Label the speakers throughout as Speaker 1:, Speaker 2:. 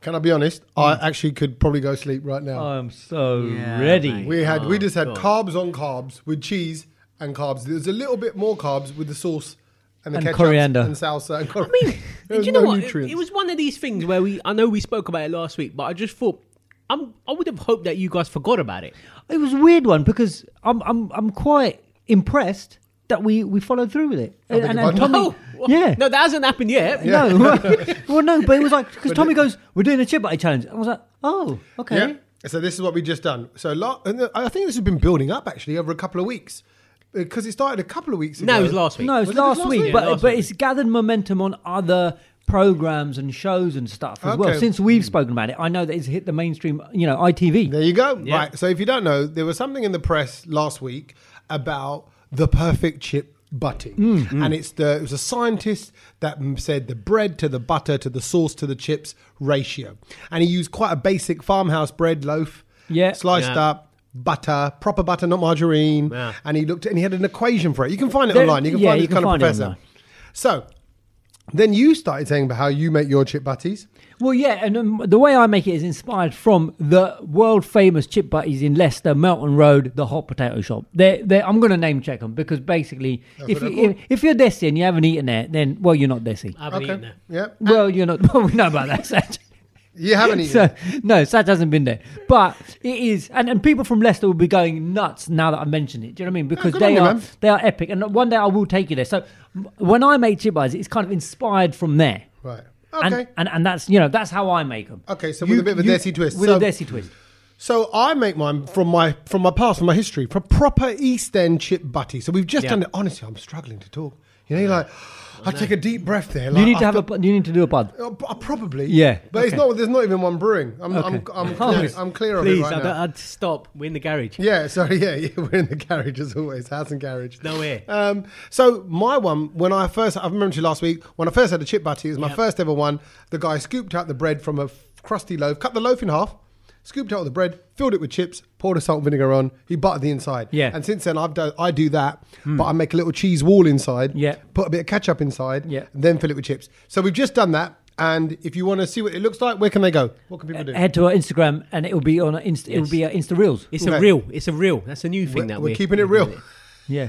Speaker 1: Can I be honest?
Speaker 2: Mm.
Speaker 1: I actually could probably go sleep right now.
Speaker 2: Oh.
Speaker 3: I'm so
Speaker 2: Yeah,
Speaker 3: ready.
Speaker 2: mate.
Speaker 1: we had we just had
Speaker 2: Oh,
Speaker 3: God.
Speaker 1: carbs on carbs with cheese and carbs. There's a little bit more carbs with the sauce and the
Speaker 3: And
Speaker 1: ketchup
Speaker 3: coriander.
Speaker 1: and salsa. And cor-
Speaker 2: I mean,
Speaker 1: There was
Speaker 2: do you know
Speaker 1: no
Speaker 2: what? It,
Speaker 1: nutrients.
Speaker 2: it was one of these things where we, I know we spoke about it last week, but I just thought, I'm, I would have hoped that you guys forgot about it.
Speaker 3: It was a weird one because I'm I'm I'm quite impressed that we we followed through with it.
Speaker 1: beg your pardon?
Speaker 2: Oh, what?
Speaker 3: yeah.
Speaker 2: No, that hasn't happened yet.
Speaker 3: No, well, no, but it was like because Tommy goes, "We're doing a chip challenge." I was like, "Oh, okay."
Speaker 1: Yeah. So this is what we just done. So la- and the- I think this has been building up actually over a couple of weeks because it started a couple of weeks ago.
Speaker 2: No, it was last week.
Speaker 3: No, it's
Speaker 1: Was it
Speaker 3: last,
Speaker 1: last
Speaker 3: week,
Speaker 1: week?
Speaker 3: but
Speaker 2: Yeah, last
Speaker 3: but
Speaker 2: week.
Speaker 3: it's gathered momentum on other programs and shows and stuff as well.
Speaker 1: Okay.
Speaker 3: Since we've spoken about it, I know that it's hit the mainstream, you know, ITV.
Speaker 1: There you go.
Speaker 2: Yeah.
Speaker 1: Right. So if you don't know, there was something in the press last week about the perfect chip butty,
Speaker 3: Mm,
Speaker 1: and it's the it was a scientist that m- said the bread to the butter to the sauce to the chips ratio, and he used quite a basic farmhouse bread loaf,
Speaker 3: Yeah.
Speaker 1: sliced
Speaker 2: Yeah.
Speaker 1: up. Butter, proper butter, not margarine,
Speaker 2: Yeah.
Speaker 1: and he looked and he had an equation for it. You can find it
Speaker 3: There-
Speaker 1: online. You can
Speaker 3: yeah,
Speaker 1: find
Speaker 3: you
Speaker 1: this
Speaker 3: can
Speaker 1: kind
Speaker 3: find it
Speaker 1: of professor.
Speaker 3: online.
Speaker 1: So, then you started saying about how you make your chip butties.
Speaker 3: Well, yeah, and um, the way I make it is inspired from the world famous chip butties in Leicester, Melton Road, the Hot Potato Shop. They're, they're, I'm going to name check them because basically, if,
Speaker 1: what
Speaker 3: you,
Speaker 1: they're
Speaker 3: if, if you're Desi and you haven't eaten there, then, well, you're not Desi.
Speaker 2: I haven't eaten there.
Speaker 1: Yeah,
Speaker 3: well, you're not. Well, we know about that, Saj.
Speaker 1: you haven't eaten.
Speaker 3: So, no, Saj hasn't been there. But it is, and, and people from Leicester will be going nuts now that I mentioned it. Do you know what I mean? Because
Speaker 1: good on
Speaker 3: they
Speaker 1: you,
Speaker 3: are
Speaker 1: man.
Speaker 3: they are epic. And one day I will take you there. So m- when I make chip butties, it's kind of inspired from there.
Speaker 1: right. Okay.
Speaker 3: And, and and that's you know that's how I make them.
Speaker 1: Okay, so with a bit of a Desi twist.
Speaker 3: With
Speaker 1: So-
Speaker 3: a desi twist.
Speaker 1: So I make mine from my from my past, from my history, from proper East End chip butty. So we've just done it. Honestly, I'm struggling to talk. You know, you're like I take a deep breath there. Like,
Speaker 3: you need to have
Speaker 1: after-
Speaker 3: a. pu- You need to do a pud.
Speaker 1: Uh, p- uh, probably.
Speaker 3: Yeah,
Speaker 1: but it's
Speaker 3: okay.
Speaker 1: not. There's not even one brewing. I'm I'm,
Speaker 3: Okay.
Speaker 1: I'm,
Speaker 3: Oh,
Speaker 1: clear, I'm clear of it
Speaker 2: Please,
Speaker 1: right
Speaker 2: I
Speaker 1: now.
Speaker 2: don't, I'd stop. We're in the garage.
Speaker 1: Yeah, sorry. Yeah, yeah, we're in the garage as always, house and garage.
Speaker 2: No way.
Speaker 1: Um, so my one, when I first, I remember you last week when I first had a chip butty. It was my
Speaker 2: Yeah.
Speaker 1: first ever one. The guy scooped out the bread from a f- crusty loaf, cut the loaf in half, scooped out all the bread, filled it with chips, poured a salt and vinegar on. He buttered the inside.
Speaker 3: Yeah. Hmm.
Speaker 1: And since then, I've done I do that, but I make a little cheese wall inside.
Speaker 3: Yeah.
Speaker 1: Put a bit of ketchup inside.
Speaker 3: Yeah.
Speaker 1: And then fill it with chips. So we've just done that. And if you want to see what it looks like, where can they go? What can people do?
Speaker 3: Head to our Instagram and it will be on. our Insta, It will be our Insta reels.
Speaker 2: It's
Speaker 1: Okay.
Speaker 2: a real. It's a real. That's a new thing
Speaker 1: We're-
Speaker 2: that
Speaker 1: we're
Speaker 2: we're,
Speaker 1: keeping it real.
Speaker 3: Yeah.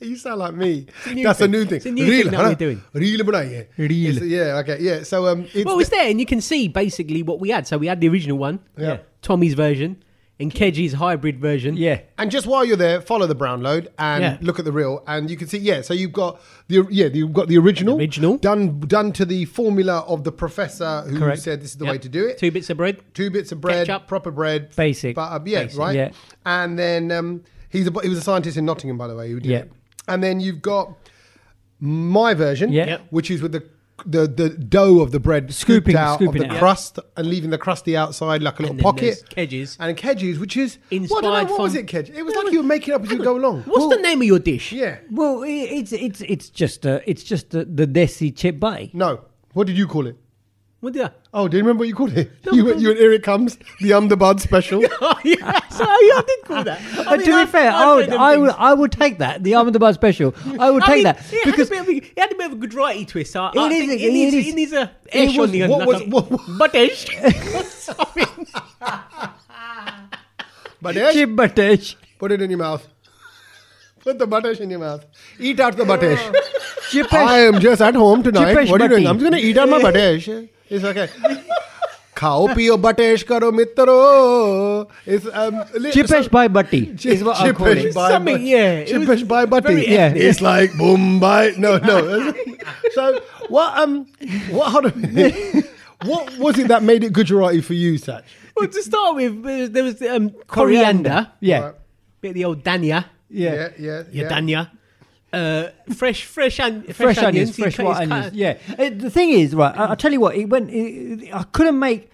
Speaker 1: You sound like me.
Speaker 2: a new
Speaker 1: That's a
Speaker 2: thing.
Speaker 1: new thing.
Speaker 2: It's a new thing that
Speaker 1: huh?
Speaker 2: we're doing.
Speaker 1: Real, but yeah.
Speaker 3: Real.
Speaker 1: It's- yeah, okay, yeah. So um, it's
Speaker 2: Well, it's there, and you can see basically what we had. So we had the original one,
Speaker 1: Yeah.
Speaker 2: Tommy's version, and Keji's hybrid version.
Speaker 3: Yeah.
Speaker 1: and just while you're there, follow the brown load and
Speaker 2: Yeah.
Speaker 1: look at the reel, and you can see. Yeah, so you've got the yeah, you've got the original,
Speaker 2: The original.
Speaker 1: done done to the formula of the professor who
Speaker 3: Correct.
Speaker 1: said this is the
Speaker 2: Yep.
Speaker 1: way to do it.
Speaker 2: Two bits of bread.
Speaker 1: Two bits of bread,
Speaker 2: Ketchup.
Speaker 1: proper bread,
Speaker 3: Basic.
Speaker 1: But uh, yeah,
Speaker 2: Basic.
Speaker 1: right.
Speaker 3: Yeah.
Speaker 1: And then um, he's a, he was a scientist in Nottingham, by the way. Who did
Speaker 3: Yeah.
Speaker 1: it. And then you've got my version,
Speaker 3: Yeah. Yep.
Speaker 1: which is with the the, the dough of the bread scooped
Speaker 3: Scooping-
Speaker 1: out
Speaker 3: scooping
Speaker 1: of
Speaker 3: it
Speaker 1: the
Speaker 3: out.
Speaker 1: crust and leaving the crusty outside like a little
Speaker 2: then
Speaker 1: pocket.
Speaker 2: there's Kedges.
Speaker 1: and Kedges, which is well, I don't know,
Speaker 2: Inspired
Speaker 1: what was
Speaker 2: from-
Speaker 1: it, Kedge? It was like you were making up as you go along.
Speaker 2: What's the name of your dish?
Speaker 1: Yeah,
Speaker 3: Well, i it's it's it's just uh, it's just the, the desi chip butty.
Speaker 1: no. What did you call it?
Speaker 2: What did I?
Speaker 1: Oh, do you remember what you called it? you, went- you and Here It Comes, the Um the Bud special.
Speaker 2: Oh, yeah. So yeah, I did call that. I
Speaker 3: But
Speaker 2: mean,
Speaker 3: to be
Speaker 2: I've-
Speaker 3: fair,
Speaker 2: I've
Speaker 3: I would,
Speaker 2: read them
Speaker 3: I would,
Speaker 2: things.
Speaker 3: I would take that the almond bar special. I would
Speaker 2: I
Speaker 3: take
Speaker 2: mean,
Speaker 3: that
Speaker 2: it
Speaker 3: because
Speaker 2: had a bit of a, it had a bit of a Gujarati twist. I, I
Speaker 3: It is,
Speaker 2: think
Speaker 3: it
Speaker 2: it, needs,
Speaker 3: is.
Speaker 2: it needs a
Speaker 1: It
Speaker 2: ash
Speaker 1: was-
Speaker 2: on the end,
Speaker 1: what
Speaker 2: like
Speaker 1: was-
Speaker 2: a
Speaker 1: what was-
Speaker 2: buttesh.
Speaker 1: But yeah,
Speaker 3: chip buttesh,
Speaker 1: Put it in your mouth. Put the buttesh in your mouth. Eat out the buttesh. I
Speaker 3: chipesh.
Speaker 1: am just at home tonight.
Speaker 3: Chipesh
Speaker 1: what are you doing?
Speaker 3: butty.
Speaker 1: I'm just going to eat out my buttesh. It's okay. Khao piyo buttesh karo mitro. It's um, li-
Speaker 3: Chipesh by butty
Speaker 1: Chip-
Speaker 3: is what I call
Speaker 1: Chipesh
Speaker 3: it.
Speaker 1: by
Speaker 2: Something,
Speaker 1: Butt-
Speaker 2: yeah, it
Speaker 1: Chipesh
Speaker 2: was
Speaker 1: by butty.
Speaker 2: very
Speaker 3: Yeah. ethnic.
Speaker 1: It's like Mumbai. No, no. so what? Um, what? Hold on. a minute. What was it that made it Gujarati for you, Sach?
Speaker 2: well, to start with, uh, there was um, coriander,
Speaker 3: Yeah.
Speaker 1: Right.
Speaker 2: bit of the old dania,
Speaker 3: yeah,
Speaker 1: yeah, yeah.
Speaker 2: your
Speaker 1: yeah.
Speaker 2: dania, uh, fresh, fresh, and
Speaker 3: Fresh, onions,
Speaker 2: you
Speaker 3: fresh
Speaker 2: cut-
Speaker 3: white
Speaker 2: it's cut-
Speaker 3: onions. Yeah. Uh, the thing is, right? I, I tell you what, it went. It, I couldn't make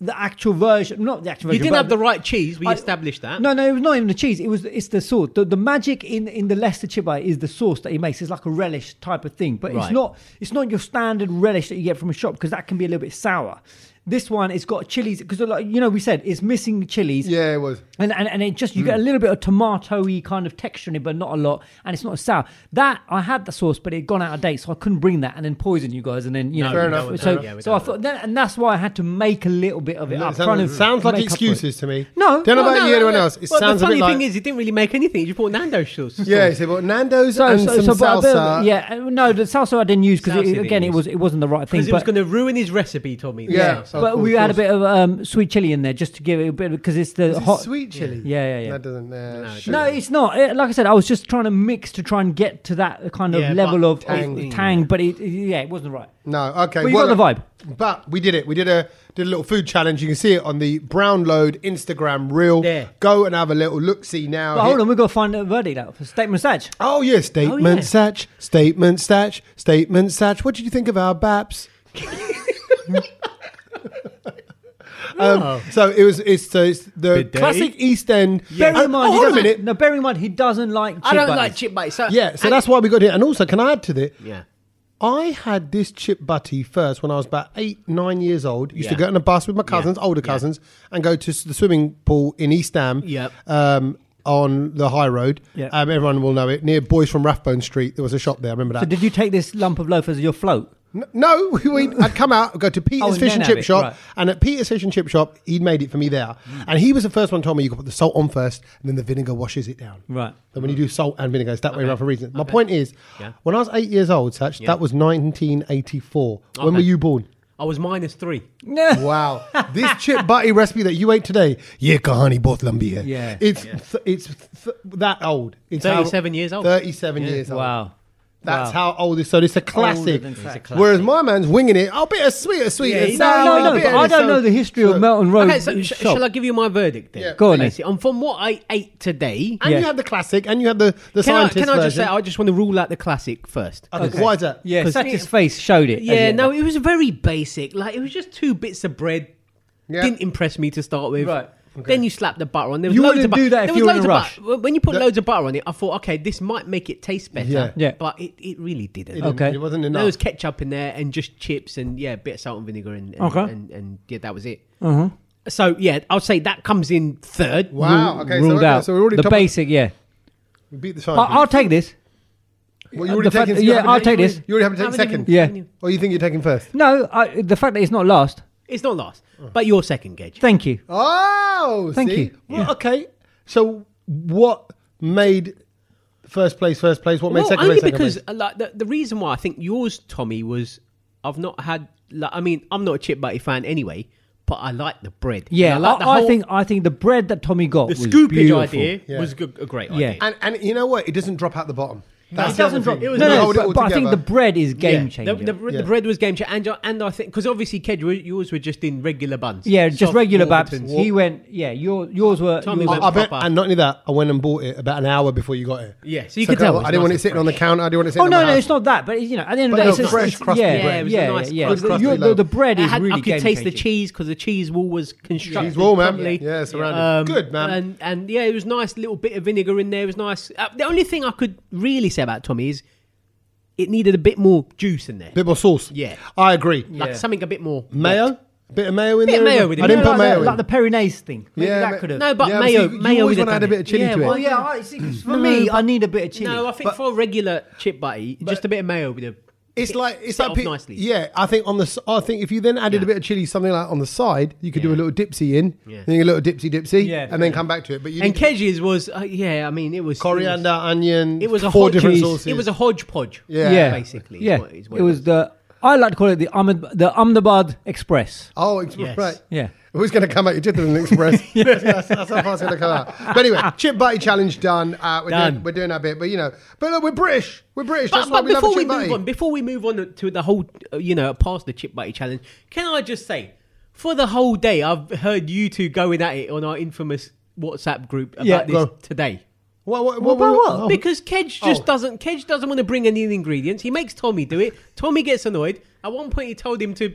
Speaker 3: the actual version. Not the actual
Speaker 2: You
Speaker 3: version.
Speaker 2: didn't
Speaker 3: but
Speaker 2: have the right cheese. We
Speaker 3: I-
Speaker 2: established that.
Speaker 3: No, no, it was not even the cheese. It was it's the sauce. The, the magic in in the Leicester chibai is the sauce that he makes. It's like a relish type of thing, but it's
Speaker 2: Right.
Speaker 3: not it's not your standard relish that you get from a shop because that can be a little bit sour. This one, it's got chilies because, like, you know, we said it's missing chilies.
Speaker 1: Yeah, it was.
Speaker 3: And, and, and it just, you
Speaker 1: Mm.
Speaker 3: get a little bit of tomatoey kind of texture in it, but not a lot. And it's not sour. That, I had the sauce, but it had gone out of date, so I couldn't bring that and then poison you guys. And then, you
Speaker 2: No,
Speaker 3: know,
Speaker 1: Fair
Speaker 3: so,
Speaker 1: enough,
Speaker 3: so,
Speaker 1: fair
Speaker 2: enough. Yeah, we
Speaker 3: so I
Speaker 2: don't.
Speaker 3: thought, that, and that's why I had to make a little bit of it up.
Speaker 1: Sounds,
Speaker 3: trying to
Speaker 1: sounds like
Speaker 3: make up for it.
Speaker 1: excuses to me.
Speaker 3: No,
Speaker 1: don't know
Speaker 3: no,
Speaker 1: about
Speaker 3: no,
Speaker 1: you,
Speaker 3: no,
Speaker 1: anyone
Speaker 3: no.
Speaker 1: else. It
Speaker 2: well,
Speaker 1: sounds
Speaker 2: the
Speaker 1: a bit
Speaker 2: funny
Speaker 1: like
Speaker 2: thing is, he didn't really make anything. He just bought Nando's sauce.
Speaker 1: yeah, so what Nando's
Speaker 3: So,
Speaker 1: and
Speaker 3: so,
Speaker 1: some
Speaker 3: so but,
Speaker 1: salsa.
Speaker 3: but, yeah, uh, no, the salsa I didn't use
Speaker 2: Salsa
Speaker 3: because
Speaker 2: didn't
Speaker 3: again, it
Speaker 2: use.
Speaker 3: was it wasn't the right thing.
Speaker 2: Because it was
Speaker 3: But,
Speaker 2: going to ruin his recipe, Tommy.
Speaker 1: Yeah.
Speaker 2: Yes.
Speaker 1: Oh,
Speaker 3: but
Speaker 1: cool,
Speaker 3: we
Speaker 1: of
Speaker 3: had a
Speaker 1: course.
Speaker 3: bit of um, sweet chili in there just to give it a bit because it's the
Speaker 1: Is it
Speaker 3: hot.
Speaker 1: sweet chili.
Speaker 3: Yeah, yeah, yeah.
Speaker 1: That doesn't. Uh,
Speaker 2: No, it
Speaker 1: shoot.
Speaker 3: No, it's not. It- like I said, I was just trying to mix to try and get to that kind of
Speaker 2: Yeah,
Speaker 3: level
Speaker 2: but
Speaker 3: of
Speaker 1: tang.
Speaker 3: tang, tang but it, it- yeah, it wasn't right.
Speaker 1: No, okay.
Speaker 3: But you got the vibe.
Speaker 1: But we did it. We did a did a little food challenge. You can see it on the Brown Load Instagram reel.
Speaker 2: Yeah.
Speaker 1: Go and have a little look see now.
Speaker 3: But
Speaker 1: Hit-
Speaker 3: hold on, we've got to find a verdict out for statement Saj.
Speaker 1: Oh yeah, statement
Speaker 2: Oh, yeah.
Speaker 1: satch, statement satch, statement satch. What did you think of our baps? um,
Speaker 3: Oh.
Speaker 1: So it was. It's, so it's the
Speaker 2: Bit dirty.
Speaker 1: classic East End.
Speaker 3: Bear in
Speaker 1: Oh,
Speaker 3: mind, he
Speaker 1: hold a
Speaker 3: doesn't-
Speaker 1: minute.
Speaker 3: No, bear in mind, he doesn't like.
Speaker 2: I don't
Speaker 3: chip
Speaker 2: like
Speaker 3: butters.
Speaker 2: chip bites. So,
Speaker 1: Yeah, so
Speaker 2: and-
Speaker 1: that's why we got it. And also, can I add to that?
Speaker 2: Yeah.
Speaker 1: I had this chip butty first when I was about eight, nine years old. Used to
Speaker 2: Yeah.
Speaker 1: go on a bus with my cousins,
Speaker 2: Yeah.
Speaker 1: older
Speaker 2: Yeah.
Speaker 1: cousins, and go to s- the swimming pool in East Ham
Speaker 2: Yep.
Speaker 1: um, on the high road.
Speaker 3: Yeah.
Speaker 1: Um, everyone will know it. Near Boys from Rathbone Street, there was a shop there. I remember that.
Speaker 3: So did you take this lump of loaf as your float?
Speaker 1: N- No, we, we, I'd come out, go to Peter's
Speaker 3: Oh,
Speaker 1: Fish and
Speaker 3: then have
Speaker 1: Chip
Speaker 3: it,
Speaker 1: Shop,
Speaker 3: right.
Speaker 1: and at Peter's Fish and Chip Shop, he'd made it for me there. And he was the first one told me you could put the salt on first, and then the vinegar washes it down.
Speaker 3: Right.
Speaker 1: And when you do salt and vinegar, it's that way
Speaker 2: Okay.
Speaker 1: around for a reason. My
Speaker 2: Okay.
Speaker 1: point is,
Speaker 2: Yeah.
Speaker 1: when I was eight years old, Satch,
Speaker 2: Yeah.
Speaker 1: that was 1984. When
Speaker 2: Okay.
Speaker 1: were you born?
Speaker 2: I was minus three.
Speaker 1: Wow. this chip butty recipe that you ate today, yeah, kahani both lumbia.
Speaker 3: Yeah.
Speaker 1: It's, Th- it's th- that old. It's how-
Speaker 2: 37 years old.
Speaker 1: 37 years old.
Speaker 3: wow.
Speaker 1: That's
Speaker 3: Wow.
Speaker 1: how old this. So it's a classic.
Speaker 3: than It's a classic.
Speaker 1: Whereas my man's winging it. Oh, bit of sweet, a sweet.
Speaker 2: Yeah,
Speaker 1: and
Speaker 2: he-
Speaker 1: sour,
Speaker 3: No, no,
Speaker 1: a
Speaker 3: no.
Speaker 1: bit
Speaker 3: But
Speaker 1: of
Speaker 3: I
Speaker 1: this,
Speaker 3: don't know
Speaker 1: so-
Speaker 3: the history of
Speaker 1: so-
Speaker 3: Melton Road.
Speaker 2: Okay, so sh-
Speaker 3: shop.
Speaker 2: shall I give you my verdict then?
Speaker 1: Yeah.
Speaker 3: Go on then.
Speaker 2: Basically, And from what I ate today,
Speaker 1: And
Speaker 3: Yeah.
Speaker 1: you had the classic, and you had the the
Speaker 2: can I,
Speaker 1: scientist
Speaker 2: can I just say
Speaker 1: version.
Speaker 2: I just want to rule out the classic first?
Speaker 1: Okay, Why is that?
Speaker 3: Yeah,
Speaker 2: 'Cause-
Speaker 3: Satch's face showed it.
Speaker 2: Yeah,
Speaker 3: As
Speaker 2: no,
Speaker 3: yet.
Speaker 2: it was very basic. Like it was just two bits of bread.
Speaker 1: Yeah.
Speaker 2: Didn't impress me to start with.
Speaker 3: Right.
Speaker 2: Then you slap the butter on. There was
Speaker 3: You
Speaker 2: loads of
Speaker 3: wouldn't
Speaker 2: butter.
Speaker 3: do that if
Speaker 2: there was
Speaker 3: you were in
Speaker 2: loads
Speaker 3: a
Speaker 2: of
Speaker 3: rush.
Speaker 2: butter. When you put
Speaker 1: That-
Speaker 2: loads of butter on it, I thought, okay, this might make it taste better.
Speaker 1: Yeah.
Speaker 3: Yeah.
Speaker 2: But it, it really didn't.
Speaker 1: It,
Speaker 3: Okay.
Speaker 1: didn't- it wasn't enough.
Speaker 2: There was ketchup in there and just chips and yeah, a bit of salt and vinegar and and,
Speaker 3: Okay. Uh-huh.
Speaker 2: and, and, yeah, that was it. So yeah, I'll say that comes in third.
Speaker 1: wow.
Speaker 3: Ruled-
Speaker 1: Okay.
Speaker 3: ruled
Speaker 1: so, okay,
Speaker 3: out.
Speaker 1: so we're already
Speaker 3: the
Speaker 1: top of-
Speaker 3: basic, yeah.
Speaker 1: we beat the
Speaker 3: I,
Speaker 1: scientist.
Speaker 3: I'll take this.
Speaker 1: well, you already
Speaker 3: the fact-
Speaker 1: taking.
Speaker 3: yeah,
Speaker 1: you haven't
Speaker 3: I'll
Speaker 1: taken-
Speaker 3: take this.
Speaker 1: You already haven't taken
Speaker 2: Haven't even-
Speaker 1: second.
Speaker 3: Yeah.
Speaker 1: Or you think you're taking first?
Speaker 3: No, I, the fact that it's not last.
Speaker 2: It's not last, but your second gauge.
Speaker 3: Thank you.
Speaker 1: Oh,
Speaker 3: Thank
Speaker 1: see?
Speaker 3: you.
Speaker 1: Well, Okay. So what made first place first place? What made
Speaker 2: Well,
Speaker 1: second
Speaker 2: only
Speaker 1: place second
Speaker 2: because
Speaker 1: place?
Speaker 2: uh, like the, the reason why I think yours, Tommy, was I've not had. Like, I mean, I'm not a chip butty fan anyway, but I like the bread.
Speaker 3: Yeah,
Speaker 2: And I, like
Speaker 3: I,
Speaker 2: the
Speaker 3: I
Speaker 2: whole-
Speaker 3: think I think the bread that Tommy got
Speaker 2: the
Speaker 3: was
Speaker 2: scoopage
Speaker 3: beautiful.
Speaker 2: idea
Speaker 1: Yeah.
Speaker 2: was a, good, a great
Speaker 3: Yeah.
Speaker 2: idea.
Speaker 1: And and you know what? It doesn't drop out the bottom.
Speaker 2: it
Speaker 1: the
Speaker 2: doesn't
Speaker 1: other
Speaker 2: drop-
Speaker 1: thing.
Speaker 2: it was
Speaker 1: You
Speaker 3: No,
Speaker 2: nice.
Speaker 3: no,
Speaker 1: hold it all
Speaker 3: but, but I think
Speaker 1: together.
Speaker 3: the bread is
Speaker 2: Yeah,
Speaker 3: game
Speaker 2: the-
Speaker 3: changer.
Speaker 2: The, the
Speaker 1: Yeah.
Speaker 2: bread was game changer, and, uh, and I think because obviously, Ked, you- yours were just in regular buns.
Speaker 3: yeah, just
Speaker 2: Soft
Speaker 3: regular babs.
Speaker 2: Warburtons.
Speaker 3: He went. Yeah, your, Oh, yours were.
Speaker 2: Tommy
Speaker 1: I,
Speaker 3: yours
Speaker 2: went-
Speaker 3: were-
Speaker 1: I bet,
Speaker 2: proper.
Speaker 1: and not only that, I went and bought it about an hour before you got it.
Speaker 2: Yeah, so you could tell
Speaker 1: I
Speaker 2: it's
Speaker 1: didn't
Speaker 2: nice
Speaker 1: want it
Speaker 2: and
Speaker 1: sitting on the
Speaker 2: fresh.
Speaker 1: counter. I didn't want it sitting.
Speaker 3: Oh
Speaker 1: on
Speaker 3: no,
Speaker 1: the
Speaker 3: no,
Speaker 1: house.
Speaker 3: it's not that. But you know, at the end
Speaker 1: But
Speaker 3: of the day,
Speaker 1: it
Speaker 3: it's,
Speaker 1: was
Speaker 3: it's-
Speaker 1: fresh,
Speaker 3: it's-
Speaker 1: crusty bread.
Speaker 3: yeah, yeah,
Speaker 2: It was a
Speaker 3: yeah,
Speaker 2: nice
Speaker 3: yeah.
Speaker 2: crusty
Speaker 3: The, your-
Speaker 1: loaf.
Speaker 3: the, the bread
Speaker 2: I
Speaker 3: is
Speaker 2: had-
Speaker 3: really
Speaker 2: I could
Speaker 3: game
Speaker 2: taste the
Speaker 3: changing.
Speaker 2: cheese because the cheese wall was constructed.
Speaker 1: Cheese wall, man.
Speaker 2: properly. Um,
Speaker 1: Yeah, surrounded. Good, man.
Speaker 2: And and yeah, it was nice little bit of vinegar in there. It was nice. Uh, the only thing I could really say about Tommy is it needed a bit more juice in there,
Speaker 1: bit more sauce.
Speaker 2: Yeah.
Speaker 1: I agree.
Speaker 2: like something a bit more
Speaker 1: Mayo,
Speaker 2: wet.
Speaker 1: bit of mayo in
Speaker 2: Bit
Speaker 1: there.
Speaker 2: of
Speaker 1: as
Speaker 2: mayo
Speaker 1: well.
Speaker 2: with it.
Speaker 1: I didn't put
Speaker 2: No,
Speaker 3: like
Speaker 1: mayo
Speaker 3: the,
Speaker 1: in.
Speaker 3: like the Périnese thing. Maybe
Speaker 1: Yeah,
Speaker 3: that
Speaker 1: but-
Speaker 3: could have.
Speaker 2: No, but
Speaker 1: Yeah, but
Speaker 2: mayo.
Speaker 1: see, you
Speaker 2: mayo.
Speaker 1: always
Speaker 2: would have
Speaker 1: wanna add
Speaker 2: done
Speaker 1: a bit of chili
Speaker 2: yeah,
Speaker 1: to it.
Speaker 2: Well,
Speaker 3: Well,
Speaker 2: yeah.
Speaker 3: yeah, I, see, for me, I need a bit of chili.
Speaker 2: Mm. No, I think for a regular chip butty, just a bit of mayo would have.
Speaker 1: It's
Speaker 2: hit-
Speaker 1: like it's
Speaker 2: set
Speaker 1: like
Speaker 2: off
Speaker 1: pe-
Speaker 2: nicely.
Speaker 1: yeah. I think on the s- I think if you then added a bit of chili, something like on the side, you could do a
Speaker 2: Yeah.
Speaker 1: little dipsy in,
Speaker 2: Yeah.
Speaker 1: then a little dipsy dipsy,
Speaker 3: Yeah.
Speaker 1: and then come back to it. But you
Speaker 2: And
Speaker 1: didn't-
Speaker 2: Kej's was uh, yeah. I mean, it was
Speaker 1: coriander, onion,
Speaker 2: It was, it was a
Speaker 1: four
Speaker 2: hodge-
Speaker 1: different
Speaker 3: cheese.
Speaker 1: sauces.
Speaker 2: It was a hodgepodge.
Speaker 1: Yeah.
Speaker 2: basically. is
Speaker 3: Yeah,
Speaker 2: what- is what
Speaker 3: it was the. I like to call it the Ahmed, the Ahmedabad Express.
Speaker 1: oh, it's
Speaker 2: Yes.
Speaker 1: right.
Speaker 3: Yeah.
Speaker 1: Who's going to come out your chitlin express? that's, that's how fast it's going to come out. But anyway, chip butty challenge done. Uh, we're
Speaker 2: Done.
Speaker 1: Doing, we're doing our bit, but you know, but look, we're British. We're British.
Speaker 2: But,
Speaker 1: that's why
Speaker 2: but
Speaker 1: we love a
Speaker 2: before we
Speaker 1: chip butty.
Speaker 2: move on, before we move on to the whole, uh, you know, past the chip butty challenge, can I just say, for the whole day, I've heard you two going at it on our infamous WhatsApp group about
Speaker 3: Yeah,
Speaker 2: this
Speaker 1: go.
Speaker 2: today.
Speaker 1: What, what, what,
Speaker 3: about what?
Speaker 1: oh.
Speaker 2: Because Kedge just
Speaker 1: Oh.
Speaker 2: doesn't, Kedge doesn't want to bring any ingredients. He makes Tommy do it. Tommy gets annoyed. At one point, he told him to.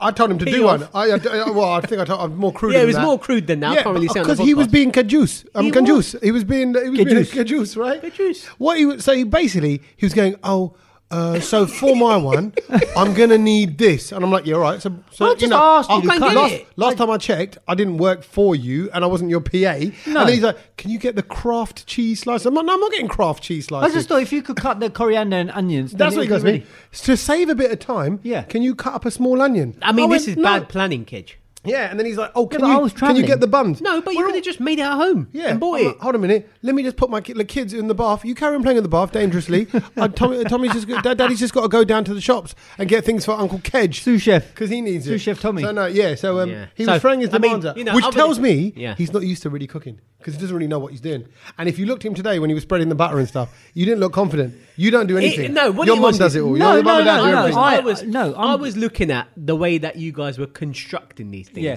Speaker 1: I told him to
Speaker 2: Peel
Speaker 1: do one.
Speaker 2: off.
Speaker 1: I, I, I- well, I think I told, I'm more crude.
Speaker 2: Yeah, it
Speaker 1: than
Speaker 2: was
Speaker 1: that.
Speaker 2: more crude than that. I can't really say on the
Speaker 1: because he was
Speaker 2: podcast.
Speaker 1: being caduce. I'm
Speaker 2: He
Speaker 1: um, caduce. He was being he was being
Speaker 3: Caduce.
Speaker 1: caduce, right?
Speaker 2: Caduce.
Speaker 1: What he was so he basically he was going, oh, uh, so for my one, I'm gonna need this, and I'm like, yeah, all right. So, so
Speaker 3: I
Speaker 1: you
Speaker 3: just
Speaker 1: know,
Speaker 3: asked you
Speaker 1: I'll-
Speaker 3: to
Speaker 1: last,
Speaker 3: cut it.
Speaker 1: last time I checked, I didn't work for you, and I wasn't your PA. And then he's like, can you get the craft cheese slice? I'm like, no, I'm not getting craft cheese
Speaker 3: I
Speaker 1: slices.
Speaker 3: just thought if you could cut the coriander and onions, then
Speaker 1: That's what
Speaker 3: it
Speaker 1: he goes
Speaker 3: would be
Speaker 1: me. To save a bit of time,
Speaker 3: Yeah.
Speaker 1: Can you cut up a small onion?
Speaker 2: I mean, this
Speaker 1: went,
Speaker 2: is
Speaker 1: "No."
Speaker 2: bad planning, Kedge.
Speaker 1: Yeah, and then he's like, "Oh, can
Speaker 3: but I
Speaker 1: you
Speaker 3: was
Speaker 1: can you get
Speaker 3: travelling.
Speaker 1: the buns?"
Speaker 2: No, but you
Speaker 1: We're
Speaker 2: could
Speaker 1: all-
Speaker 2: have just made it at home
Speaker 1: yeah,
Speaker 2: and bought
Speaker 1: I'm
Speaker 2: it.
Speaker 1: like, Hold a minute. Let me just put my ki- the kids in the bath. You carry on playing in the bath dangerously. uh, Tommy, Tommy's just got- Dad, Daddy's just got to go down to the shops and get things for Uncle Kedge
Speaker 3: Sous chef.
Speaker 1: because he needs it.
Speaker 3: Sous chef Tommy.
Speaker 1: So no, yeah. So um,
Speaker 2: Yeah.
Speaker 1: he
Speaker 2: So,
Speaker 1: was throwing his
Speaker 2: I mean,
Speaker 1: demands out,
Speaker 2: you know,
Speaker 1: which
Speaker 2: other-
Speaker 1: tells me
Speaker 2: Yeah.
Speaker 1: he's not used to really cooking because he doesn't really know what he's doing. And if you looked at him today when he was spreading the butter and stuff, you didn't look confident. You don't do anything.
Speaker 2: no, what
Speaker 1: your
Speaker 2: it
Speaker 1: mum
Speaker 2: was
Speaker 1: does
Speaker 2: is-
Speaker 1: it all.
Speaker 3: No,
Speaker 1: your mum
Speaker 3: no,
Speaker 1: and dad
Speaker 3: no,
Speaker 1: do
Speaker 3: no,
Speaker 1: everything.
Speaker 2: I,
Speaker 3: I-
Speaker 2: was
Speaker 3: no, I'm-
Speaker 2: I was looking at the way that you guys were constructing these things.
Speaker 3: Yeah.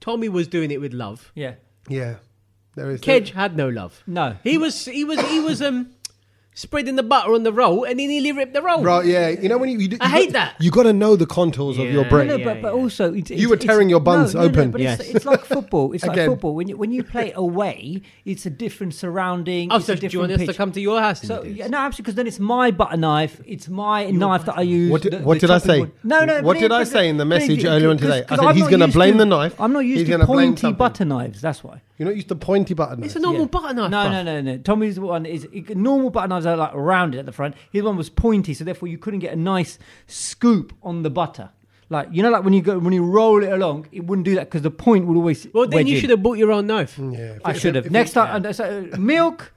Speaker 2: Tommy was doing it with love.
Speaker 3: Yeah.
Speaker 1: Yeah, there is.
Speaker 2: Kedge had no love.
Speaker 3: No.
Speaker 2: he was he was he was um spreading the butter on the roll, and he nearly ripped the roll.
Speaker 1: Right, yeah. You know when you, you, do-
Speaker 2: I
Speaker 1: you
Speaker 2: hate
Speaker 1: got,
Speaker 2: that.
Speaker 1: You got to know the contours of your
Speaker 2: Yeah.
Speaker 1: brain.
Speaker 3: No,
Speaker 2: Yeah,
Speaker 3: but, but
Speaker 2: yeah.
Speaker 3: also it's, it's-
Speaker 1: were
Speaker 3: it's-
Speaker 1: tearing your buns
Speaker 3: no, no, no,
Speaker 1: open.
Speaker 3: but
Speaker 2: Yes.
Speaker 3: it's, it's like football. It's like
Speaker 1: Again.
Speaker 3: football. When you when you play away, it's a different surrounding.
Speaker 2: Oh,
Speaker 3: it's
Speaker 2: so
Speaker 3: a
Speaker 2: do
Speaker 3: different
Speaker 2: you want us
Speaker 3: pitch.
Speaker 2: to come to your house? and
Speaker 3: So
Speaker 2: do this?
Speaker 3: yeah, no, absolutely, because then it's my butter knife. It's my knife that I use.
Speaker 1: What did,
Speaker 3: the-
Speaker 1: what
Speaker 3: the
Speaker 1: did I
Speaker 3: chopping
Speaker 1: say?
Speaker 3: board. No, no.
Speaker 1: What
Speaker 3: but-
Speaker 1: did I
Speaker 3: but-
Speaker 1: say in the
Speaker 3: but-
Speaker 1: message
Speaker 3: but-
Speaker 1: earlier on
Speaker 3: 'cause-
Speaker 1: today? I
Speaker 3: 'cause
Speaker 1: said
Speaker 3: I'm
Speaker 1: he's
Speaker 3: not
Speaker 1: going to
Speaker 3: used
Speaker 1: blame
Speaker 3: to-
Speaker 1: the knife.
Speaker 3: I'm not used
Speaker 1: he's
Speaker 3: to
Speaker 1: gonna blame
Speaker 3: pointy
Speaker 1: something.
Speaker 3: butter knives. That's why.
Speaker 1: You're not used to pointy butter knife.
Speaker 2: it's a normal
Speaker 3: Yeah.
Speaker 2: butter knife.
Speaker 3: No,
Speaker 2: bruv.
Speaker 3: no, no, no. Tommy's one is normal butter knives are like rounded at the front. His one was pointy, so therefore you couldn't get a nice scoop on the butter. Like you know, like when you go when you roll it along, it wouldn't do that because the point would always.
Speaker 2: Well, then
Speaker 3: wedge
Speaker 2: you
Speaker 3: in.
Speaker 2: should have bought your own knife.
Speaker 1: Yeah, if
Speaker 3: I
Speaker 1: it-
Speaker 3: should
Speaker 1: if
Speaker 3: have.
Speaker 1: it-
Speaker 3: Next time, and so, uh, milk,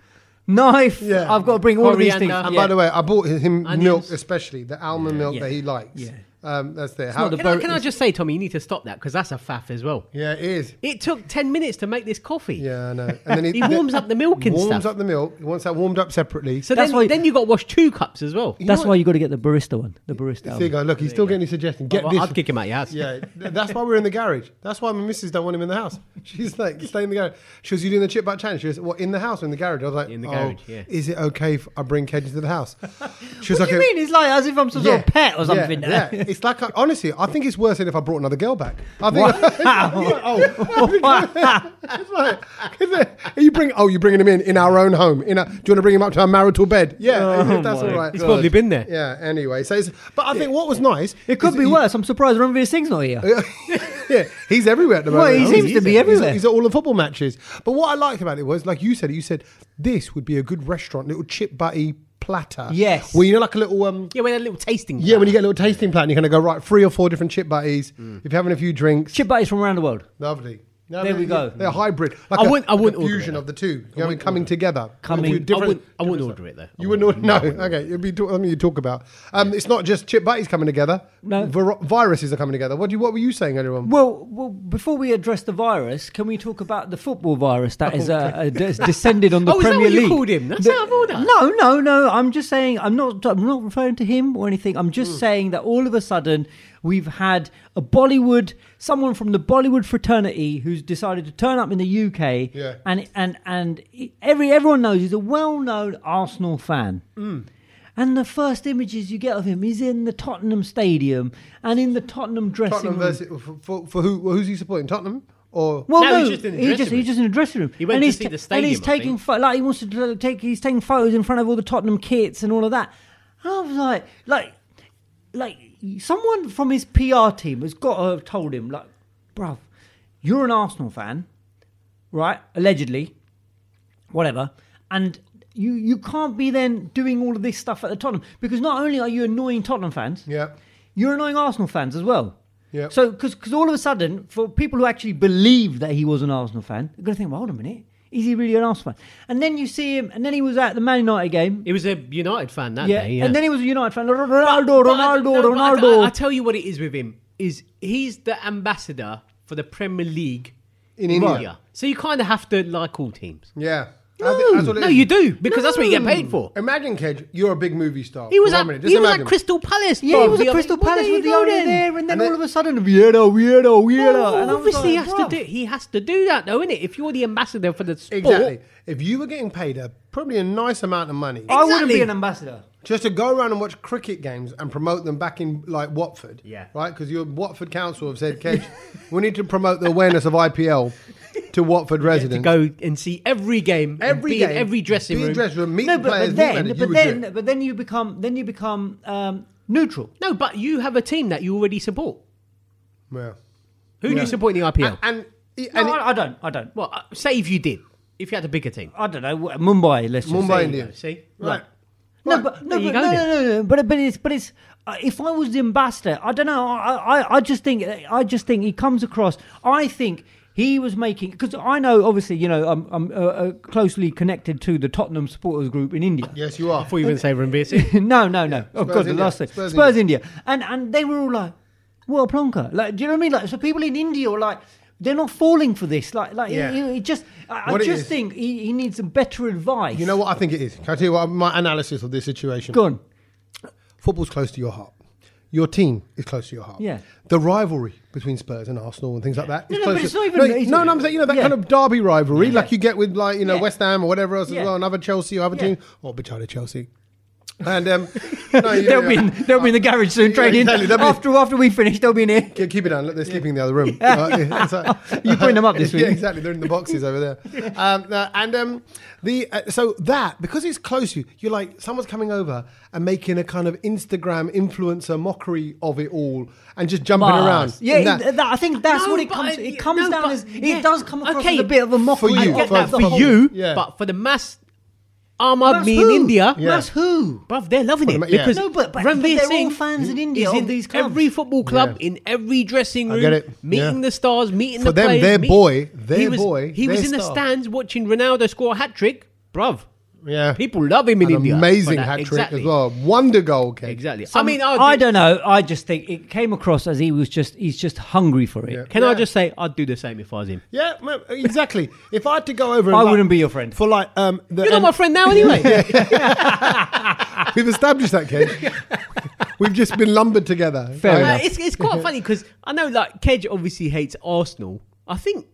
Speaker 3: knife.
Speaker 1: Yeah.
Speaker 3: I've got to bring all of these things.
Speaker 2: Coriander.
Speaker 1: And
Speaker 3: Yeah.
Speaker 1: by the way, I bought him
Speaker 2: Onions.
Speaker 1: milk, especially the almond milk
Speaker 3: Yeah.
Speaker 1: that he likes.
Speaker 3: Yeah.
Speaker 1: Um, that's there.
Speaker 3: not
Speaker 1: How,
Speaker 3: the
Speaker 2: Can, I,
Speaker 3: boat
Speaker 2: can I
Speaker 3: is-
Speaker 2: just say, Tommy, you need to stop that because that's a faff as well.
Speaker 1: yeah, it is.
Speaker 2: It took ten minutes to make this coffee.
Speaker 1: Yeah, I know. And then
Speaker 2: He warms up the milk and
Speaker 1: warms
Speaker 2: stuff.
Speaker 1: up the milk. He wants that warmed up separately.
Speaker 2: So
Speaker 3: That's
Speaker 2: then,
Speaker 3: why-
Speaker 2: then you got to wash two cups as well.
Speaker 3: That's
Speaker 1: know
Speaker 3: why you got to get the barista one. The barista.
Speaker 1: there you
Speaker 3: one.
Speaker 1: go. Look, he's still getting his suggestion. Get
Speaker 2: Well,
Speaker 1: this.
Speaker 2: I'd kick him out your house.
Speaker 1: Yeah, th- that's why we're in the garage. That's why my missus don't want him in the house. She's like, stay in the garage. She was, you doing the chip back challenge? She was, what, in the house or in the garage? I was like,
Speaker 2: In the
Speaker 1: "Oh,
Speaker 2: garage, yeah."
Speaker 1: Is it okay if I bring Kedge into the house? She was "Oh,
Speaker 3: What do you mean? It's like as if I'm some sort of pet or something.
Speaker 1: Yeah, yeah. It's like, uh, honestly, I think it's worse than if I brought another girl back. I think, Yeah, oh, it's like, 'cause, uh, you bring, oh, you're bringing him in in our own home. In a, do you want to bring him up to our marital bed? Yeah,
Speaker 3: Oh
Speaker 1: that's
Speaker 3: my
Speaker 1: all right.
Speaker 2: He's probably been there.
Speaker 1: Yeah, anyway. So, it's, but I think what was nice.
Speaker 3: It could
Speaker 1: is
Speaker 3: be
Speaker 1: you-
Speaker 3: worse. I'm surprised none of his things not here.
Speaker 1: yeah, he's everywhere at the
Speaker 3: Well,
Speaker 1: moment.
Speaker 3: he seems to be
Speaker 1: He's-
Speaker 3: everywhere.
Speaker 1: He's, at all the football matches. But what I liked about it was, like you said, you said this would be a good restaurant, little chip butty platter.
Speaker 3: Yes.
Speaker 1: Well, you know, like a little um.
Speaker 2: Yeah, we had a little tasting.
Speaker 1: Yeah, when you get a little tasting platter, and you're going to go right three or four different chip butties. If you're having a few drinks,
Speaker 3: Chip buddies from around the world
Speaker 1: lovely. No,
Speaker 3: There we
Speaker 1: they're-
Speaker 3: go.
Speaker 1: They're a hybrid. Like
Speaker 2: I
Speaker 1: a-
Speaker 2: wouldn't- I
Speaker 1: like a
Speaker 2: wouldn't order
Speaker 1: fusion
Speaker 2: it.
Speaker 1: of the two. You know, what I mean, coming together.
Speaker 3: Coming-
Speaker 1: Two
Speaker 3: I
Speaker 1: different-
Speaker 2: I wouldn't, I
Speaker 1: different
Speaker 2: wouldn't
Speaker 1: stuff.
Speaker 2: order it though.
Speaker 1: You wouldn't order. No. Okay. It'd be talk, something you talk about. Um, it's not just chip butties coming together.
Speaker 3: No.
Speaker 1: Vir- viruses are coming together. What do you? What were you saying earlier on?
Speaker 3: Well, well, before we address the virus, can we talk about the football virus that is uh, uh, that's descended on the
Speaker 2: Oh, is that
Speaker 3: Premier
Speaker 2: what you
Speaker 3: League?
Speaker 2: called him? That's
Speaker 3: The-
Speaker 2: out of order.
Speaker 3: No, no, no. I'm just saying. I'm not. I'm not referring to him or anything. I'm just
Speaker 2: Hmm.
Speaker 3: saying that all of a sudden we've had a Bollywood, someone from the Bollywood fraternity who's decided to turn up in the UK.
Speaker 1: Yeah.
Speaker 3: And and and every everyone knows he's a well-known Arsenal fan.
Speaker 2: Mm.
Speaker 3: And the first images you get of him, he's in the Tottenham stadium and in the Tottenham dressing
Speaker 1: Tottenham
Speaker 3: room.
Speaker 1: versus for, for, for who? Who's he supporting? Tottenham or
Speaker 3: Well,
Speaker 2: No,
Speaker 3: no,
Speaker 2: he's just in the dressing
Speaker 3: just,
Speaker 2: room.
Speaker 3: he's just in the dressing room.
Speaker 2: He went
Speaker 3: and
Speaker 2: to
Speaker 3: he's
Speaker 2: see the
Speaker 3: And he's
Speaker 2: stadium, I
Speaker 3: taking
Speaker 2: think.
Speaker 3: pho- like he wants to take. He's taking photos in front of all the Tottenham kits and all of that. And I was like, like, like someone from his PR team has got to have told him, like, bruv, you're an Arsenal fan, right? Allegedly, whatever, and. You, you can't be then doing all of this stuff at the Tottenham because not only are you annoying Tottenham fans,
Speaker 1: yeah?
Speaker 3: you're annoying Arsenal fans as well.
Speaker 1: Yep.
Speaker 3: So, because all of a sudden, for people who actually believe that he was an Arsenal fan, they're going to think, well, hold a minute, is he really an Arsenal fan? And then you see him, and then he was at the Man United game.
Speaker 2: He was a United fan that
Speaker 3: Yeah,
Speaker 2: day. Yeah.
Speaker 3: and then he was a United fan. Ronaldo,
Speaker 2: uh, But I-
Speaker 3: Ronaldo,
Speaker 2: no, but I-
Speaker 3: Ronaldo.
Speaker 2: I, I tell you what it is with him is he's the ambassador for the Premier League
Speaker 1: In India.
Speaker 2: So you kind of have to like all teams.
Speaker 1: Yeah. I think that's what it
Speaker 2: No, Hmm.
Speaker 1: is.
Speaker 2: you do because that's what you get paid for.
Speaker 1: Imagine, Kedge, you're a big movie star.
Speaker 2: He was
Speaker 1: For one
Speaker 2: at
Speaker 1: minute, just
Speaker 2: he was
Speaker 1: imagine.
Speaker 2: at Crystal Palace.
Speaker 3: yeah,
Speaker 2: bro.
Speaker 3: he was
Speaker 2: The-
Speaker 3: at Crystal
Speaker 2: well,
Speaker 3: Palace
Speaker 2: there
Speaker 3: with the
Speaker 2: you go
Speaker 3: owner
Speaker 2: then.
Speaker 3: there, and then
Speaker 1: And
Speaker 3: all
Speaker 1: then-
Speaker 3: of a sudden, weirdo, weirdo, weirdo.
Speaker 2: Well,
Speaker 3: and I was
Speaker 2: obviously he
Speaker 3: like,
Speaker 2: has
Speaker 3: "Bruv."
Speaker 2: to do he has to do that though, innit? If you're the ambassador for the sport,
Speaker 1: Exactly. If you were getting paid a probably a nice amount of money
Speaker 3: I wouldn't be
Speaker 2: Exactly.
Speaker 3: an ambassador.
Speaker 1: just to go around and watch cricket games and promote them back in like Watford,
Speaker 2: Yeah.
Speaker 1: right? Because your Watford council have said, Kedge, we need to promote the awareness of IPL to Watford residents.
Speaker 2: to go and see every game, and
Speaker 1: Every
Speaker 2: be in
Speaker 1: game,
Speaker 2: every dressing
Speaker 1: be in
Speaker 2: room.
Speaker 1: dressing room, meet
Speaker 3: No,
Speaker 1: the
Speaker 3: but,
Speaker 1: players,
Speaker 3: but
Speaker 1: meet
Speaker 3: then,
Speaker 1: manager, you
Speaker 3: but
Speaker 1: would do
Speaker 3: then,
Speaker 1: it.
Speaker 3: but then you become, then you become um, neutral.
Speaker 2: No, but you have a team that you already support.
Speaker 1: Yeah.
Speaker 2: Who do you support in the IPL?
Speaker 1: and and
Speaker 3: No,
Speaker 1: it-
Speaker 3: I, I don't. I don't.
Speaker 2: well, uh, say if you did, if you had to pick a team.
Speaker 3: I don't know. wh- Mumbai, let's just
Speaker 1: Mumbai
Speaker 3: say.
Speaker 2: There you
Speaker 1: Indians.
Speaker 2: go, See,
Speaker 1: right.
Speaker 3: No,
Speaker 1: Right.
Speaker 3: but no,
Speaker 2: There you
Speaker 3: but, no,
Speaker 2: go
Speaker 3: no,
Speaker 2: then.
Speaker 3: no, no, But but it's but it's. Uh, if I was the ambassador, I don't know. I, I I just think I just think he comes across. I think he was making because I know obviously you know I'm I'm uh, uh, closely connected to the Tottenham supporters group in India.
Speaker 1: Yes, you are.
Speaker 2: before you were going to say Ranbir
Speaker 3: no, no, no. Of
Speaker 1: Spurs
Speaker 3: course, the
Speaker 1: India.
Speaker 3: last thing. Spurs,
Speaker 1: Spurs
Speaker 3: India. And and they were all like, "What a plonker!" Like, do you know what I mean? Like, so people in India are like, they're not falling for this. Like, like
Speaker 1: Yeah.
Speaker 3: he, he just, I, I
Speaker 1: What it
Speaker 3: just
Speaker 1: is-
Speaker 3: think he, he needs some better advice.
Speaker 1: You know what I think it is? Can I tell you what my analysis of this situation?
Speaker 3: Go on.
Speaker 1: Football's close to your heart. Your team is close to your heart.
Speaker 3: Yeah.
Speaker 1: The rivalry between Spurs and Arsenal and things like that.
Speaker 3: No,
Speaker 1: is
Speaker 3: no,
Speaker 1: close
Speaker 3: but
Speaker 1: to-
Speaker 3: it's not even-
Speaker 1: No,
Speaker 3: it's-
Speaker 1: no, no, I'm saying you know that
Speaker 3: Yeah.
Speaker 1: kind of derby rivalry, like you get with like you know
Speaker 3: Yeah.
Speaker 1: West Ham or whatever else
Speaker 3: Yeah.
Speaker 1: as well, another Chelsea or other
Speaker 3: Yeah.
Speaker 1: team, Oh, or Bichada Chelsea, and um, no, you-
Speaker 3: They'll be in, they'll be in the garage soon,
Speaker 1: Yeah,
Speaker 3: training.
Speaker 1: exactly, they'll be-
Speaker 3: after after we finish, they'll be in here.
Speaker 1: Yeah, keep it down. Look, they're sleeping in the other room. Uh, it's like-
Speaker 3: You bring them up this week.
Speaker 1: Yeah, exactly. They're in the boxes over there. Um, no, and um, the uh, so that because it's close, to you you're like someone's coming over and making a kind of Instagram influencer mockery of it all and just jumping
Speaker 3: Bars.
Speaker 1: around.
Speaker 3: Yeah,
Speaker 1: And
Speaker 3: it- that- I think that's
Speaker 2: No,
Speaker 3: what it
Speaker 2: but
Speaker 3: comes.
Speaker 2: I-
Speaker 3: It comes
Speaker 2: no,
Speaker 3: down
Speaker 2: but-
Speaker 3: as
Speaker 2: yeah.
Speaker 3: it does come across
Speaker 2: Okay,
Speaker 3: as a bit of a mockery.
Speaker 1: you,
Speaker 2: I
Speaker 3: of
Speaker 2: get
Speaker 1: for-
Speaker 2: that
Speaker 3: the
Speaker 2: for
Speaker 3: whole-
Speaker 2: you,
Speaker 1: Yeah.
Speaker 2: but for the mass Ahmad
Speaker 3: That's
Speaker 2: me in
Speaker 3: who?
Speaker 2: India,
Speaker 1: Yeah.
Speaker 3: That's who.
Speaker 2: bruv, they're loving it
Speaker 1: ma- yeah.
Speaker 2: because
Speaker 3: No, but- but-
Speaker 2: Ranveer
Speaker 3: but they're all
Speaker 2: Singh
Speaker 3: fans in India
Speaker 2: is
Speaker 3: of
Speaker 2: in
Speaker 3: these clubs.
Speaker 2: Every football club
Speaker 1: Yeah.
Speaker 2: in every dressing
Speaker 1: I
Speaker 2: room,
Speaker 1: get it.
Speaker 2: meeting
Speaker 1: Yeah.
Speaker 2: the stars, meeting
Speaker 1: For
Speaker 2: the
Speaker 1: them,
Speaker 2: players.
Speaker 1: their
Speaker 2: meet-
Speaker 1: boy- their
Speaker 2: he was,
Speaker 1: boy,
Speaker 2: He was
Speaker 1: their
Speaker 2: in the
Speaker 1: star.
Speaker 2: stands watching Ronaldo score a hat trick, bruv.
Speaker 1: Yeah.
Speaker 2: people love him in
Speaker 1: an
Speaker 2: India. for
Speaker 1: amazing
Speaker 2: that.
Speaker 1: hat trick
Speaker 2: Exactly.
Speaker 1: as well. Wonder goal, Ken.
Speaker 2: Exactly. I
Speaker 3: Some-
Speaker 2: mean, I'll
Speaker 3: I
Speaker 2: do-
Speaker 3: don't know. I just think it came across as he was just he's just hungry for it.
Speaker 1: Yeah.
Speaker 2: Can I just say I'd do the same if I was him?
Speaker 1: Yeah, well, exactly. If I had to go over, and
Speaker 3: I
Speaker 1: like-
Speaker 3: wouldn't be your friend.
Speaker 1: for like um. The,
Speaker 2: You're not
Speaker 1: and-
Speaker 2: my friend now, anyway.
Speaker 1: We've established that, Ken. We've just been lumbered together.
Speaker 3: Fair
Speaker 1: Right.
Speaker 2: Uh,
Speaker 3: enough.
Speaker 2: it's it's quite funny because I know like Kedge obviously hates Arsenal. I think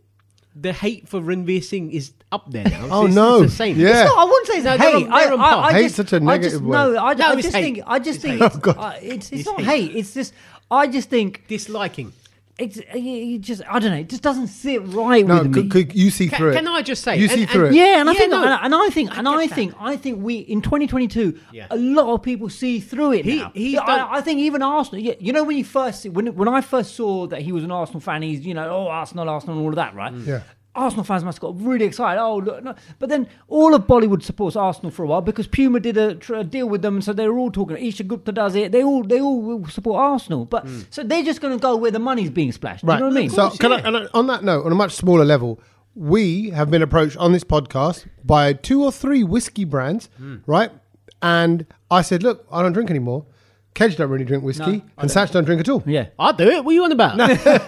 Speaker 2: the hate for Ranveer Singh is up there now.
Speaker 1: Oh,
Speaker 2: it's,
Speaker 1: no.
Speaker 2: It's the same.
Speaker 1: Yeah.
Speaker 3: No, I wouldn't say it's
Speaker 2: No,
Speaker 3: hate.
Speaker 2: they're on-
Speaker 3: I,
Speaker 2: they're on
Speaker 3: I-
Speaker 2: par.
Speaker 3: I
Speaker 1: Hate's
Speaker 3: just,
Speaker 1: such a
Speaker 3: I just,
Speaker 1: negative word.
Speaker 3: No, I,
Speaker 2: No,
Speaker 3: I
Speaker 2: it's
Speaker 3: just
Speaker 2: hate.
Speaker 3: think. I just
Speaker 2: It's
Speaker 3: think.
Speaker 2: hate.
Speaker 1: Oh, God.
Speaker 3: uh, it's it's,
Speaker 2: It's
Speaker 3: not
Speaker 2: hate.
Speaker 3: hate. It's just. I just think.
Speaker 2: disliking.
Speaker 3: It's, you- you just. I don't know. It just doesn't sit right
Speaker 1: No,
Speaker 3: with me.
Speaker 1: could, could you see
Speaker 2: Can,
Speaker 1: through it?
Speaker 2: can I just say?
Speaker 1: you
Speaker 2: and-
Speaker 1: see
Speaker 2: and-
Speaker 1: through it?
Speaker 3: yeah, and I
Speaker 2: Yeah,
Speaker 3: think,
Speaker 2: no.
Speaker 3: and, I think, and I
Speaker 2: get
Speaker 3: think, I think we in 2022,
Speaker 2: Yeah.
Speaker 3: a lot of people see through it.
Speaker 2: He-
Speaker 3: now.
Speaker 2: he's
Speaker 3: Yeah,
Speaker 2: done-
Speaker 3: I, I think even Arsenal. Yeah, you know when you first see- when when I first saw that he was an Arsenal fan, he's you know oh Arsenal, Arsenal, and all of that, right?
Speaker 2: Mm.
Speaker 1: Yeah.
Speaker 3: Arsenal fans must have got really excited. Oh, look, no. but then all of Bollywood supports Arsenal for a while because Puma did a, tr- a deal with them, so they were all talking. Isha Gupta does it. They all they all will support Arsenal, but
Speaker 2: Mm.
Speaker 3: so they're just going to go where the money's being splashed. Do you know what I mean?
Speaker 1: So, can I,
Speaker 2: yeah.
Speaker 1: and I- on that note, on a much smaller level, we have been approached on this podcast by two or three whiskey brands,
Speaker 3: Hmm.
Speaker 1: right? And I said, look, I don't drink anymore. Kedge don't really drink whiskey, and Satch don't drink at all.
Speaker 3: yeah.
Speaker 2: I'll do it. What are you on about?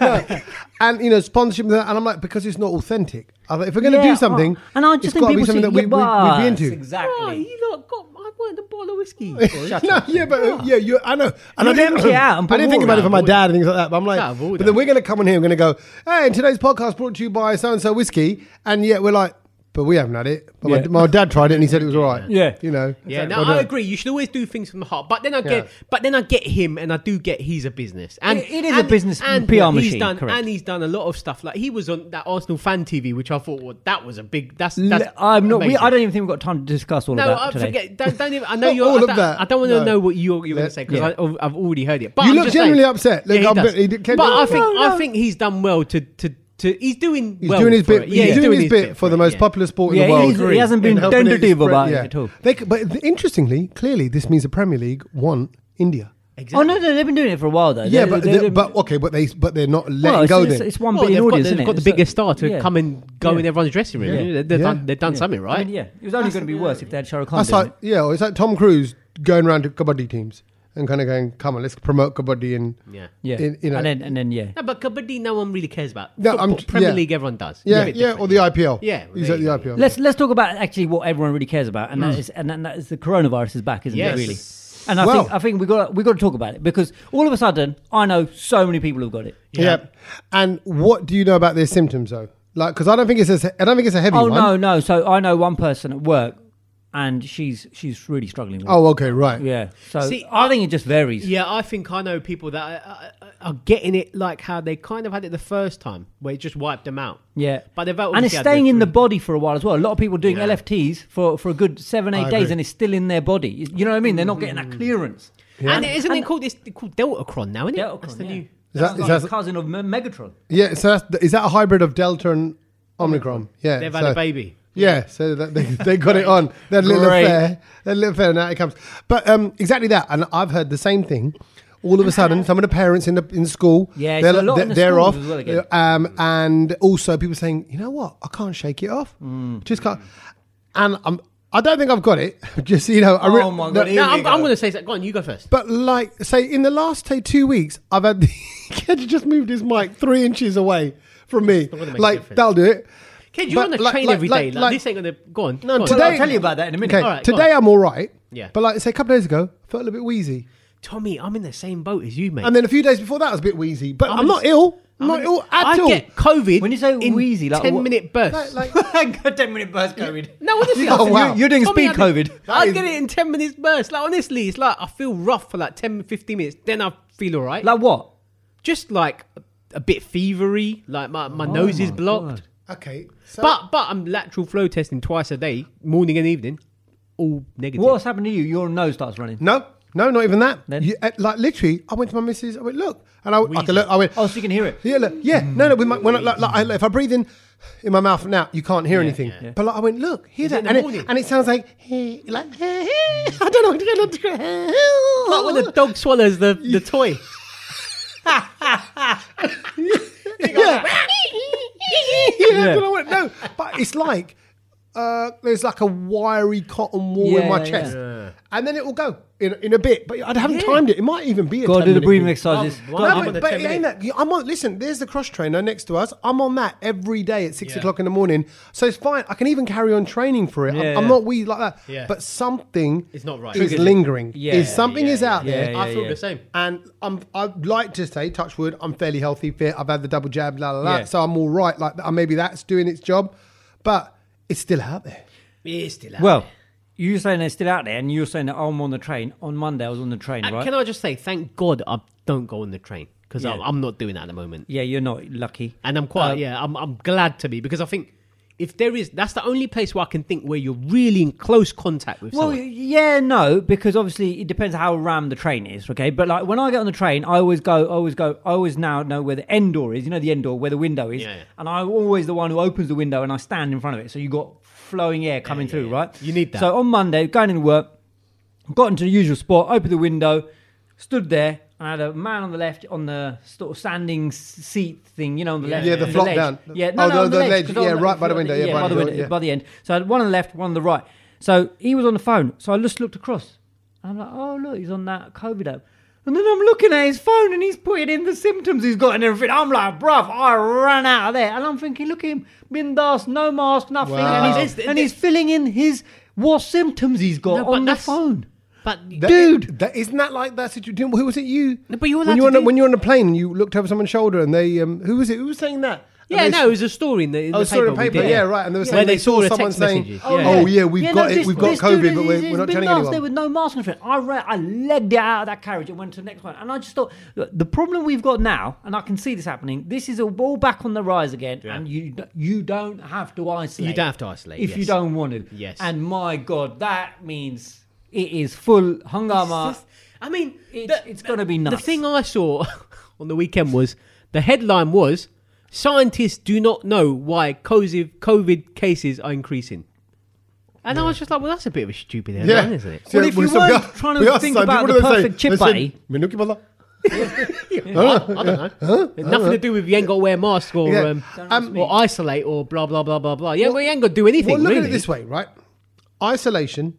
Speaker 1: And you know, sponsorship, and that- and I'm like, because it's not authentic. I thought, If we're going to
Speaker 3: Yeah,
Speaker 1: do something,
Speaker 3: oh, and I just
Speaker 1: it's
Speaker 3: think
Speaker 1: got to be
Speaker 3: people
Speaker 1: something
Speaker 3: see
Speaker 1: that we, we,
Speaker 3: yeah,
Speaker 1: we'd be into.
Speaker 3: exactly.
Speaker 2: Oh, you lot got. I want a bottle of whiskey.
Speaker 3: Shut
Speaker 1: no,
Speaker 3: up.
Speaker 1: yeah, but uh, yeah, you, I know, and
Speaker 3: You
Speaker 1: I didn't.
Speaker 3: didn't get out and
Speaker 1: I didn't
Speaker 3: put
Speaker 1: think about it for
Speaker 3: water
Speaker 1: my
Speaker 3: out.
Speaker 1: dad and things like that. But I'm like,
Speaker 2: Out of order.
Speaker 1: but then we're going to come on here. We're going to go. Hey, in today's podcast brought to you by so and so whiskey, and yet we're like, but we haven't had it. But
Speaker 3: Yeah.
Speaker 1: my, my dad tried it and he said it was all right.
Speaker 3: Yeah.
Speaker 1: you know.
Speaker 2: Yeah,
Speaker 1: Exactly.
Speaker 2: no,
Speaker 1: Well
Speaker 2: I
Speaker 1: done.
Speaker 2: agree. You should always do things from the heart. But then I get,
Speaker 1: Yeah.
Speaker 2: but then I get him, and I do get he's a business, and
Speaker 3: It- it is a
Speaker 2: and-
Speaker 3: business
Speaker 2: and
Speaker 3: PR
Speaker 2: he's
Speaker 3: machine,
Speaker 2: Done,
Speaker 3: correct.
Speaker 2: And he's done a lot of stuff. Like he was on that Arsenal fan TV, which I thought, well, that was a big. That's, that's
Speaker 3: L- I'm not. We,
Speaker 2: amazing.
Speaker 3: I don't even think we've got time to discuss all of
Speaker 2: No,
Speaker 3: that
Speaker 2: I
Speaker 3: today.
Speaker 2: forget. Don't, don't even. I know
Speaker 1: Not
Speaker 2: you're.
Speaker 1: all
Speaker 2: I
Speaker 1: of
Speaker 2: don't-
Speaker 1: that.
Speaker 2: I don't want to
Speaker 1: No.
Speaker 2: know what you're, you're going
Speaker 1: Yeah.
Speaker 2: to say because
Speaker 3: Yeah.
Speaker 2: I've already heard it. But
Speaker 1: You
Speaker 2: I'm
Speaker 1: look
Speaker 2: just saying-
Speaker 1: genuinely upset. Look,
Speaker 2: yeah, he
Speaker 1: I'm
Speaker 2: does.
Speaker 1: bit- he did-
Speaker 2: but
Speaker 1: can-
Speaker 2: I
Speaker 1: No,
Speaker 2: think
Speaker 1: no.
Speaker 2: I think he's done well to to. to he's doing
Speaker 1: He's
Speaker 2: well
Speaker 1: doing his
Speaker 2: for
Speaker 1: bit.
Speaker 2: it. Yeah,
Speaker 1: he's doing, his bit
Speaker 2: for
Speaker 1: for the
Speaker 2: it,
Speaker 1: most
Speaker 2: yeah.
Speaker 1: popular sport
Speaker 3: Yeah,
Speaker 1: in the world.
Speaker 3: he's- he hasn't
Speaker 1: In
Speaker 3: been
Speaker 1: helping it
Speaker 3: tentative
Speaker 1: spread-
Speaker 3: about it
Speaker 1: yeah.
Speaker 3: at all.
Speaker 1: They, c- but th- interestingly, clearly, this means the Premier League want India.
Speaker 3: Oh no, no, they've been doing it for a while though.
Speaker 1: Yeah,
Speaker 3: They-
Speaker 1: but
Speaker 3: they-
Speaker 1: they,
Speaker 3: they-
Speaker 1: but okay, but they but they're not letting
Speaker 3: well, it's,
Speaker 1: go.
Speaker 3: it's,
Speaker 1: then
Speaker 3: it's one
Speaker 2: Well,
Speaker 3: billion
Speaker 2: they've got,
Speaker 3: audience.
Speaker 2: the,
Speaker 3: isn't
Speaker 2: they've got the
Speaker 3: it? So-
Speaker 2: biggest star to
Speaker 3: yeah.
Speaker 2: come and go in
Speaker 3: Yeah.
Speaker 2: everyone's dressing room.
Speaker 1: Yeah.
Speaker 2: They've,
Speaker 1: Yeah.
Speaker 2: done, they've done something
Speaker 3: I
Speaker 2: right.
Speaker 3: mean, yeah, it was only going to be worse if they had Shah Rukh Khan.
Speaker 1: That's
Speaker 3: doing
Speaker 1: like yeah, it's like Tom Cruise going around to kabaddi teams and kind of going, "Come on, let's promote kabaddi." And
Speaker 2: Yeah.
Speaker 3: it. yeah,
Speaker 1: in- you know-
Speaker 3: and then and then yeah,
Speaker 2: No, but kabaddi, no one really cares about.
Speaker 1: No,
Speaker 2: No,
Speaker 1: I'm-
Speaker 2: Premier
Speaker 1: yeah.
Speaker 2: League, everyone does.
Speaker 1: yeah,
Speaker 2: It's a bit
Speaker 1: yeah,
Speaker 2: different,
Speaker 1: or the IPL.
Speaker 2: Yeah, well,
Speaker 1: he's
Speaker 2: there
Speaker 1: at
Speaker 2: you
Speaker 1: the
Speaker 2: go.
Speaker 1: IPL.
Speaker 3: Let's let's talk about actually what everyone really cares about, and
Speaker 1: Hmm.
Speaker 3: that is and that is the coronavirus is back, isn't
Speaker 2: Yes.
Speaker 3: it? Really, and I
Speaker 1: Well-
Speaker 3: think I think we got we got to talk about it because all of a sudden I know so many people who've got it.
Speaker 1: yeah. And what do you know about their symptoms though? Like, because I don't think it's a, I don't think it's a heavy
Speaker 3: Oh
Speaker 1: one.
Speaker 3: no, no. So I know one person at work and she's she's really struggling. With it.
Speaker 1: Oh, okay, right.
Speaker 3: yeah. So
Speaker 2: See,
Speaker 3: I think it just varies.
Speaker 2: Yeah, I think I know people that are, are, are getting it like how they kind of had it the first time, where it just wiped them out.
Speaker 3: Yeah,
Speaker 2: But they've obviously
Speaker 3: and it's
Speaker 2: had their
Speaker 3: staying in the
Speaker 2: three-
Speaker 3: body for a while as well. A lot of people doing LFTs for, for a good seven eight
Speaker 1: I
Speaker 3: days,
Speaker 1: agree.
Speaker 3: and it's still in their body. You know what I mean? They're not getting
Speaker 2: Mm.
Speaker 3: that clearance.
Speaker 2: And isn't it called it's called Deltacron now? Isn't it? That's the new.
Speaker 1: Is that, is
Speaker 3: Like a
Speaker 1: that,
Speaker 3: cousin of Me- Megatron.
Speaker 1: yeah, so that's, is that a hybrid of Delta and Omicron? Yeah.
Speaker 2: They've had
Speaker 1: so-
Speaker 2: a baby.
Speaker 1: Yeah, so that they, they got it on. That little
Speaker 3: Great.
Speaker 1: affair. That little affair, and out it comes. But um, exactly that. And I've heard the same thing. All of a sudden, some of the parents in the in school,
Speaker 3: Yeah, it's a lot in the schools as well again.
Speaker 1: um, and also people saying, you know what, I can't shake it off,
Speaker 3: Mm.
Speaker 1: just can't. And I'm, I don't think I've got it. Just you know, I
Speaker 3: Oh my God,
Speaker 1: no,
Speaker 3: here
Speaker 2: No,
Speaker 3: we
Speaker 2: I'm,
Speaker 3: go.
Speaker 2: I'm going to say that. Go on, you go first.
Speaker 1: but like, say in the last say two weeks, I've had the kid just moved his mic three inches away from me.
Speaker 2: gonna make a
Speaker 1: Like
Speaker 2: difference.
Speaker 1: that'll do it.
Speaker 2: Kid, you're
Speaker 1: But
Speaker 2: on a
Speaker 1: like-
Speaker 2: train
Speaker 1: like-
Speaker 2: every day.
Speaker 1: like-
Speaker 2: like,
Speaker 1: like-
Speaker 2: this ain't going to go on.
Speaker 1: No,
Speaker 2: go on.
Speaker 1: today-
Speaker 3: Well, I'll tell you about that in a minute.
Speaker 1: Okay,
Speaker 2: All right, go
Speaker 1: today
Speaker 2: on.
Speaker 1: I'm all right.
Speaker 2: Yeah.
Speaker 1: But like say a couple days ago, I felt a little bit wheezy,
Speaker 2: Tommy, I'm in the same boat as you, mate.
Speaker 1: and then a few days before that I was a bit wheezy. But I'm,
Speaker 2: in
Speaker 1: not
Speaker 2: the-
Speaker 1: ill. I'm,
Speaker 2: I'm
Speaker 1: not
Speaker 2: in-
Speaker 1: ill at
Speaker 2: I
Speaker 1: all.
Speaker 2: get COVID
Speaker 3: When you say
Speaker 2: in
Speaker 3: wheezy, like
Speaker 2: ten
Speaker 3: what-
Speaker 2: minute bursts.
Speaker 1: Like, like,
Speaker 3: Got ten minute burst COVID.
Speaker 2: no, honestly,
Speaker 1: Oh,
Speaker 2: I said-
Speaker 1: wow.
Speaker 3: You're doing
Speaker 2: Tommy,
Speaker 3: speed
Speaker 2: I did-
Speaker 3: COVID.
Speaker 2: I get it in ten minutes bursts. Like honestly, it's like I feel rough for like 10, 15 minutes. Then I feel all right.
Speaker 3: Like what?
Speaker 2: just like a, a bit fevery. Like my, my nose is
Speaker 3: Oh my
Speaker 2: blocked.
Speaker 3: God.
Speaker 1: okay. So,
Speaker 2: But but I'm lateral flow testing twice a day, morning and evening, all negative.
Speaker 3: What's happened to you? Your nose starts running.
Speaker 1: no, no, not even that.
Speaker 3: Then?
Speaker 1: You- uh, like literally, I went to my missus. I went look, and I, I could look. I went.
Speaker 3: Oh, so you can hear it.
Speaker 1: Yeah, look, yeah, no, no. With my, when I, like, like, I- if I breathe in in my mouth now, you can't hear anything. But like, I went, look, hear
Speaker 2: it
Speaker 1: that,
Speaker 2: in the
Speaker 1: and
Speaker 2: morning?
Speaker 1: it, and it sounds like, hey, like, hey, hey. I don't know. how to describe-
Speaker 2: like when the dog swallows the, the toy.
Speaker 1: yeah. yeah,
Speaker 3: Yeah.
Speaker 1: but I went, no. But it's like uh, there's like a wiry cotton wool
Speaker 3: Yeah,
Speaker 1: in my
Speaker 3: yeah,
Speaker 1: chest, and then it will go in, in a bit. But I haven't timed it. It might even be a
Speaker 3: Go
Speaker 1: 10
Speaker 3: do the
Speaker 1: minute
Speaker 3: breathing
Speaker 1: thing.
Speaker 3: exercises. Go-
Speaker 2: Oh, wow.
Speaker 1: No,
Speaker 2: I'm on
Speaker 1: but,
Speaker 2: the
Speaker 1: but
Speaker 2: 10
Speaker 1: it ain't that. I'm on. Listen, there's the cross trainer next to us. I'm on that every day at six o'clock in the morning, so it's fine. I can even carry on training for it. I'm,
Speaker 3: Yeah,
Speaker 1: I'm
Speaker 3: yeah.
Speaker 1: not wee like that.
Speaker 2: Yeah.
Speaker 1: But something
Speaker 2: It's not right.
Speaker 1: Is
Speaker 2: Triggers it.
Speaker 1: lingering.
Speaker 3: Yeah,
Speaker 1: is something
Speaker 2: yeah,
Speaker 1: is out
Speaker 3: yeah,
Speaker 1: there.
Speaker 3: yeah,
Speaker 2: I feel
Speaker 3: yeah.
Speaker 2: the same.
Speaker 1: And I'm, I'd like to say, touch wood, I'm fairly healthy, fit. I've had the double jab, la la la.
Speaker 3: Yeah.
Speaker 1: So I'm all right. Like uh, maybe that's doing its job, but it's still out there.
Speaker 2: It's still out.
Speaker 3: Well, you're saying they're still out there, and you're saying that I'm on the train. On Monday, I was on the train,
Speaker 2: And
Speaker 3: right?
Speaker 2: Uh, Can I just say, thank God I don't go on the train because
Speaker 3: Yeah.
Speaker 2: I'm not doing that at the moment.
Speaker 3: yeah, you're not lucky.
Speaker 2: And I'm quite,
Speaker 3: Um,
Speaker 2: yeah, I'm, I'm glad to be because I think if there is, that's the only place where I can think where you're really in close contact with
Speaker 3: Well,
Speaker 2: someone.
Speaker 3: yeah, no, because obviously it depends how rammed the train is. Okay, but like when I get on the train, I always go, I always go, I always now know where the end door is. You know the end door where the window is,
Speaker 2: Yeah, yeah.
Speaker 3: and I'm always the one who opens the window and I stand in front of it. So you got flowing air coming
Speaker 2: yeah,
Speaker 3: through,
Speaker 2: yeah.
Speaker 3: right?
Speaker 2: You need that.
Speaker 3: So on Monday, going into work, got into the usual spot, opened the window, stood there. and I had a man on the left on the sort of standing s- seat thing, you know, on the left.
Speaker 1: yeah, the flop
Speaker 3: ledge.
Speaker 1: down.
Speaker 3: Yeah, no,
Speaker 1: Oh,
Speaker 3: no,
Speaker 1: the-
Speaker 3: on the,
Speaker 1: the
Speaker 3: ledge,
Speaker 1: ledge,
Speaker 3: 'cause on
Speaker 1: yeah, right by the window, yeah,
Speaker 3: by, the window,
Speaker 1: yeah.
Speaker 3: by the end. So I had one on the left, one on the right. So he was on the phone. So I just looked across. I'm like, oh look, he's on that COVID app. And then I'm looking at his phone and he's putting in the symptoms he's got and everything. I'm like, bruv, I ran out of there. And I'm thinking, look at him, bindas, no mask, nothing.
Speaker 1: Wow.
Speaker 3: And, he's,
Speaker 2: This-
Speaker 3: and he's filling in his what symptoms he's got
Speaker 2: No, but
Speaker 3: on the
Speaker 2: that's-
Speaker 3: phone.
Speaker 2: But
Speaker 1: That-
Speaker 3: Dude.
Speaker 1: that, isn't that like that situation? Who was it? You?
Speaker 2: No, but you're
Speaker 1: when
Speaker 2: allowed
Speaker 1: you're on
Speaker 2: to
Speaker 1: a,
Speaker 2: do-
Speaker 1: when you're on a plane, and you looked over someone's shoulder, and they um, who was it? Who was saying that? And
Speaker 2: yeah,
Speaker 1: they-
Speaker 2: no, it was a story in the, in
Speaker 1: Oh,
Speaker 2: the
Speaker 1: sorry, paper.
Speaker 2: paper. we
Speaker 1: paper.
Speaker 2: did.
Speaker 1: Yeah, right. And they were
Speaker 2: Yeah.
Speaker 1: saying
Speaker 2: Where
Speaker 1: they,
Speaker 2: they
Speaker 1: saw,
Speaker 2: saw the
Speaker 1: someone
Speaker 2: text
Speaker 1: saying,
Speaker 2: messages.
Speaker 1: "Oh
Speaker 2: Yeah.
Speaker 1: yeah, we've
Speaker 3: no,
Speaker 1: got it.
Speaker 3: this-
Speaker 1: We've got
Speaker 3: this
Speaker 1: COVID,
Speaker 3: dude,
Speaker 1: but
Speaker 3: he's
Speaker 1: we're, we're not
Speaker 3: been
Speaker 1: telling
Speaker 3: nasty
Speaker 1: anyone."
Speaker 3: With no mask and everything. I ran, I legged it out of that carriage and went to the next one. And I just thought, look, the problem we've got now, and I can see this happening. This is all back on the rise again, and you d- you don't have to isolate.
Speaker 2: You don't have to isolate,
Speaker 3: if you
Speaker 2: yes.
Speaker 3: don't want to.
Speaker 2: Yes.
Speaker 3: And my God, that means it is full hungama.
Speaker 2: It's just- I mean,
Speaker 3: It's- it's gonna be
Speaker 2: The
Speaker 3: nuts.
Speaker 2: thing I saw on the weekend was the headline was scientists do not know why COVID COVID cases are increasing, and I was just like, well, that's a bit of a stupid headline, isn't it?
Speaker 3: Well, if you
Speaker 1: somebody
Speaker 3: weren't
Speaker 1: asked-
Speaker 3: trying to
Speaker 1: we asked
Speaker 3: think
Speaker 1: somebody,
Speaker 3: about
Speaker 1: what
Speaker 3: the
Speaker 1: do they say?
Speaker 3: perfect chip,
Speaker 1: They said,
Speaker 3: buddy.
Speaker 1: "Minuki bala."
Speaker 2: I don't know. Nothing to do with you ain't got to wear masks or
Speaker 1: Yeah.
Speaker 2: um,
Speaker 1: Don't ask me.
Speaker 2: or isolate or blah blah blah blah blah. Yeah, well, you ain't got to do anything.
Speaker 1: Well, look
Speaker 2: really.
Speaker 1: at it this way, right? Isolation,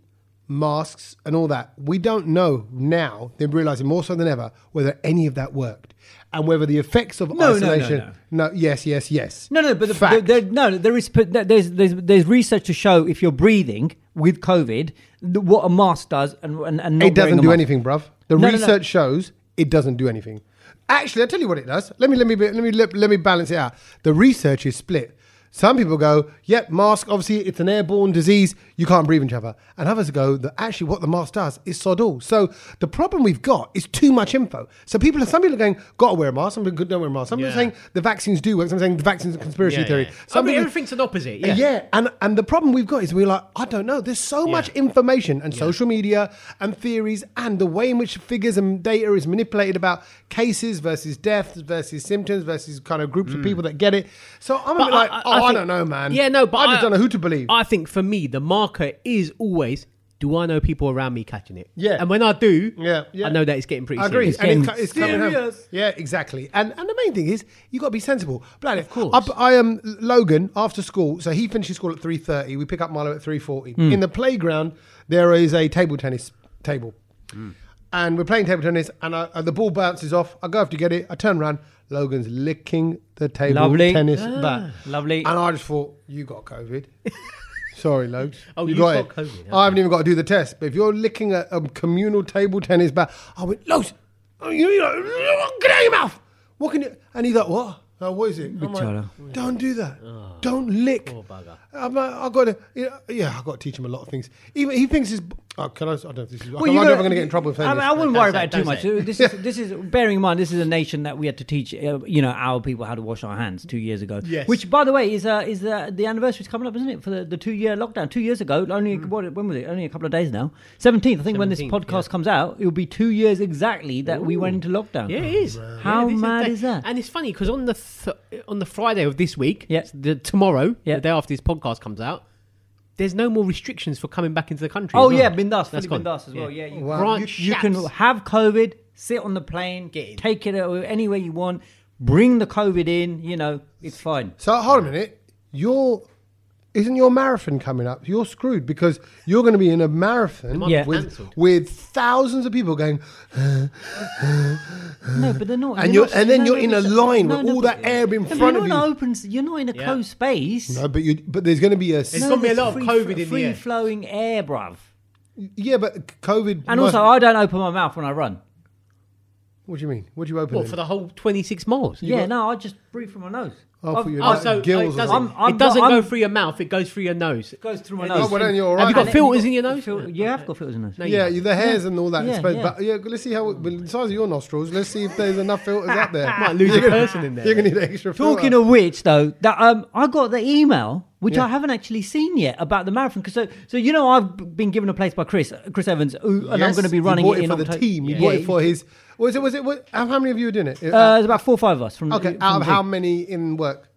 Speaker 1: masks, and all that. We don't know now, they're realizing more so than ever, whether any of that worked and whether the effects of
Speaker 3: no,
Speaker 1: isolation. no. yes, yes, yes.
Speaker 3: No, no, but the,
Speaker 1: Fact.
Speaker 3: there- there- no, there is but there- there's, there's there's research to show if you're breathing with COVID, th- what a mask does, and and, and not
Speaker 1: it doesn't
Speaker 3: wearing a
Speaker 1: do
Speaker 3: mask.
Speaker 1: anything, bruv. The
Speaker 3: No, no, no.
Speaker 1: research shows it doesn't do anything. Actually, I'll tell you what it does. Let me let me let me let, let me balance it out. The research is split. Some people go, yep, mask, obviously it's an airborne disease, you can't breathe in each other. And others go that actually what the mask does is sod all. So the problem we've got is too much info. So people, some people are going, gotta wear a mask, some people don't wear a mask. Some people
Speaker 2: Yeah.
Speaker 1: are saying the vaccines do work, some are saying the vaccines are conspiracy
Speaker 2: Yeah,
Speaker 1: theory.
Speaker 2: yeah.
Speaker 1: Some
Speaker 2: I mean,
Speaker 1: people- Uh,
Speaker 2: everything's an opposite.
Speaker 1: yeah.
Speaker 2: Yeah.
Speaker 1: and and the problem we've got is we're like, I don't know. There's so much information and social media and theories and the way in which figures and data is manipulated about cases versus deaths versus symptoms versus kind of
Speaker 2: Hmm.
Speaker 1: groups of people that get it. So I'm a bit like, oh, I,
Speaker 2: think-
Speaker 1: don't know, man.
Speaker 2: Yeah, no, but
Speaker 1: I just don't know who to believe.
Speaker 2: I think for me, the marker is always: do I know people around me catching it?
Speaker 1: Yeah.
Speaker 2: and when I do,
Speaker 1: Yeah, yeah.
Speaker 2: I know that it's getting pretty.
Speaker 1: I agree.
Speaker 2: serious.
Speaker 1: and
Speaker 3: getting
Speaker 1: it's, co- it's coming home.
Speaker 3: serious.
Speaker 1: Yeah, exactly. And and the main thing is you got to be sensible. Bloody of
Speaker 2: course.
Speaker 1: I am Logan after school. So he finishes school at three thirty. We pick up Milo at three forty.
Speaker 2: Hmm.
Speaker 1: In the playground, there is a table tennis table, and we're playing table tennis. And, I, and the ball bounces off. I go up to get it. I turn around. Logan's licking the table
Speaker 3: Lovely.
Speaker 1: tennis
Speaker 2: Ah,
Speaker 1: bat.
Speaker 3: lovely.
Speaker 1: And I just thought, you got COVID. Sorry, Logs.
Speaker 2: Oh, you've got COVID, haven't
Speaker 1: I haven't even got to do the test. But if you're licking a, a communal table tennis bat, I went, Logs, oh, you, you, get out of your mouth. What can you? And he's like, what? Oh, what is it? I'm like,
Speaker 3: Bichara.
Speaker 1: don't do that.
Speaker 2: Ah,
Speaker 1: Don't lick. I'm like, I got to, yeah, yeah, I got to teach him a lot of things. Even he thinks it's. Oh, can I? I don't know if this is. I
Speaker 3: you
Speaker 1: don't know if
Speaker 3: gotta-
Speaker 1: I'm going to get in trouble. If
Speaker 3: I, I wouldn't worry about it
Speaker 2: Don't
Speaker 3: too
Speaker 2: say
Speaker 3: much. This is this is bearing in mind this is a nation that we had to teach uh, you know our people how to wash our hands two years ago.
Speaker 2: Yes.
Speaker 3: Which, by the way, is uh, is uh, the anniversary's coming up, isn't it? For the, the two year lockdown, two years ago. Only what, when was it? Only a couple of days now. Seventeenth, I think. when this
Speaker 2: 17th,
Speaker 3: podcast comes out, it'll be two years exactly that we went into lockdown.
Speaker 2: Yeah, it is.
Speaker 3: How
Speaker 2: Oh, Yeah, this
Speaker 3: mad
Speaker 2: the-
Speaker 3: is that?
Speaker 2: And it's funny because on the th- on the Friday of this week,
Speaker 3: Yeah.
Speaker 2: s- the, tomorrow,
Speaker 3: Yeah.
Speaker 2: the day after this podcast comes out, there's no more restrictions for coming back into the country.
Speaker 3: Oh
Speaker 2: as well.
Speaker 3: yeah, Bindas,
Speaker 2: That's
Speaker 3: Philip
Speaker 2: gone.
Speaker 3: Bindas as well. Yeah, you,
Speaker 1: Wow.
Speaker 2: Branch
Speaker 3: you can
Speaker 2: shacks.
Speaker 3: have COVID, sit on the plane,
Speaker 2: Get in.
Speaker 3: take it anywhere you want, bring the COVID in. You know, it's fine.
Speaker 1: So hold on a minute. Your isn't your marathon coming up? You're screwed because you're going to be in a marathon
Speaker 3: Yeah.
Speaker 1: with,
Speaker 2: cancelled.
Speaker 1: with thousands of people going,
Speaker 3: No, but they're not.
Speaker 1: And
Speaker 3: you're,
Speaker 1: you're-
Speaker 3: not-
Speaker 1: and then
Speaker 3: no,
Speaker 1: you're
Speaker 3: no,
Speaker 1: in a
Speaker 3: it's-
Speaker 1: line with all
Speaker 3: but-
Speaker 1: that air in
Speaker 3: Yeah, but
Speaker 1: front
Speaker 3: you're
Speaker 1: of
Speaker 3: not
Speaker 1: you.
Speaker 3: in Open, s- you're not in a
Speaker 2: Yeah.
Speaker 3: closed space.
Speaker 1: no, but you, but there's going to be a s-
Speaker 2: It's gonna be a
Speaker 3: there's
Speaker 2: lot of
Speaker 3: free-
Speaker 2: COVID in the
Speaker 3: free
Speaker 2: air.
Speaker 3: flowing air, bruv.
Speaker 1: yeah, but COVID.
Speaker 3: And
Speaker 1: must-
Speaker 3: also, I don't open my mouth when I run.
Speaker 1: what do you mean? What do you open?
Speaker 2: What
Speaker 1: in?
Speaker 2: for the whole 26 miles?
Speaker 3: yeah, no, I just breathe from my nose.
Speaker 1: Oh,
Speaker 3: I've-
Speaker 1: for your
Speaker 3: I've-
Speaker 2: Oh,
Speaker 1: Like
Speaker 2: so uh,
Speaker 1: gills or
Speaker 2: it doesn't,
Speaker 1: something.
Speaker 3: I'm- I'm
Speaker 2: it doesn't
Speaker 3: not-
Speaker 2: go
Speaker 3: I'm-
Speaker 2: through your mouth; it goes through your nose.
Speaker 3: it goes through my
Speaker 2: Oh,
Speaker 3: nose.
Speaker 1: well, then you're all right.
Speaker 3: And
Speaker 1: Have
Speaker 2: you got filters in your
Speaker 3: got
Speaker 2: nose?
Speaker 3: fil- You have got filters in your nose.
Speaker 2: No, you
Speaker 1: yeah, you- the hairs and all that.
Speaker 3: Yeah,
Speaker 1: Yeah, supposed,
Speaker 3: yeah.
Speaker 1: But yeah, let's see how well, the size of your nostrils. Let's see if there's enough filters out there.
Speaker 2: might lose a person in there.
Speaker 1: You're gonna need extra.
Speaker 3: Talking
Speaker 1: filter.
Speaker 3: of which, though, that um, I got the email which
Speaker 1: Yeah.
Speaker 3: I haven't actually seen yet about the marathon. Because so, so you know, I've b- been given a place by Chris, uh, Chris Evans, who, and I'm
Speaker 1: Yes,
Speaker 3: going to be
Speaker 1: he
Speaker 3: running
Speaker 1: bought
Speaker 3: it,
Speaker 1: it,
Speaker 3: in
Speaker 1: for the
Speaker 3: October.
Speaker 1: team. He
Speaker 3: Yeah.
Speaker 1: bought it for his. Was it? Was it? What, how many of you were doing it?
Speaker 3: Uh, there's about four or five of us from.
Speaker 1: Okay,
Speaker 3: from
Speaker 1: out of
Speaker 3: the
Speaker 1: how
Speaker 3: team.
Speaker 1: many in work?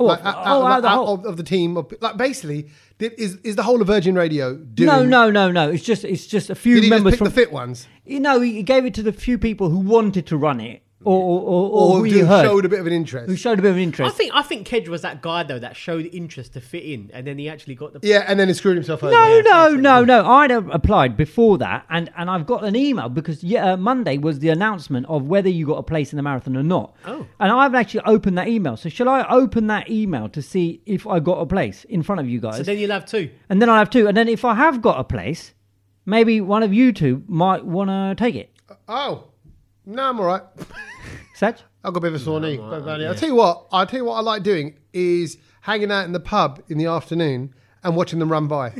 Speaker 3: Oh,
Speaker 1: Like,
Speaker 3: oh,
Speaker 1: out,
Speaker 3: out
Speaker 1: out
Speaker 3: of
Speaker 1: of,
Speaker 3: the
Speaker 1: out
Speaker 3: whole-
Speaker 1: of, of the team, of, like basically, did, is is the whole of Virgin Radio doing?
Speaker 3: No, no, no, no. It's just it's just a few
Speaker 1: Did he just
Speaker 3: members
Speaker 1: pick
Speaker 3: from.
Speaker 1: the fit ones,
Speaker 3: you know, he gave it to the few people who wanted to run it, or or, or, or,
Speaker 1: or
Speaker 3: who
Speaker 1: did-
Speaker 3: you heard,
Speaker 1: showed a bit of an
Speaker 3: who
Speaker 1: interest?
Speaker 3: showed a bit of
Speaker 2: I
Speaker 3: interest.
Speaker 2: think I think Kedge was that guy though that showed interest to fit in, and then he actually got the.
Speaker 1: yeah, and then he screwed himself over.
Speaker 3: No, no, no, no. I'd uh, applied before that, and, and I've got an email because yeah, uh, Monday was the announcement of whether you got a place in the marathon or not.
Speaker 2: Oh.
Speaker 3: And I haven't actually opened that email. So, shall I open that email to see if I got a place in front of you guys?
Speaker 2: So then you'll have two.
Speaker 3: and then I'll have two. And then if I have got a place, maybe one of you two might want to take it.
Speaker 1: Oh, no, I'm all right.
Speaker 3: Satch?
Speaker 1: I've got a bit of a sore knee. I'll tell you what. I'll tell you what I like doing is hanging out in the pub in the afternoon and watching them run by.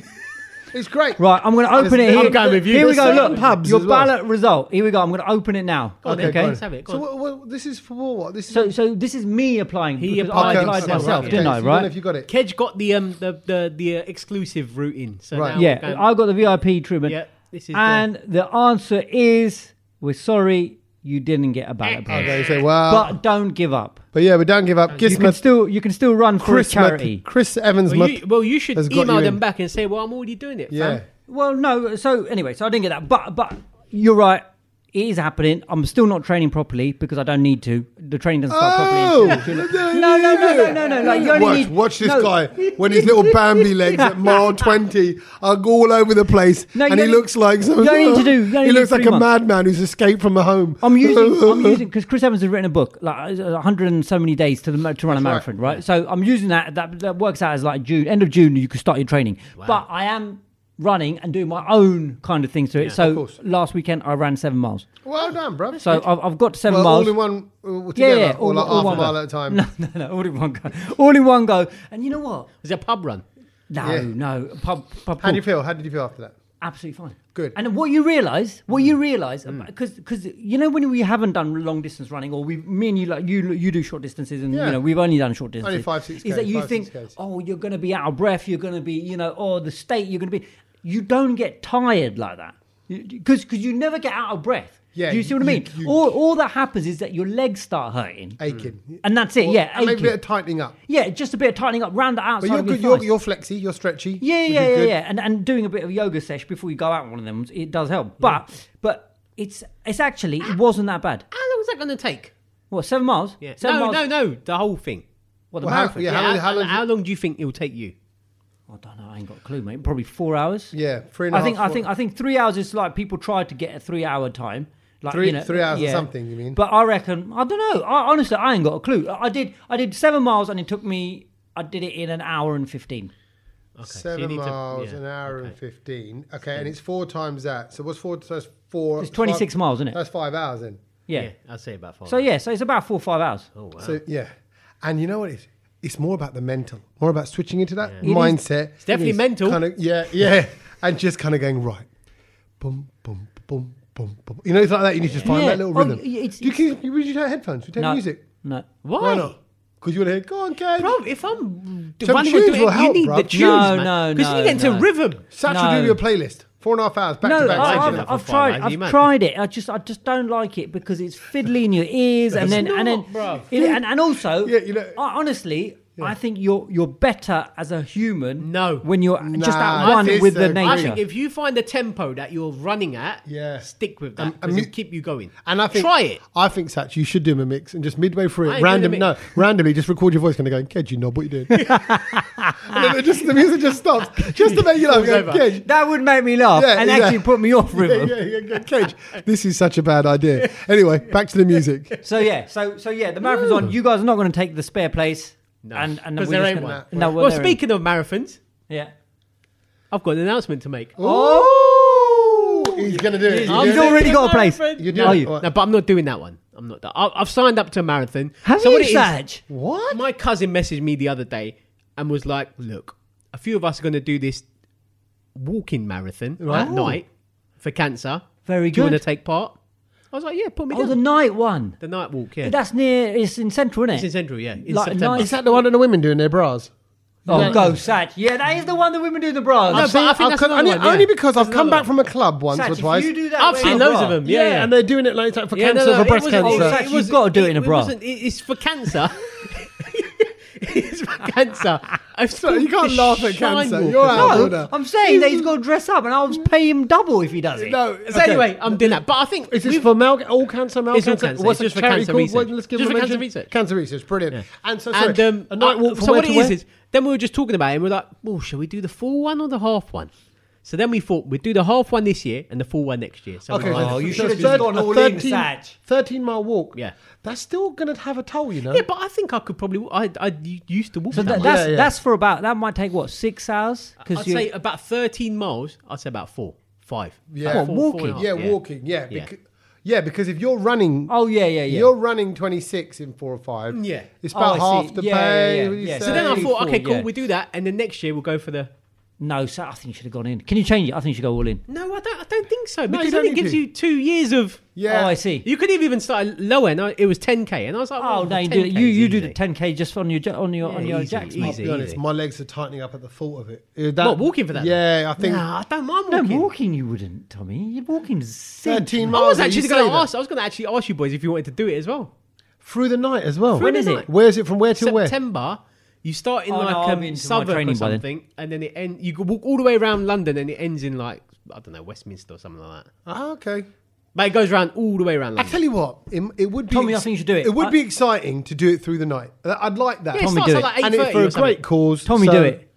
Speaker 1: it's great.
Speaker 3: Right, I'm going to open it
Speaker 1: There's-
Speaker 3: here.
Speaker 1: I'm going with you.
Speaker 3: Here we go.
Speaker 1: There's
Speaker 3: Look,
Speaker 1: certain pubs
Speaker 3: your
Speaker 1: as well.
Speaker 3: ballot result. Here we go. I'm going to open it now.
Speaker 2: on
Speaker 3: okay.
Speaker 2: then, go on. have it, go
Speaker 1: So
Speaker 2: on.
Speaker 1: what, what, this is for what? This is
Speaker 3: So, so this is me applying.
Speaker 2: He
Speaker 3: because I
Speaker 2: applied
Speaker 3: applied
Speaker 2: himself,
Speaker 3: myself,
Speaker 2: right,
Speaker 3: didn't
Speaker 1: okay,
Speaker 3: I?
Speaker 1: so you don't
Speaker 3: Right.
Speaker 1: know if you got it.
Speaker 2: Kedge got the um the the, the uh, exclusive route in. So
Speaker 1: Right.
Speaker 2: now
Speaker 3: Yeah,
Speaker 2: we're going-
Speaker 3: I got the VIP treatment.
Speaker 2: Yeah, this is
Speaker 3: and the answer is we're sorry you didn't get a ballot
Speaker 1: Oh,
Speaker 3: box.
Speaker 1: they say, well,
Speaker 3: But don't give up.
Speaker 1: But yeah, but don't give up.
Speaker 3: You can
Speaker 1: Gismet,
Speaker 3: still you can still run for a
Speaker 1: Chris,
Speaker 3: charity.
Speaker 1: Chris Evans,
Speaker 2: Well, you, well, you should
Speaker 1: has got
Speaker 2: email
Speaker 1: you
Speaker 2: them
Speaker 1: in.
Speaker 2: back and say, "Well, I'm already doing it."
Speaker 1: yeah.
Speaker 2: fam.
Speaker 3: Well, no. So anyway, so I didn't get that. But but you're right. It is happening. I'm still not training properly because I don't need to. The training doesn't start properly.
Speaker 1: Oh,
Speaker 3: No, no, no, no, no, no. Like you only
Speaker 1: watch,
Speaker 3: need,
Speaker 1: watch this
Speaker 3: no.
Speaker 1: guy when his little Bambi legs at mile twenty are all over the place,
Speaker 3: No, you
Speaker 1: and he
Speaker 3: only-
Speaker 1: looks like some,
Speaker 3: you only need to do- you only
Speaker 1: he
Speaker 3: need
Speaker 1: looks like
Speaker 3: three
Speaker 1: a
Speaker 3: months.
Speaker 1: madman who's escaped from a home.
Speaker 3: I'm using, I'm using, because Chris Evans has written a book, like uh, 100 and so many days to the ma- to run a
Speaker 1: right.
Speaker 3: marathon, right? So I'm using that, that. That works out as like June, end of June, you can start your training. But I am running and doing my own kind of things to it.
Speaker 1: of
Speaker 3: so
Speaker 1: course.
Speaker 3: last weekend I ran seven miles.
Speaker 1: Well done, bruv.
Speaker 3: So I've, I've got to seven
Speaker 1: well,
Speaker 3: miles.
Speaker 1: all in one uh, together,
Speaker 3: yeah, all-
Speaker 1: or like
Speaker 3: all
Speaker 1: half
Speaker 3: one
Speaker 1: a
Speaker 3: go.
Speaker 1: mile at a time.
Speaker 3: no, no, no, all in one go. All in one go. And you know what?
Speaker 2: It's a pub run.
Speaker 3: No,
Speaker 1: Yeah.
Speaker 3: no. Pub, pub,
Speaker 1: How do you feel? How did you feel after that?
Speaker 3: Absolutely fine.
Speaker 1: Good. Mm.
Speaker 3: And what you realise, what you realise, because because you know when we haven't done long distance running, or we, me and you, like you, you do short distances, and
Speaker 1: Yeah.
Speaker 3: you know we've only done short distances.
Speaker 1: five, six
Speaker 3: Is
Speaker 1: Ks,
Speaker 3: that you
Speaker 1: five,
Speaker 3: think,
Speaker 1: six Ks.
Speaker 3: oh, you're going to be out of breath, you're going to be, you know, oh, the state you're going to be. You don't get tired like that because because you never get out of breath.
Speaker 1: Yeah,
Speaker 3: Do you see what I
Speaker 1: you-
Speaker 3: mean?
Speaker 1: you-
Speaker 3: all all that happens is that your legs start hurting,
Speaker 1: Aching.
Speaker 3: and that's it.
Speaker 1: Well,
Speaker 3: Mm. yeah,
Speaker 1: and maybe a
Speaker 3: aching.
Speaker 1: bit of tightening up.
Speaker 3: yeah, just a bit of tightening up round the outside.
Speaker 1: But you're
Speaker 3: of your
Speaker 1: good. You're,
Speaker 3: thighs.
Speaker 1: you're flexy. You're stretchy.
Speaker 3: Yeah,
Speaker 1: which
Speaker 3: yeah,
Speaker 1: is
Speaker 3: yeah,
Speaker 1: good.
Speaker 3: yeah. And and doing a bit of yoga sesh before you go out on one of them, it does help. But but it's it's actually it wasn't that bad.
Speaker 2: How long is that going to take?
Speaker 3: What seven miles?
Speaker 2: Yeah.
Speaker 3: Seven
Speaker 2: No,
Speaker 3: miles.
Speaker 2: no, no. The whole thing.
Speaker 3: What the
Speaker 1: Well, how-
Speaker 3: marathon?
Speaker 1: yeah.
Speaker 3: yeah.
Speaker 1: how- how long-
Speaker 2: long do you think it'll take you?
Speaker 3: I don't know. I ain't got a clue, mate. Probably four hours.
Speaker 1: Yeah, three and a
Speaker 3: I think
Speaker 1: half,
Speaker 3: I think I think three hours is like people try to get a three hour time. Like,
Speaker 1: Three-
Speaker 3: you know,
Speaker 1: three hours or something, you mean?
Speaker 3: But I reckon I don't know. I, honestly, I ain't got a clue. I I did I did seven miles and it took me. I did it in an hour and fifteen.
Speaker 2: so you
Speaker 1: Seven
Speaker 2: need to-
Speaker 1: miles,
Speaker 2: yeah,
Speaker 1: an hour and
Speaker 2: okay.
Speaker 1: fifteen. Okay, and it's four times that. So what's four? So that's four.
Speaker 3: It's 26
Speaker 1: five-
Speaker 3: miles, isn't it?
Speaker 1: That's five hours then.
Speaker 3: Yeah.
Speaker 2: I'd say about five.
Speaker 3: So yeah, so it's about four or five hours.
Speaker 2: Oh wow.
Speaker 1: So yeah, and you know what? It's it's more about the mental, more about switching into that
Speaker 3: is.
Speaker 1: mindset. It's
Speaker 2: definitely mental.
Speaker 1: Kind of yeah, yeah, and just kind of going right, boom, boom, boom, boom, boom. You know, it's like that. You need to just find
Speaker 3: Yeah.
Speaker 1: that little
Speaker 3: Oh,
Speaker 1: rhythm.
Speaker 3: y- it's-
Speaker 1: Do you keep? You, would you have headphones? Would you have
Speaker 3: No,
Speaker 1: music?
Speaker 3: No.
Speaker 2: Why?
Speaker 1: Why not? Because you want to hear. Go on, Ken.
Speaker 2: Bro, if I'm
Speaker 1: Some
Speaker 2: running
Speaker 1: tunes
Speaker 2: with
Speaker 1: will
Speaker 2: you,
Speaker 1: help,
Speaker 2: need
Speaker 1: bruv.
Speaker 2: the tunes,
Speaker 3: No,
Speaker 2: man.
Speaker 3: no,
Speaker 2: Because
Speaker 3: no,
Speaker 2: you get into
Speaker 3: no.
Speaker 2: rhythm.
Speaker 1: Satch will
Speaker 3: No.
Speaker 1: do you a playlist. Four and a half hours back to
Speaker 3: No,
Speaker 1: back.
Speaker 2: I-
Speaker 1: back
Speaker 3: I've,
Speaker 1: to
Speaker 3: I've,
Speaker 1: back.
Speaker 2: for
Speaker 3: I've
Speaker 2: five
Speaker 3: tried.
Speaker 2: hours, you
Speaker 3: I've
Speaker 2: mad?
Speaker 3: tried it. I just, I just don't like it because it's fiddly in your ears, and then, and
Speaker 2: not,
Speaker 3: then,
Speaker 2: bruv.
Speaker 3: it- and, and also,
Speaker 1: Yeah, you know-
Speaker 3: I, honestly, I think you're you're better as a human.
Speaker 2: No.
Speaker 3: when you're just
Speaker 1: Nah,
Speaker 3: at one
Speaker 1: I
Speaker 3: with the
Speaker 1: disagree.
Speaker 2: I
Speaker 3: nature.
Speaker 2: think if you find the tempo that you're running at,
Speaker 1: Yeah.
Speaker 2: stick with
Speaker 1: Um,
Speaker 2: that.
Speaker 1: and
Speaker 2: Um,
Speaker 1: mu-
Speaker 2: keep you going.
Speaker 1: And I think
Speaker 2: try it.
Speaker 1: I think Satch, you should do him a mix and just midway through it,
Speaker 2: I ain't doing a
Speaker 1: random, no,
Speaker 2: mix.
Speaker 1: randomly, just record your voice kind of going, Kedge, you knob, what you doing? and then it just, the music just stops, just to make you know,
Speaker 2: Falls
Speaker 1: go,
Speaker 2: over.
Speaker 1: Kedge.
Speaker 3: that would make me laugh
Speaker 1: Yeah,
Speaker 3: and
Speaker 1: yeah.
Speaker 3: actually put me off
Speaker 1: Yeah,
Speaker 3: rhythm.
Speaker 1: yeah, yeah, go, Kedge, this is such a bad idea. Anyway, back to the music.
Speaker 3: So yeah, so so yeah, the marathon's on. You guys are not going to take the spare place.
Speaker 2: No.
Speaker 3: and and
Speaker 2: 'Cause
Speaker 3: we're
Speaker 2: there
Speaker 3: just
Speaker 2: ain't
Speaker 3: gonna-
Speaker 1: one.
Speaker 3: No,
Speaker 2: Well,
Speaker 3: there ain't.
Speaker 2: speaking of marathons,
Speaker 3: yeah.
Speaker 2: I've got an announcement to make.
Speaker 1: Oh, he's gonna do it.
Speaker 3: He's
Speaker 1: You doing
Speaker 3: he's
Speaker 1: it?
Speaker 3: already- got a place.
Speaker 1: You
Speaker 2: You're
Speaker 1: doing
Speaker 2: no,
Speaker 1: it?
Speaker 2: you-
Speaker 1: What?
Speaker 2: no, but I'm not doing that one. I'm not. That. I, I've signed up to a marathon.
Speaker 3: Have
Speaker 2: So
Speaker 3: you,
Speaker 2: what it is-
Speaker 3: Saj?
Speaker 1: What?
Speaker 2: My cousin messaged me the other day and was like, "Look, a few of us are going to do this walking marathon at night for cancer.
Speaker 3: Oh. Very
Speaker 2: Do you want
Speaker 3: good.
Speaker 2: to take part?" I was like, "Yeah, put me
Speaker 3: Oh,
Speaker 2: down."
Speaker 3: the
Speaker 2: The,
Speaker 3: night one.
Speaker 2: night walk, yeah.
Speaker 3: That's near. It's in central, isn't it?
Speaker 2: It's in Central, yeah. In
Speaker 3: Like a
Speaker 2: September.
Speaker 3: nice-
Speaker 1: Is that the one of the women doing their bras?
Speaker 3: Oh, go, Satch. Yeah, that is the one that women do the bras.
Speaker 2: I've
Speaker 1: See,
Speaker 2: I think
Speaker 1: I've
Speaker 2: that's
Speaker 1: come-
Speaker 2: another
Speaker 1: only,
Speaker 2: one, yeah.
Speaker 1: only because I've
Speaker 2: That's
Speaker 1: come
Speaker 2: another
Speaker 1: back from a club once
Speaker 3: Satch,
Speaker 1: or
Speaker 3: if
Speaker 1: twice.
Speaker 3: you do that
Speaker 2: I've
Speaker 3: way
Speaker 2: seen
Speaker 3: with a
Speaker 2: loads of
Speaker 3: bra-
Speaker 2: them. Yeah, yeah.
Speaker 1: and they're doing it like, like for
Speaker 2: Yeah,
Speaker 1: cancer, for
Speaker 2: it
Speaker 1: breast
Speaker 2: wasn't-
Speaker 1: cancer.
Speaker 3: Oh, Satch,
Speaker 2: it
Speaker 3: you've
Speaker 2: was-
Speaker 3: gotta do it in a bra.
Speaker 2: wasn't- it- it's for cancer. it's for cancer. I've
Speaker 1: So you can't laugh at cancer. You're out of order.
Speaker 3: No, I'm saying that he's got to dress up, and I'll pay him double if he does it.
Speaker 1: No.
Speaker 2: So
Speaker 1: okay.
Speaker 2: anyway, I'm doing that. But I think
Speaker 1: Is this for male, all cancer, male
Speaker 2: It's all
Speaker 1: cancer?
Speaker 2: cancer.
Speaker 1: What's
Speaker 2: It's just
Speaker 1: the
Speaker 2: for
Speaker 1: charity
Speaker 2: cancer
Speaker 1: called?
Speaker 2: research.
Speaker 1: What- let's give
Speaker 2: Just
Speaker 1: them
Speaker 2: for
Speaker 1: a
Speaker 2: cancer
Speaker 1: mention.
Speaker 2: research.
Speaker 1: Cancer research, brilliant. And so, sorry,
Speaker 2: and um,
Speaker 1: a night walk
Speaker 2: uh,
Speaker 1: from
Speaker 2: so
Speaker 1: where
Speaker 2: what
Speaker 1: to
Speaker 2: it is
Speaker 1: where?
Speaker 2: is then we were just talking about it and we we're like, well, shall we do the full one or the half one? So then we thought we'd do the half one this year and the full one next year. So
Speaker 1: Okay,
Speaker 2: we're like,
Speaker 3: Oh, you
Speaker 1: it's
Speaker 3: should have
Speaker 1: a
Speaker 3: just
Speaker 1: third-
Speaker 3: gone
Speaker 1: a
Speaker 3: all in,
Speaker 1: 13
Speaker 3: Satch.
Speaker 1: 13 mile walk.
Speaker 2: Yeah.
Speaker 1: That's still going to have a toll, you know?
Speaker 2: yeah, but I think I could probably. I I used to walk
Speaker 3: So
Speaker 2: that.
Speaker 3: that,
Speaker 2: much.
Speaker 3: that's
Speaker 1: Yeah, yeah.
Speaker 3: that's for about that might take what six hours
Speaker 2: I'd
Speaker 3: because you
Speaker 2: say about thirteen miles. I'd say about four, five.
Speaker 1: Yeah. What,
Speaker 2: About four,
Speaker 3: walking?
Speaker 2: four and a half,
Speaker 1: yeah, walking. Yeah.
Speaker 2: Yeah.
Speaker 1: becau- yeah, because if you're running.
Speaker 3: oh yeah yeah yeah
Speaker 1: You're running 26 in four or five.
Speaker 2: Yeah.
Speaker 1: It's
Speaker 3: Oh,
Speaker 1: about
Speaker 3: I see.
Speaker 1: half the
Speaker 3: Yeah,
Speaker 1: pay.
Speaker 3: yeah,
Speaker 1: what do you
Speaker 3: yeah.
Speaker 2: So then I
Speaker 1: say?
Speaker 2: thought,
Speaker 3: Four,
Speaker 2: okay, cool,
Speaker 3: yeah.
Speaker 2: we do that, and then next year we'll go for the.
Speaker 3: no so I think you should have gone in. Can you change it? I think you should go all in.
Speaker 2: No, I don't. I don't think so
Speaker 1: you
Speaker 2: because
Speaker 1: don't
Speaker 2: then
Speaker 1: need
Speaker 2: it gives
Speaker 1: to.
Speaker 2: you two years of.
Speaker 1: Yeah.
Speaker 3: Oh, I see.
Speaker 2: You could have even started lower, and I, it was 10k, and I was like,
Speaker 3: oh
Speaker 2: well,
Speaker 3: no, you
Speaker 2: 10K
Speaker 3: do
Speaker 2: is
Speaker 3: you you do the
Speaker 2: easy.
Speaker 3: 10k just on your ja- on your on
Speaker 2: Yeah,
Speaker 3: your
Speaker 2: easy,
Speaker 3: jacks.
Speaker 1: I'll
Speaker 3: mate.
Speaker 2: easy.
Speaker 1: be honest, my legs are tightening up at the thought of it. Uh, that-
Speaker 2: What, walking for that?
Speaker 1: Yeah, I think
Speaker 2: Nah, I don't mind
Speaker 3: No
Speaker 2: walking. Oh,
Speaker 3: walking, you wouldn't, Tommy. You're walking sick.
Speaker 1: 13
Speaker 2: I
Speaker 1: miles.
Speaker 2: was
Speaker 1: that
Speaker 2: actually
Speaker 1: you
Speaker 2: going
Speaker 1: say
Speaker 2: to
Speaker 1: that.
Speaker 2: ask. I was going to actually ask you boys if you wanted to do it as well.
Speaker 1: Through the night as well.
Speaker 2: Through
Speaker 3: When the is it? night.
Speaker 1: Where's it from where to where?
Speaker 2: September. You start in
Speaker 3: Oh, no,
Speaker 2: like
Speaker 3: I'm into
Speaker 2: um,
Speaker 3: my
Speaker 2: Southwark or
Speaker 3: training by then.
Speaker 2: something, and then it end. You could walk all the way around London, and it ends in like I don't know Westminster or something like that.
Speaker 1: Ah, okay.
Speaker 2: But it goes around all the way around
Speaker 1: I
Speaker 2: London.
Speaker 1: tell you what, it, it would be.
Speaker 3: Tommy, I think you should do it.
Speaker 1: It would
Speaker 3: I-
Speaker 1: be exciting to do it through the night. Uh, I'd like that.
Speaker 2: yeah,
Speaker 3: Tommy,
Speaker 2: it
Speaker 3: do
Speaker 2: starts
Speaker 3: it.
Speaker 2: at like
Speaker 1: and
Speaker 2: eight
Speaker 1: it's
Speaker 2: thirty.
Speaker 1: for a great cause.
Speaker 3: Tommy,
Speaker 1: so-
Speaker 3: do it.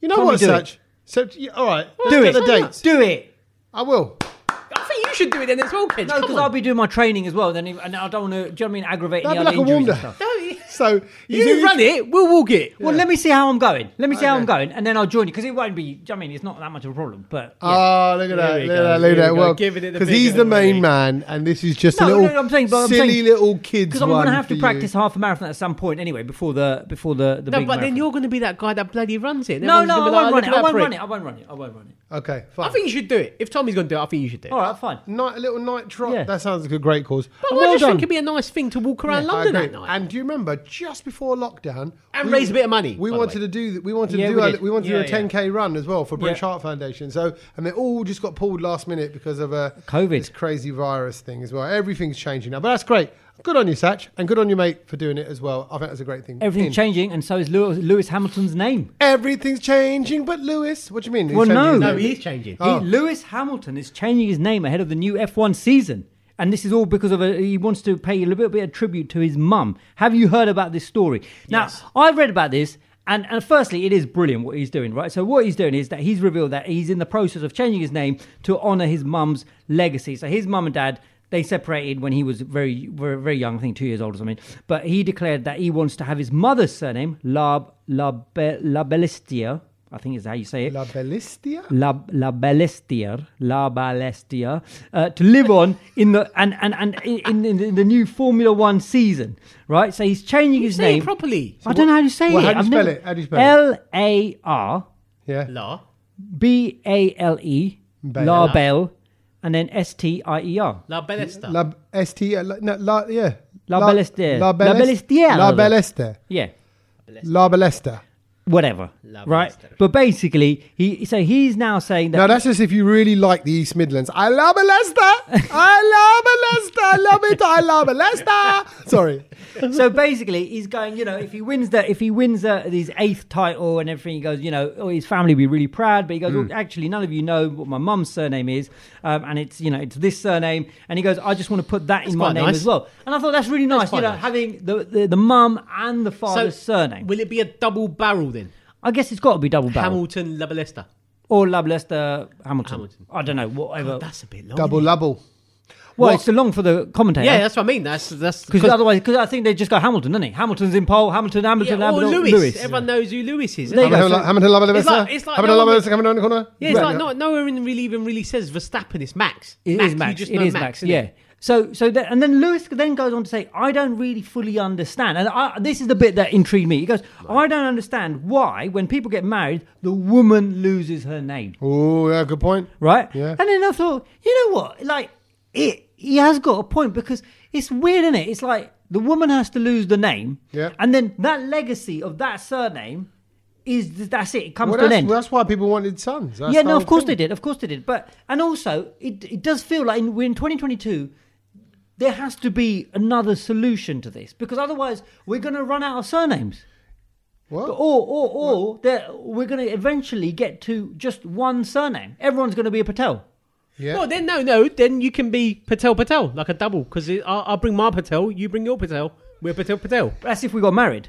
Speaker 1: You know
Speaker 3: Tommy,
Speaker 1: what,
Speaker 3: do it.
Speaker 1: Satch? So, yeah, all right, let's
Speaker 3: Do
Speaker 1: get the
Speaker 3: it.
Speaker 1: dates.
Speaker 3: Do it.
Speaker 1: I will.
Speaker 2: I think you should do it then as well, kids.
Speaker 3: No,
Speaker 2: Come
Speaker 3: because
Speaker 2: on.
Speaker 3: I'll be doing my training as well. Then, if- and I don't want to. Do you know what I mean? Aggravate
Speaker 1: That'd
Speaker 3: the
Speaker 1: be
Speaker 3: other
Speaker 1: like a
Speaker 3: injuries
Speaker 1: wonder.
Speaker 3: and stuff.
Speaker 2: No,
Speaker 1: So
Speaker 2: You run it, we'll walk it.
Speaker 3: Well, let me see how I'm going. Let me see how I'm going, and then I'll join you because it won't be. I mean, it's not that much of a problem. But yeah.
Speaker 1: Ah, look at that!
Speaker 2: we
Speaker 1: Look at
Speaker 2: go,
Speaker 1: that! Look at
Speaker 2: here
Speaker 1: that!
Speaker 2: we go,
Speaker 1: Well,
Speaker 2: giving it the
Speaker 1: because
Speaker 2: big
Speaker 1: he's
Speaker 2: and
Speaker 1: the
Speaker 2: the
Speaker 1: main
Speaker 2: big.
Speaker 1: man, and this is just
Speaker 3: No,
Speaker 1: a
Speaker 3: no,
Speaker 1: little
Speaker 3: no, I'm saying- but I'm
Speaker 1: silly
Speaker 3: saying-
Speaker 1: little kids
Speaker 3: Because I'm
Speaker 1: one.
Speaker 3: going to have
Speaker 1: for
Speaker 3: to
Speaker 1: you.
Speaker 3: practice half a marathon at some point anyway before the before the, the
Speaker 2: No,
Speaker 3: big
Speaker 2: but then
Speaker 3: marathon.
Speaker 2: you're going to be that guy that bloody runs it. and
Speaker 3: no
Speaker 2: everyone's
Speaker 3: no I
Speaker 2: gonna
Speaker 3: won't
Speaker 2: be like,
Speaker 3: run it
Speaker 2: "Oh, look at
Speaker 3: I
Speaker 2: that
Speaker 3: won't
Speaker 2: prick."
Speaker 3: run it I won't run it I won't run it
Speaker 1: Okay,
Speaker 2: I
Speaker 1: fine.
Speaker 2: think you should do it. If Tommy's going to do it, I think you should do it.
Speaker 3: all right fine
Speaker 1: night, a little night trot.
Speaker 3: Yeah.
Speaker 1: That sounds like a great cause.
Speaker 2: But
Speaker 1: well
Speaker 2: I just
Speaker 1: done.
Speaker 2: think it'd be a nice thing to walk around
Speaker 1: Yeah, I
Speaker 2: London that
Speaker 1: agree.
Speaker 2: night.
Speaker 1: And do you remember just before lockdown
Speaker 2: And raise a bit of money,
Speaker 1: We
Speaker 2: by the
Speaker 1: wanted
Speaker 2: way.
Speaker 1: to do we wanted
Speaker 3: Yeah,
Speaker 1: to do
Speaker 3: we
Speaker 1: our-
Speaker 3: did.
Speaker 1: we wanted
Speaker 2: Yeah,
Speaker 1: to
Speaker 2: yeah.
Speaker 1: do a 10k run as well for British
Speaker 3: Yeah.
Speaker 1: Heart Foundation. So and they all just got pulled last minute because of a
Speaker 3: COVID.
Speaker 1: this crazy virus thing as well. Everything's changing now, but that's great. Good on you, Satch, and good on your mate for doing it as well. I think that's a great thing.
Speaker 3: everything's
Speaker 1: In.
Speaker 3: changing and so is Lewis, Lewis Hamilton's name
Speaker 1: Everything's changing, but Lewis, what do you mean? He's
Speaker 3: Well,
Speaker 1: changing his
Speaker 3: no.
Speaker 1: name.
Speaker 2: No, he is changing.
Speaker 1: Oh.
Speaker 3: he, Lewis Hamilton is changing his name ahead of the new F1 season and this is all because of a, he wants to pay a little bit of tribute to his mum have you heard about this story now
Speaker 2: Yes.
Speaker 3: I've read about this and, and firstly it is brilliant what he's doing right so what he's doing is that he's revealed that he's in the process of changing his name to honor his mum's legacy so his mum and dad they separated when he was very very, very young i think two years old or something but he declared that he wants to have his mother's surname la la, la bellistia i think is how you say it
Speaker 1: La Bellistia.
Speaker 3: La, la Balestier, La Balestier, uh, to live on in the and and and in, in, in the new Formula One season, right? So he's changing his
Speaker 2: Say
Speaker 3: name.
Speaker 2: it properly.
Speaker 3: I don't know how to say
Speaker 1: well,
Speaker 3: it.
Speaker 1: how do you
Speaker 3: I've
Speaker 1: spell
Speaker 3: never-
Speaker 1: it? How do you spell
Speaker 3: L A R
Speaker 1: Yeah,
Speaker 2: La.
Speaker 3: B A L E,
Speaker 1: Bale.
Speaker 3: La Belle, and then S T I E R.
Speaker 2: La Bellesta.
Speaker 1: La St. La, no, la yeah.
Speaker 3: La Bellistia.
Speaker 1: La
Speaker 3: La
Speaker 1: Bellistia.
Speaker 3: Bellistia.
Speaker 1: La Bellistia.
Speaker 3: Yeah,
Speaker 1: La Bellistia.
Speaker 3: whatever,
Speaker 2: La
Speaker 3: right?
Speaker 2: Balestier.
Speaker 3: But basically, he so he's now saying that
Speaker 1: No, that's just if you really like the East Midlands. I love a Leicester. I love a Leicester. I love it. I love a Leicester. Sorry.
Speaker 3: so basically, he's going. You know, if he wins the if he wins the, his eighth title and everything, he goes. You know, oh, his family will be really proud. But he goes,
Speaker 2: Mm.
Speaker 3: well, actually, none of you know what my mum's surname is, um, and it's you know it's this surname. And he goes, I just want to put that in my
Speaker 2: quite
Speaker 3: name
Speaker 2: nice.
Speaker 3: as well. And I thought that's really nice.
Speaker 2: quite
Speaker 3: you know,
Speaker 2: nice.
Speaker 3: having the the, the mum and the father's surname.
Speaker 2: Will it be a double barrel then?
Speaker 3: I guess it's got to be double barrel
Speaker 2: Hamilton La Bellesta.
Speaker 3: or Lab Lester Hamilton.
Speaker 2: Hamilton.
Speaker 3: I don't know, whatever.
Speaker 2: That's a bit long.
Speaker 1: Double lubble.
Speaker 3: well,
Speaker 1: what-
Speaker 3: it's too long for the commentator.
Speaker 2: Yeah, that's what I mean. That's that's
Speaker 3: Because otherwise, because I think they just go Hamilton, don't they? Hamilton's in pole, Hamilton, Hamilton,
Speaker 2: yeah, or
Speaker 3: Hamilton,
Speaker 2: Lewis.
Speaker 3: Lewis.
Speaker 2: Everyone knows who Lewis is.
Speaker 3: There you
Speaker 1: Hamilton,
Speaker 3: go,
Speaker 1: Hamilton,
Speaker 3: so-
Speaker 1: Hamilton, Hamilton,
Speaker 2: It's like- it's like
Speaker 1: Hamilton,
Speaker 2: no one-
Speaker 1: Hamilton, coming down the corner.
Speaker 2: Yeah, it's
Speaker 1: Right.
Speaker 2: like not, nowhere in really even really says Verstappen. It's Max.
Speaker 3: It is
Speaker 2: Max,
Speaker 3: Max.
Speaker 2: You just
Speaker 3: It
Speaker 2: know
Speaker 3: is
Speaker 2: Max.
Speaker 3: Max.
Speaker 2: innit?
Speaker 3: Yeah. So, so that, and then Lewis then goes on to say, "I don't really fully understand," and I, this is the bit that intrigued me. He goes, "I don't understand why, when people get married, the woman loses her name,
Speaker 1: Oh, yeah, good point.
Speaker 3: right?"
Speaker 1: Yeah.
Speaker 3: And then I thought, you know what? Like, it he has got a point because it's weird, isn't it? It's like the woman has to lose the name,
Speaker 1: Yeah.
Speaker 3: and then that legacy of that surname is that's it. It comes
Speaker 1: Well,
Speaker 3: to an
Speaker 1: that's,
Speaker 3: end.
Speaker 1: well, that's why people wanted sons. That's
Speaker 3: yeah,
Speaker 1: the
Speaker 3: no,
Speaker 1: whole
Speaker 3: of course
Speaker 1: thing.
Speaker 3: they did. Of course they did. But and also, it it does feel like in, we're in 2022. There has to be another solution to this because otherwise we're going to run out of surnames,
Speaker 1: What?
Speaker 3: or or or there- we're going to eventually get to just one surname. Everyone's going to be a Patel.
Speaker 1: Yeah.
Speaker 2: Well, then no, no. Then you can be Patel Patel like a double because I'll, I'll bring my Patel, you bring your Patel, we're Patel Patel.
Speaker 3: That's if we got married.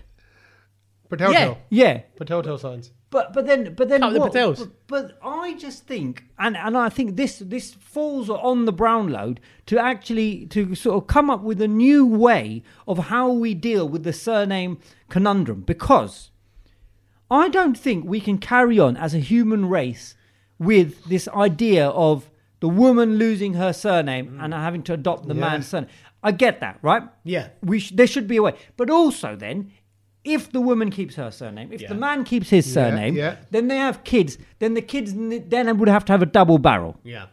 Speaker 1: Patel
Speaker 2: yeah.
Speaker 1: tell.
Speaker 3: Yeah,
Speaker 1: Patel tell signs.
Speaker 3: But but then but then
Speaker 2: Couple of
Speaker 3: what-
Speaker 2: Patels.
Speaker 3: But, but I just think and and I think this this falls on the brown load to actually to sort of come up with a new way of how we deal with the surname conundrum because I don't think we can carry on as a human race with this idea of the woman losing her surname and having to adopt the man's surname. I get that, right?
Speaker 2: Yeah.
Speaker 3: we sh- there should be a way. But also, then, if the woman keeps her surname, if the man keeps his surname,
Speaker 1: yeah.
Speaker 3: then they have kids. Then the kids n- then would have to have a double barrel,
Speaker 2: Yeah.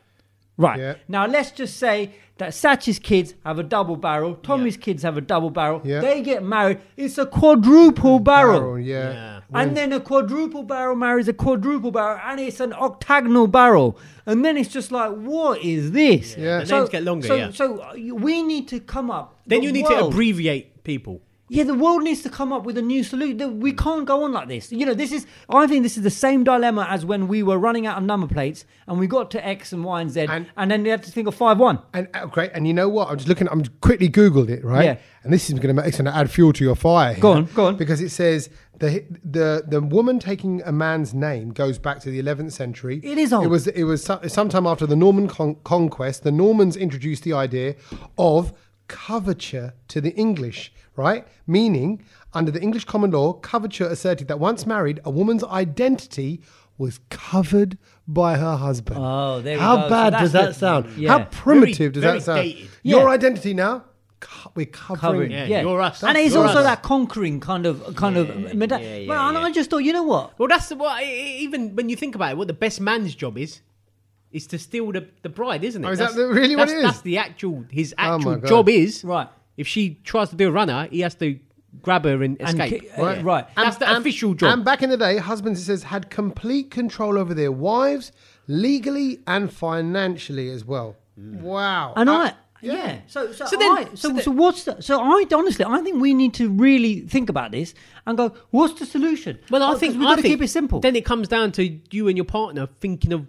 Speaker 3: right?
Speaker 1: Yeah.
Speaker 3: Now let's just say that Satch's kids have a double barrel, Tommy's kids have a double barrel.
Speaker 1: Yeah.
Speaker 3: They get married. It's a quadruple barrel.
Speaker 1: Barrel, yeah.
Speaker 2: Yeah.
Speaker 3: And then a quadruple barrel marries a quadruple barrel, and it's an octagonal barrel, and then it's just like, what is this?
Speaker 1: Yeah. The
Speaker 2: names get longer,
Speaker 3: So,
Speaker 2: yeah.
Speaker 3: so uh, we need to come up.
Speaker 2: Then
Speaker 3: the
Speaker 2: you need to
Speaker 3: world-
Speaker 2: abbreviate people.
Speaker 3: yeah, the world needs to come up with a new solution. The- We can't go on like this. You know, this is. I think this is the same dilemma as when we were running out of number plates and we got to X and Y and Z, and,
Speaker 1: And-
Speaker 3: then we had to think of five one.
Speaker 1: And oh, great. And you know what? I'm just looking. I'm just quickly googled it, right?
Speaker 3: Yeah.
Speaker 1: And this is going to make it's going to add fuel to your fire. Here,
Speaker 3: Go on, go on.
Speaker 1: Because it says the the the woman taking a man's name goes back to the 11th century.
Speaker 3: It is old.
Speaker 1: It was it was some- sometime after the Norman con- conquest. The Normans introduced the idea of coverture to the English, right? Meaning, under the English common law, coverture asserted that once married, a woman's identity was covered by her husband.
Speaker 3: Oh, there we
Speaker 1: How
Speaker 3: go. So
Speaker 1: bad
Speaker 3: that's
Speaker 1: does that
Speaker 3: the-
Speaker 1: sound?
Speaker 3: yeah.
Speaker 1: How primitive does
Speaker 2: Very-
Speaker 1: that sound?
Speaker 2: very dated.
Speaker 1: Your
Speaker 3: Yeah.
Speaker 1: identity now, co- we're covering.
Speaker 3: Covering,
Speaker 2: Yeah,
Speaker 3: yeah,
Speaker 2: you're us.
Speaker 3: and it's
Speaker 2: You're
Speaker 3: also
Speaker 2: us.
Speaker 3: that conquering kind of kind of. meda-
Speaker 2: yeah, yeah,
Speaker 3: well, and
Speaker 2: yeah.
Speaker 3: I just thought, you know what?
Speaker 2: Well, that's the what. e, Even when you think about it, what the best man's job is, is to steal the, the bride, isn't it?
Speaker 1: Oh, is
Speaker 2: That's-
Speaker 1: that the- really what
Speaker 2: that's,
Speaker 1: it is?
Speaker 2: That's the actual his
Speaker 1: my
Speaker 2: actual
Speaker 1: God.
Speaker 2: job is.
Speaker 3: Right.
Speaker 2: If she tries to do a runner, he has to grab her and
Speaker 3: And
Speaker 2: escape.
Speaker 3: ki- uh, Right. right.
Speaker 2: That's the official job.
Speaker 1: And back in the day, husbands, it says, had complete control over their wives, legally and financially as well.
Speaker 2: Mm.
Speaker 1: Wow.
Speaker 3: And
Speaker 1: Uh,
Speaker 3: I, yeah. So, so,
Speaker 2: So then-
Speaker 3: I, so,
Speaker 2: so
Speaker 3: so,
Speaker 2: the-
Speaker 3: what's the, so I honestly, I think we need to really think about this and go, what's the solution?
Speaker 2: well, I
Speaker 3: Oh, 'cause
Speaker 2: think
Speaker 3: we've
Speaker 2: I
Speaker 3: got to
Speaker 2: think
Speaker 3: keep it simple.
Speaker 2: Then it comes down to you and your partner thinking of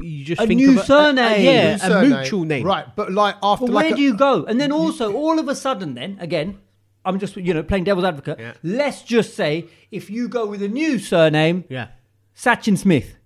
Speaker 2: you just
Speaker 3: A
Speaker 2: think
Speaker 3: new
Speaker 2: of
Speaker 3: surname.
Speaker 2: yeah,
Speaker 1: new
Speaker 2: a
Speaker 1: surname.
Speaker 2: mutual name,
Speaker 1: Right, but like after
Speaker 3: But
Speaker 1: like
Speaker 3: where
Speaker 1: a-
Speaker 3: do you go? And then also, all of a sudden, then again, I'm just you know playing devil's advocate.
Speaker 2: Yeah.
Speaker 3: Let's just say if you go with a new surname,
Speaker 2: Yeah.
Speaker 3: Sachin Smith.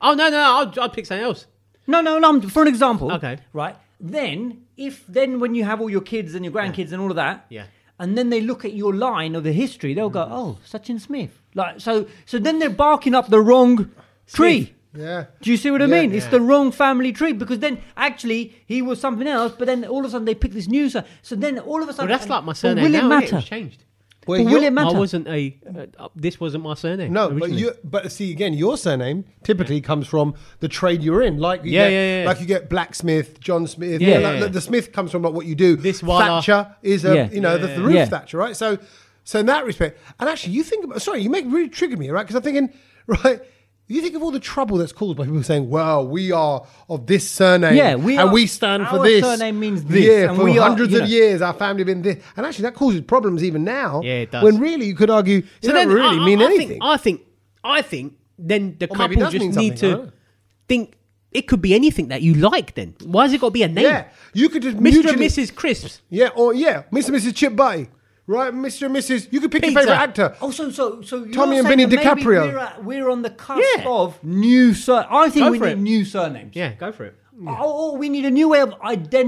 Speaker 2: Oh no, no, I'll, I'll pick something else.
Speaker 3: No, no, no. I'm- For an example,
Speaker 2: Okay.
Speaker 3: right? Then if then when you have all your kids and your grandkids and all of that,
Speaker 2: Yeah.
Speaker 3: and then they look at your line of the history, they'll go, oh, Sachin Smith. Like so, so then they're barking up the wrong tree.
Speaker 1: yeah.
Speaker 3: Do you see what I
Speaker 1: Yeah,
Speaker 3: mean? It's the wrong family tree because then actually he was something else, but then all of a sudden they pick this new son. So then all of a
Speaker 2: Well,
Speaker 3: sudden,
Speaker 2: that's like my
Speaker 3: but
Speaker 2: surname.
Speaker 3: Will
Speaker 2: now,
Speaker 3: it
Speaker 2: innit?
Speaker 3: matter?
Speaker 2: It's changed.
Speaker 1: Well,
Speaker 3: But will
Speaker 1: you're-
Speaker 3: it matter?
Speaker 2: I wasn't a. Uh, this wasn't my surname.
Speaker 1: No, but
Speaker 2: originally.
Speaker 1: you but see again, your surname typically comes from the trade you're in. Like you
Speaker 2: Yeah,
Speaker 1: get,
Speaker 2: yeah, yeah.
Speaker 1: like you get blacksmith, John Smith.
Speaker 2: Yeah,
Speaker 1: Yeah, like
Speaker 2: yeah,
Speaker 1: the-
Speaker 2: yeah.
Speaker 1: the Smith comes from like what you do.
Speaker 2: This Wala-
Speaker 1: Thatcher is a
Speaker 3: Yeah.
Speaker 1: you know the, the
Speaker 3: Yeah.
Speaker 1: roof Thatcher, right? So so in that respect, and actually you think about sorry, you make really trigger me, right? Because I'm thinking right. You think of all the trouble that's caused by people saying, "Well, we are of this surname,
Speaker 3: Yeah, we
Speaker 1: and
Speaker 3: are-
Speaker 1: we stand for
Speaker 3: our
Speaker 1: this."
Speaker 3: surname means this,
Speaker 1: yeah,
Speaker 3: and
Speaker 1: for
Speaker 3: we are-
Speaker 1: hundreds
Speaker 3: you
Speaker 1: of
Speaker 3: know.
Speaker 1: years, our family have been this, and actually that causes problems even now.
Speaker 2: Yeah, it does.
Speaker 1: When really, you could argue, so it doesn't really
Speaker 2: I- I-
Speaker 1: mean
Speaker 2: I
Speaker 1: anything.
Speaker 2: Think, I think, I think, then the
Speaker 1: Or maybe it
Speaker 2: couple
Speaker 1: does mean
Speaker 2: just need
Speaker 1: something, I don't
Speaker 2: to
Speaker 1: know.
Speaker 2: think it could be anything that you like. Then why has it got to be a name?
Speaker 1: Yeah, you could just
Speaker 2: Mr. and
Speaker 1: mutually-
Speaker 2: Mrs. Crisps.
Speaker 1: Yeah, or yeah, Mr. and Mrs. Chip Buddy, right? Mr. and Mrs. You could pick
Speaker 2: Peter.
Speaker 1: your favorite actor.
Speaker 3: Oh, so so so you're
Speaker 1: Tommy and
Speaker 3: saying
Speaker 1: Vinny
Speaker 3: that maybe
Speaker 1: DiCaprio.
Speaker 3: We're, at, we're on the cusp
Speaker 2: Yeah.
Speaker 3: of new sur. I think
Speaker 2: Go
Speaker 3: we
Speaker 2: for
Speaker 3: need
Speaker 2: it.
Speaker 3: new surnames.
Speaker 2: Yeah, go for it.
Speaker 3: Oh, we need a new way of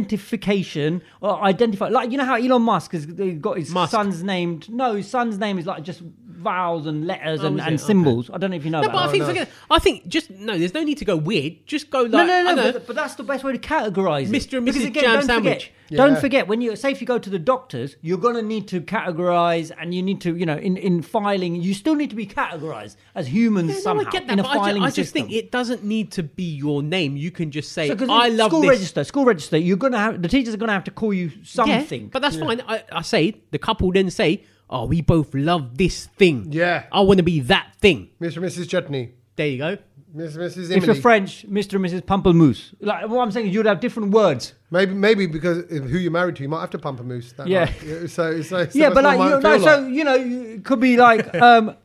Speaker 3: identification or identify. Like you know how Elon Musk has he got his
Speaker 2: Musk.
Speaker 3: son's name. No, his son's name is like just vowels and letters
Speaker 2: Oh,
Speaker 3: and,
Speaker 2: is
Speaker 3: and
Speaker 2: it? Okay.
Speaker 3: symbols. I don't know if you know.
Speaker 2: No,
Speaker 3: about
Speaker 2: but I
Speaker 3: that.
Speaker 2: think forget. I think just no. There's no need to go weird. Just go like
Speaker 3: No, no,
Speaker 2: I
Speaker 3: no,
Speaker 2: know,
Speaker 3: but, but that's the best way to categorize it.
Speaker 2: Mr. and
Speaker 3: Because
Speaker 2: Mrs. Jam
Speaker 3: don't
Speaker 2: Sandwich.
Speaker 3: Forget, Don't
Speaker 1: Yeah.
Speaker 3: forget when you say if you go to the doctors, you're gonna need to categorize, and you need to, you know, in, in filing, you still need to be categorized as humans
Speaker 2: Yeah, no,
Speaker 3: somehow
Speaker 2: I get that,
Speaker 3: in a
Speaker 2: but I ju-
Speaker 3: filing
Speaker 2: I just
Speaker 3: system.
Speaker 2: think it doesn't need to be your name. You can just say,
Speaker 3: So 'cause
Speaker 2: "I
Speaker 3: in
Speaker 2: love
Speaker 3: school
Speaker 2: this."
Speaker 3: register, school register. You're gonna have the teachers are gonna have to call you
Speaker 2: Yeah,
Speaker 3: something.
Speaker 2: but that's fine. I, I say the couple then say, "Oh, we both love this thing."
Speaker 1: Yeah.
Speaker 2: I want to be that thing.
Speaker 1: Mr. and Mrs. Chutney,
Speaker 2: There you go.
Speaker 1: Mr. and Mrs.
Speaker 3: if you're
Speaker 1: Emily.
Speaker 3: French, Mr. and Mrs. Pamplemousse. Like what I'm saying is you'd have different words.
Speaker 1: maybe maybe because of who you're married to, you might have to pump a moose. That
Speaker 3: Yeah.
Speaker 1: night. yeah. So, so, so
Speaker 3: yeah,
Speaker 1: that's
Speaker 3: but
Speaker 1: what
Speaker 3: like
Speaker 1: it
Speaker 3: you know,
Speaker 1: might
Speaker 3: no,
Speaker 1: feel
Speaker 3: so
Speaker 1: like.
Speaker 3: you know, it could be like um,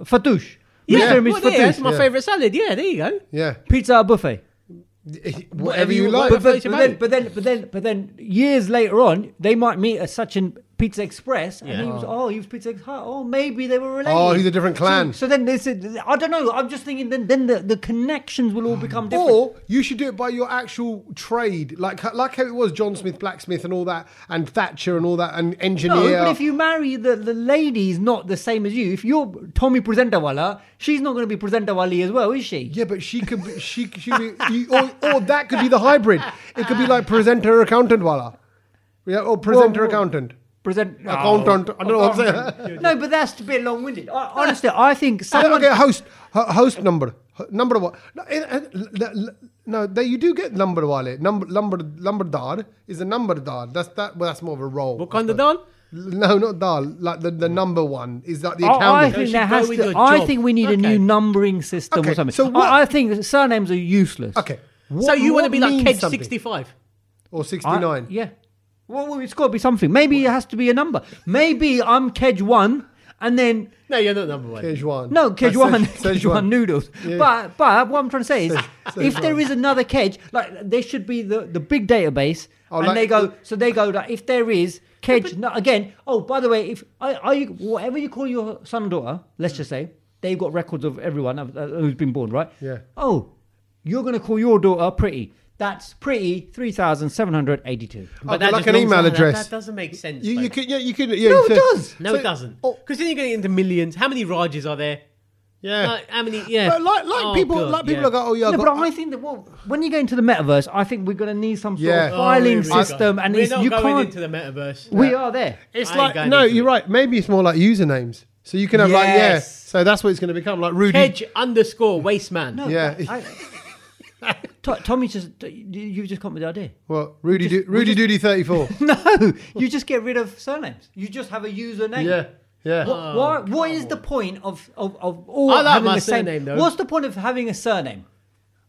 Speaker 3: Fatouche. Mr. and Miss
Speaker 2: well, there, that's
Speaker 3: Fatouche.
Speaker 2: my
Speaker 1: Yeah.
Speaker 2: favourite salad. Yeah, there you go.
Speaker 1: yeah,
Speaker 3: Pizza at buffet.
Speaker 1: whatever you
Speaker 2: you
Speaker 1: like.
Speaker 2: want.
Speaker 3: but,
Speaker 2: But-
Speaker 3: but, then, but
Speaker 2: but
Speaker 3: then, but then, but then, years later on, they might meet at such an Pizza Express, and
Speaker 2: Yeah.
Speaker 3: he was, oh, he was Pizza Express. Oh, maybe they were related.
Speaker 1: Oh, he's a different clan.
Speaker 3: So, so then they said, I don't know. I'm just thinking. Then, then the, the connections will all become different.
Speaker 1: Or you should do it by your actual trade, like like how it was John Smith, blacksmith, and all that, and Thatcher, and all that, and engineer.
Speaker 3: no, but if you marry the the lady's not the same as you. If you're Tommy Presentawala, she's not going to be Presentawali as well, is she?
Speaker 1: Yeah, but she could be, she, she could be, you, or, or that could be the hybrid. It could be like presenter accountant wala. Yeah, or presenter
Speaker 3: Well, well-
Speaker 1: accountant.
Speaker 3: Present oh.
Speaker 1: Accountant. I don't know what I'm saying.
Speaker 3: No, but that's a bit long winded. Honestly, I think
Speaker 1: Yeah,
Speaker 3: someone.
Speaker 1: okay, host. ho- Host number. Ho- Number one. No, eh, eh, l- l- l- no they, you do get number wale. Number, number, number dar is a number dar. That's that. Well, that's more of a role.
Speaker 2: What kind of dal?
Speaker 1: No, not dal. Like the, the number one is like the
Speaker 3: I- Oh, I
Speaker 1: accountant.
Speaker 3: think
Speaker 2: should
Speaker 3: there
Speaker 2: go
Speaker 3: has
Speaker 2: with
Speaker 3: to.
Speaker 2: your
Speaker 3: I
Speaker 2: job.
Speaker 3: think we need a
Speaker 2: Okay.
Speaker 3: new numbering system
Speaker 1: Okay,
Speaker 3: or something.
Speaker 1: so
Speaker 3: I-
Speaker 1: what-
Speaker 3: I, think that surnames are useless.
Speaker 1: okay.
Speaker 2: so
Speaker 1: What-
Speaker 2: you want to
Speaker 1: what
Speaker 2: be like
Speaker 1: means
Speaker 2: Kedge
Speaker 1: something?
Speaker 2: sixty five?
Speaker 1: or
Speaker 3: I-
Speaker 1: sixty nine?
Speaker 3: yeah. Well, well, it's got to be something. Maybe it has to be a number. Maybe I'm Kedge one, and then
Speaker 2: No, you're not number one.
Speaker 1: Szechuan.
Speaker 3: no Kedge
Speaker 1: Uh, Szech-
Speaker 3: one, Kedge
Speaker 1: Szechuan.
Speaker 3: one noodles.
Speaker 1: Yeah.
Speaker 3: But but what I'm trying to say is,
Speaker 1: Szech-
Speaker 3: if there is another Kedge, like there should be the the big database,
Speaker 1: Oh,
Speaker 3: and
Speaker 1: like-
Speaker 3: they go. So they go like if there is Kedge, no, again. Oh, by the way, if I, I whatever you call your son or daughter, let's just say they've got records of everyone of- uh, who's been born, right?
Speaker 1: Yeah.
Speaker 3: Oh, you're going to call your daughter pretty. That's pretty 3,782.
Speaker 1: But
Speaker 2: that
Speaker 1: like
Speaker 2: just
Speaker 1: an
Speaker 2: means-
Speaker 1: email
Speaker 2: that-
Speaker 1: address.
Speaker 2: That, doesn't make sense.
Speaker 1: You,
Speaker 2: though.
Speaker 1: you could, yeah, you could. Yeah,
Speaker 3: No,
Speaker 1: you
Speaker 3: it
Speaker 1: could-
Speaker 3: does.
Speaker 2: no,
Speaker 1: so-
Speaker 2: it doesn't.
Speaker 1: Oh,
Speaker 2: Because then you're getting into millions. How many Rajas are there?
Speaker 1: yeah.
Speaker 2: Like, how many? Yeah.
Speaker 1: But like, like
Speaker 2: Oh,
Speaker 1: people,
Speaker 2: God,
Speaker 1: like people
Speaker 2: yeah.
Speaker 1: are go, oh yeah,
Speaker 3: No,
Speaker 1: I've
Speaker 3: but
Speaker 1: got-
Speaker 3: I think that well, when you go into the metaverse, I think we're going to need some sort
Speaker 1: Yeah.
Speaker 3: of
Speaker 1: Oh,
Speaker 3: filing
Speaker 2: Oh, here we go.
Speaker 3: system, and
Speaker 2: we're
Speaker 3: it's-
Speaker 2: not
Speaker 3: you
Speaker 2: going
Speaker 3: can't.
Speaker 2: into the metaverse.
Speaker 3: we are there.
Speaker 1: it's
Speaker 2: I ain't
Speaker 1: like
Speaker 2: going
Speaker 1: no,
Speaker 2: into
Speaker 1: you're
Speaker 2: it.
Speaker 1: right. Maybe it's more like usernames. So you can have like yeah.
Speaker 2: Yes.
Speaker 1: So that's what it's going to become like Rudy.
Speaker 2: Hedge underscore waste man.
Speaker 3: No,
Speaker 1: Yeah.
Speaker 3: I, To- Tommy just you- you just come with the idea.
Speaker 1: Well, Rudy, Do- Rudy Doody thirty four.
Speaker 3: No, you just get rid of surnames. You just have a username.
Speaker 1: yeah, yeah.
Speaker 3: What, why- what is the point of of, of all
Speaker 2: Oh, I like
Speaker 3: having
Speaker 2: my
Speaker 3: the same
Speaker 2: surname, though.
Speaker 3: What's the point of having a surname?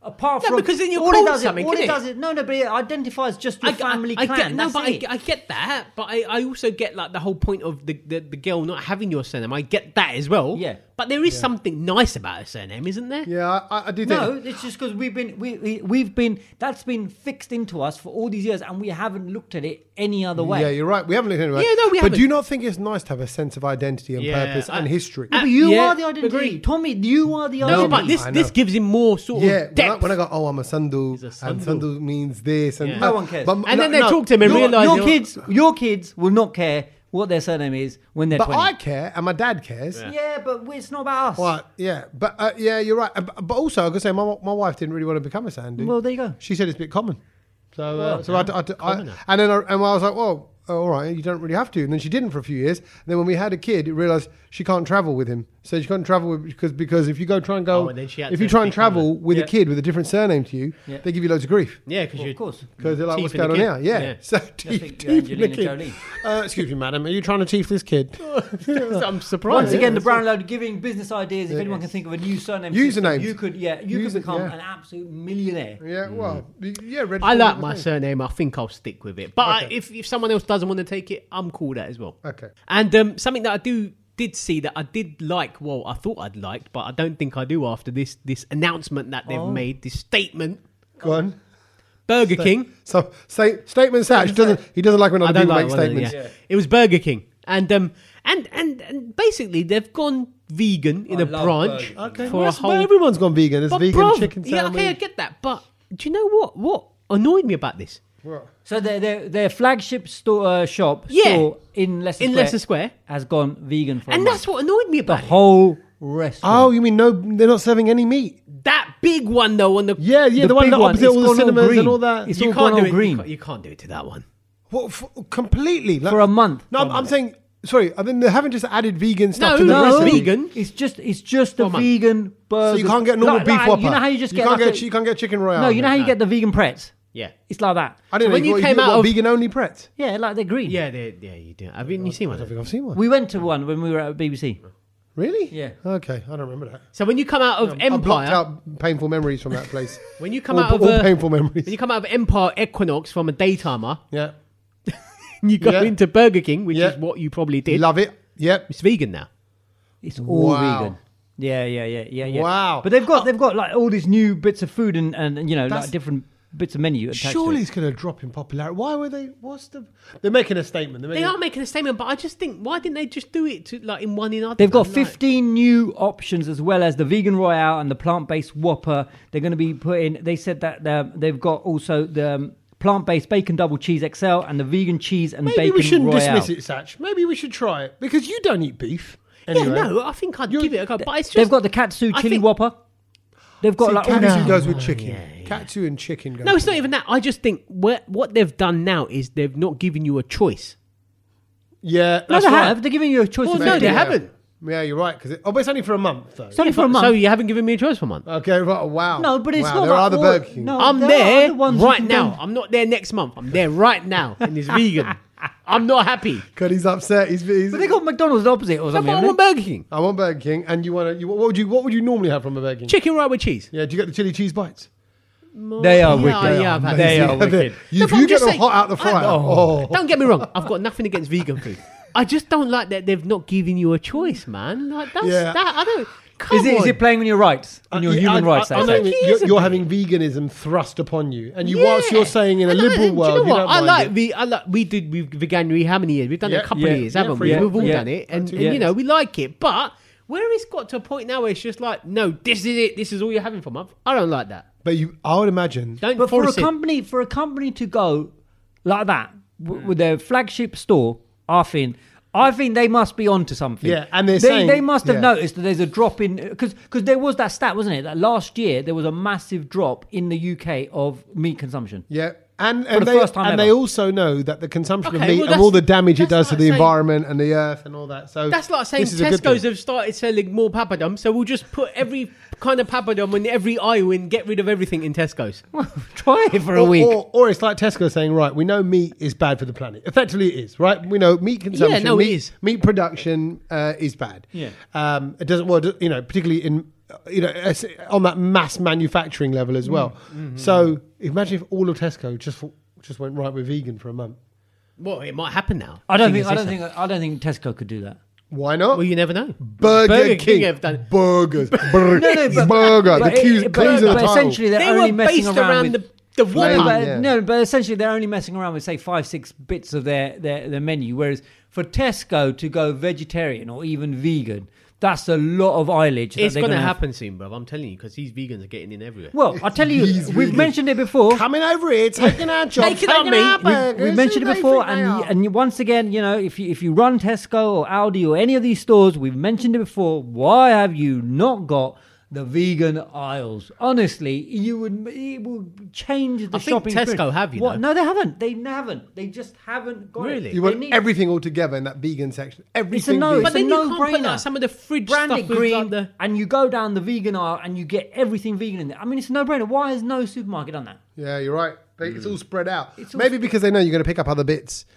Speaker 3: Apart
Speaker 2: No,
Speaker 3: from
Speaker 2: because then you're
Speaker 3: all it
Speaker 2: called
Speaker 3: does
Speaker 2: something,
Speaker 3: It, all
Speaker 2: isn't
Speaker 3: it
Speaker 2: it?
Speaker 3: does is no, no, but it identifies just your family
Speaker 2: I
Speaker 3: clan.
Speaker 2: get, no,
Speaker 3: that's
Speaker 2: but I,
Speaker 3: it.
Speaker 2: I get that. But I, I also get like the whole point of the, the, the girl not having your surname. I get that as well.
Speaker 3: Yeah.
Speaker 2: But there is something nice about a surname, isn't there?
Speaker 1: Yeah, I- I, I do think.
Speaker 3: No, it's just because we've been we, we we've been that's been fixed into us for all these years, and we haven't looked at it any other way.
Speaker 1: Yeah, you're right. We haven't looked anyway.
Speaker 2: Yeah, no, we
Speaker 1: But do you
Speaker 2: haven't.
Speaker 1: not think it's nice to have a sense of identity and
Speaker 2: Yeah,
Speaker 1: purpose
Speaker 2: I-
Speaker 1: and history?
Speaker 3: No, but you
Speaker 2: Yeah,
Speaker 3: are the identity,
Speaker 2: agree.
Speaker 3: Tommy. You are the
Speaker 2: No,
Speaker 3: identity.
Speaker 2: but this
Speaker 1: I know.
Speaker 2: this gives him more sort
Speaker 1: yeah,
Speaker 2: of
Speaker 1: when I,
Speaker 2: depth.
Speaker 1: when I go, oh, I'm a Sandhu,
Speaker 2: He's a
Speaker 1: and
Speaker 2: Sandhu.
Speaker 1: Sandhu means this, and
Speaker 2: Yeah.
Speaker 3: No one cares.
Speaker 1: But,
Speaker 2: And then they talk to him and
Speaker 1: you're-
Speaker 2: realise-
Speaker 3: your
Speaker 2: you're-
Speaker 3: kids, your kids will not care what their surname is when they're
Speaker 1: But
Speaker 3: 20.
Speaker 1: I care, and my dad cares.
Speaker 2: Yeah.
Speaker 3: yeah, but it's not about us.
Speaker 1: Right, yeah, but uh, yeah, you're right. Uh, But, but also, I gotta say, my, my wife didn't really want to become a Sandhu.
Speaker 3: Well, there you go.
Speaker 1: she said it's a bit common. So, uh,
Speaker 2: Well,
Speaker 1: so I, I, I-
Speaker 2: commoner.
Speaker 1: and then I, and I was like, well, oh, all right, you don't really have to. And then she didn't for a few years. And then when we had a kid, it realised she can't travel with him. So she can't travel with, because because if you go try and go,
Speaker 2: Oh, and then she had
Speaker 1: if
Speaker 2: to
Speaker 1: you try and
Speaker 2: become
Speaker 1: travel
Speaker 2: a-
Speaker 1: with
Speaker 3: Yeah.
Speaker 1: a kid with a different surname to you,
Speaker 3: Yeah.
Speaker 1: they give you loads of grief.
Speaker 2: yeah, because
Speaker 3: Well,
Speaker 2: you
Speaker 3: of course.
Speaker 1: Because they're like,
Speaker 2: Teeth
Speaker 1: what's
Speaker 2: in the
Speaker 1: going on
Speaker 2: kid.
Speaker 1: here? Yeah.
Speaker 2: Yeah.
Speaker 1: So,
Speaker 3: I
Speaker 1: teeth,
Speaker 3: think
Speaker 1: teeth
Speaker 3: you're
Speaker 1: in the
Speaker 3: Angelina
Speaker 1: kid.
Speaker 3: Jolie.
Speaker 1: Uh, excuse me, madam. Are you trying to teeth this kid?
Speaker 2: I'm surprised.
Speaker 3: Once
Speaker 1: yeah,
Speaker 3: again, the
Speaker 1: that's
Speaker 3: Brown Load giving business ideas. If
Speaker 1: Yeah.
Speaker 3: anyone can think of a new surname,
Speaker 1: Usernames.
Speaker 3: system, you could, yeah, you
Speaker 1: User-
Speaker 3: could become
Speaker 1: yeah.
Speaker 3: an absolute millionaire.
Speaker 1: yeah. Well, yeah. register
Speaker 2: I like
Speaker 1: with
Speaker 2: my
Speaker 1: the thing.
Speaker 2: surname. I think I'll stick with it. But
Speaker 1: Okay.
Speaker 2: I, if if someone else doesn't want to take it, I'm cool with that as well.
Speaker 1: Okay.
Speaker 2: And um, something that I do did see that I did like. Well, I thought I'd liked, but I don't think I do after this this announcement that they've
Speaker 3: Oh.
Speaker 2: made. This statement.
Speaker 1: Go on.
Speaker 2: Burger King.
Speaker 1: So say, statement Satch doesn't. He doesn't like when
Speaker 2: I
Speaker 1: other
Speaker 2: don't
Speaker 1: people
Speaker 2: like
Speaker 1: make
Speaker 2: one of them,
Speaker 1: statements.
Speaker 2: yeah. It was Burger King, and um, and and and basically they've gone vegan in
Speaker 3: I
Speaker 2: a
Speaker 3: love
Speaker 2: branch
Speaker 3: Burger King.
Speaker 1: Okay,
Speaker 2: for
Speaker 1: yes,
Speaker 2: a
Speaker 1: but
Speaker 2: whole.
Speaker 1: everyone's gone vegan. There's
Speaker 2: But
Speaker 1: vegan
Speaker 2: bruv,
Speaker 1: chicken
Speaker 2: yeah,
Speaker 1: sandwich.
Speaker 2: okay, I get that. But do you know what? What annoyed me about this?
Speaker 1: What?
Speaker 3: So their their, their flagship store uh, shop
Speaker 2: Yeah.
Speaker 3: store in Leicester
Speaker 2: In
Speaker 3: Square
Speaker 2: Leicester Square.
Speaker 1: Oh
Speaker 3: has gone vegan for a
Speaker 2: And
Speaker 3: month.
Speaker 2: that's what annoyed
Speaker 3: the
Speaker 2: me about it.
Speaker 3: whole restaurant.
Speaker 1: Oh, you mean no? They're not serving any meat.
Speaker 2: That big one though on the
Speaker 1: Yeah, yeah. The, one
Speaker 3: big
Speaker 1: that opposite
Speaker 3: it's
Speaker 1: all the
Speaker 3: gone
Speaker 1: cinemas
Speaker 3: green.
Speaker 1: and all that.
Speaker 3: It's
Speaker 2: you
Speaker 3: all
Speaker 2: can't
Speaker 3: gone
Speaker 2: do
Speaker 3: all
Speaker 2: it. You,
Speaker 3: green
Speaker 2: can't, you can't do it to that one.
Speaker 1: What, f- completely like-
Speaker 3: for a month.
Speaker 1: No, I'm, I'm saying. Sorry, I think they haven't just added vegan stuff
Speaker 2: No,
Speaker 1: to the
Speaker 2: no,
Speaker 1: recipe.
Speaker 2: vegan.
Speaker 3: It's just it's just a
Speaker 2: Come on.
Speaker 3: vegan burger.
Speaker 1: So you can't get normal
Speaker 3: Like-
Speaker 1: beef
Speaker 3: like,
Speaker 1: whopper.
Speaker 3: You know how you just get
Speaker 1: can't
Speaker 3: like
Speaker 1: get
Speaker 3: a-
Speaker 1: you can't get chicken royale.
Speaker 3: no, you know how you
Speaker 2: No.
Speaker 3: get the vegan pretz.
Speaker 2: Yeah,
Speaker 3: It's like that.
Speaker 1: I don't know.
Speaker 2: when
Speaker 1: you
Speaker 2: you
Speaker 1: got-
Speaker 2: came
Speaker 1: got
Speaker 2: out of-
Speaker 1: vegan only Pret.
Speaker 3: Yeah, like they're green.
Speaker 2: yeah, they, yeah. You do. Have you, you seen
Speaker 1: I don't
Speaker 2: one?
Speaker 1: think I've seen one.
Speaker 3: We went to one when we were at BBC.
Speaker 1: Really?
Speaker 3: Yeah.
Speaker 1: Okay, I don't remember that.
Speaker 2: So when you come out of
Speaker 1: I blocked
Speaker 2: Empire,
Speaker 1: out painful memories from that place.
Speaker 2: when you come
Speaker 1: all,
Speaker 2: out of
Speaker 1: all
Speaker 2: uh,
Speaker 1: painful
Speaker 2: when
Speaker 1: memories.
Speaker 2: you come out of Empire Equinox from a daytimer,
Speaker 1: Yeah.
Speaker 2: and you go
Speaker 1: Yeah.
Speaker 2: into Burger King, which
Speaker 1: Yeah.
Speaker 2: is what you probably
Speaker 1: You
Speaker 2: did.
Speaker 1: love it. Yep.
Speaker 2: it's vegan now.
Speaker 3: It's all
Speaker 1: Wow.
Speaker 3: vegan. Yeah, yeah, yeah, yeah, yeah.
Speaker 1: Wow. Oh.
Speaker 3: But they've got they've got like all these new bits of food and and you know
Speaker 1: That's-
Speaker 3: like different bits of menu attached.
Speaker 1: Surely
Speaker 3: to it.
Speaker 1: it's going to drop in popularity. Why were they? What's the? They're making a statement. They're
Speaker 2: They
Speaker 1: making
Speaker 2: are making a statement, but I just think why didn't they just do it to like in one in other?
Speaker 3: They've got
Speaker 2: like-
Speaker 3: 15 new options as well as the vegan royale and the plant-based whopper. They're going to be putting. They said that um, they've got also the um, plant-based bacon double cheese XL and the vegan cheese and
Speaker 1: Maybe
Speaker 3: bacon
Speaker 1: we shouldn't
Speaker 3: royale.
Speaker 1: dismiss it, Satch. Maybe we should try it because you don't eat beef.
Speaker 2: Yeah,
Speaker 1: Anyway.
Speaker 2: no, I think I'd
Speaker 1: You're-
Speaker 2: give it a go. But it's just
Speaker 3: They've got the katsu
Speaker 2: I
Speaker 3: chili
Speaker 2: think-
Speaker 3: whopper. They've got
Speaker 1: See,
Speaker 3: like all
Speaker 1: katsu
Speaker 3: these- Oh,
Speaker 1: goes with chicken. Katsu and chicken. Go
Speaker 2: No, it's not even that. I just think what what they've done now is they've not given you a choice.
Speaker 1: Yeah,
Speaker 3: No,
Speaker 1: that's
Speaker 3: they
Speaker 1: right.
Speaker 3: have. They're giving you a choice.
Speaker 2: Well,
Speaker 3: of
Speaker 2: no,
Speaker 3: food.
Speaker 2: they
Speaker 1: Yeah.
Speaker 2: haven't.
Speaker 1: Yeah, you're right. Because it, oh, but it's only for a month though.
Speaker 3: It's only for a
Speaker 2: But-
Speaker 3: month.
Speaker 2: So you haven't given me a choice for a month.
Speaker 1: okay, right. oh, Wow.
Speaker 3: No, but it's
Speaker 1: wow,
Speaker 3: not
Speaker 1: There
Speaker 3: like
Speaker 1: are the
Speaker 3: all-
Speaker 1: Burger King.
Speaker 3: no.
Speaker 2: I'm
Speaker 3: there
Speaker 2: there
Speaker 3: are the ones who
Speaker 2: right
Speaker 3: can
Speaker 2: now.
Speaker 3: go-
Speaker 2: I'm not there next month. I'm there right now, and it's vegan. I'm not happy.
Speaker 1: God, he's upset. He's. he's
Speaker 3: But they got McDonald's opposite or
Speaker 2: I
Speaker 3: something.
Speaker 2: want
Speaker 3: haven't
Speaker 2: Burger King.
Speaker 1: I want Burger King, and you want to. You, what would you? What would you normally have from a Burger King?
Speaker 2: Chicken right with cheese.
Speaker 1: Yeah, do you get the chili cheese bites?
Speaker 3: They are
Speaker 2: Yeah,
Speaker 3: wicked.
Speaker 2: yeah, I've had
Speaker 3: They
Speaker 2: these.
Speaker 3: are wicked.
Speaker 1: You,
Speaker 2: No,
Speaker 1: if
Speaker 2: but
Speaker 1: you
Speaker 2: I'm
Speaker 1: get
Speaker 2: just
Speaker 1: them
Speaker 2: saying-
Speaker 1: hot out the fryer. oh.
Speaker 2: Don't get me wrong. I've got nothing against vegan food. I just don't like that they've not given you a choice, man. Like that's
Speaker 1: Yeah.
Speaker 2: that. I don't. Come
Speaker 3: is it, is
Speaker 2: on.
Speaker 3: it playing on your rights?
Speaker 2: Uh,
Speaker 3: On your
Speaker 1: Uh, Yeah,
Speaker 3: human
Speaker 1: I-
Speaker 3: rights?
Speaker 1: I, I
Speaker 3: I,
Speaker 1: know
Speaker 3: say.
Speaker 1: what you mean.
Speaker 2: He
Speaker 1: you're,
Speaker 2: isn't
Speaker 1: you're having veganism thrust upon you, and you whilst
Speaker 2: Yeah.
Speaker 1: you're saying in a
Speaker 2: And I-
Speaker 1: liberal
Speaker 2: and do
Speaker 1: world,
Speaker 2: you know what?
Speaker 1: don't
Speaker 2: I
Speaker 1: mind
Speaker 2: like
Speaker 1: it.
Speaker 2: the. I like we did. We've veganery. How many years? We've done
Speaker 1: Yeah,
Speaker 2: it a couple
Speaker 3: yeah,
Speaker 2: of years,
Speaker 1: yeah,
Speaker 2: haven't
Speaker 1: for
Speaker 2: we?
Speaker 1: a
Speaker 2: We've all
Speaker 3: while.
Speaker 2: done it,
Speaker 3: Yeah.
Speaker 2: and,
Speaker 3: Two
Speaker 2: and, you
Speaker 3: years.
Speaker 2: know we like it, but. Where it's got to a point now where it's just like, no, this is it. This is all you're having for a month. I don't like that.
Speaker 1: But you, I would imagine.
Speaker 2: Don't
Speaker 3: But for a
Speaker 2: force it.
Speaker 3: company, for a company to go like that w- with their flagship store, I think, I think they must be onto something.
Speaker 1: Yeah, and they're
Speaker 3: they,
Speaker 1: saying-
Speaker 3: they must have
Speaker 1: yeah.
Speaker 3: noticed that there's a drop in because because there was that stat, wasn't it? That last year there was a massive drop in the UK of meat consumption.
Speaker 1: Yeah. And,
Speaker 3: the
Speaker 1: and, they,
Speaker 3: first time
Speaker 1: and
Speaker 3: ever.
Speaker 1: they also know that the consumption
Speaker 2: Okay,
Speaker 1: of meat
Speaker 2: well,
Speaker 1: and all the
Speaker 2: that's-
Speaker 1: damage it does
Speaker 2: that's
Speaker 1: to
Speaker 2: like
Speaker 1: the
Speaker 2: saying-
Speaker 1: environment and the earth and all that. So
Speaker 2: That's like saying
Speaker 1: this is a good
Speaker 2: Tesco's
Speaker 1: thing.
Speaker 2: have started selling more papadum, so we'll just put every kind of papadum in every aisle and get rid of everything in Tesco's.
Speaker 3: Try it for a
Speaker 1: or,
Speaker 3: week.
Speaker 1: Or, or it's like Tesco saying, right, we know meat is bad for the planet. Effectively, it is, right? We know meat consumption,
Speaker 2: no, it
Speaker 1: meat,
Speaker 2: is.
Speaker 1: meat production uh, is bad.
Speaker 3: Yeah.
Speaker 1: Um, it doesn't, well, it doesn't- you know, particularly in, uh, you know, as- on that mass manufacturing level
Speaker 3: Mm,
Speaker 1: as well.
Speaker 3: mm-hmm.
Speaker 1: So imagine if all of Tesco just thought- just went right with vegan for a month.
Speaker 2: Well, it might happen now.
Speaker 3: I don't think
Speaker 2: Thing
Speaker 3: I
Speaker 2: is,
Speaker 3: don't
Speaker 2: it's-
Speaker 3: think I don't think Tesco could do that.
Speaker 1: Why not?
Speaker 2: Well, you never know.
Speaker 1: Burger,
Speaker 2: Burger King
Speaker 1: King.
Speaker 2: have done-
Speaker 1: burgers. Burger.
Speaker 3: No, no, but-
Speaker 1: burger.
Speaker 3: but
Speaker 1: the
Speaker 3: it-
Speaker 1: cues,
Speaker 3: but-
Speaker 1: clues
Speaker 3: but
Speaker 1: of the title.
Speaker 3: essentially they're
Speaker 2: they
Speaker 3: only
Speaker 2: were
Speaker 3: messing around,
Speaker 2: based around,
Speaker 3: with,
Speaker 2: the the Whopper.
Speaker 1: Maybe,
Speaker 3: No, but,
Speaker 1: yeah.
Speaker 3: no, but essentially they're only messing around with say five, six bits of their, their, their menu. Whereas for Tesco to go vegetarian or even vegan, that's a lot of eyelage. That
Speaker 2: It's
Speaker 3: they're
Speaker 2: going
Speaker 3: gonna
Speaker 2: to
Speaker 3: have.
Speaker 2: happen soon, bruv. I'm telling you, because these vegans are getting in everywhere.
Speaker 3: Well, I tell you,
Speaker 1: He's
Speaker 3: we've
Speaker 1: vegan.
Speaker 3: mentioned it before.
Speaker 1: Coming over here, taking our jobs,
Speaker 2: Taking our
Speaker 1: taking our
Speaker 2: meat. We-
Speaker 1: burgers.
Speaker 3: We mentioned it
Speaker 1: They
Speaker 3: before,
Speaker 1: think they
Speaker 3: and
Speaker 1: are.
Speaker 3: y- and y- once again, you know, if you if you run Tesco or Aldi or any of these stores, we've mentioned it before. Why have you not got the vegan aisles? Honestly, you would it would change the
Speaker 2: I think
Speaker 3: shopping.
Speaker 2: Tesco
Speaker 3: experience.
Speaker 2: have, you
Speaker 3: What?
Speaker 2: know.
Speaker 3: No, they haven't. They haven't. They just haven't got
Speaker 2: Really?
Speaker 3: It.
Speaker 1: You
Speaker 3: They
Speaker 1: want
Speaker 3: need-
Speaker 1: everything all together in that vegan section. Everything.
Speaker 3: no,
Speaker 1: vegan.
Speaker 2: but
Speaker 3: it's a
Speaker 2: then you can't put
Speaker 3: no-brainer.
Speaker 2: like, some of the fridge
Speaker 3: brand
Speaker 2: stuff
Speaker 3: it
Speaker 2: with,
Speaker 3: green,
Speaker 2: like, the-
Speaker 3: and you go down the vegan aisle and you get everything vegan in there. I mean, it's a no-brainer. Why has no supermarket done that?
Speaker 1: yeah, you're right. But It's all spread out.
Speaker 3: all
Speaker 1: Maybe because they know you're going to pick up other bits.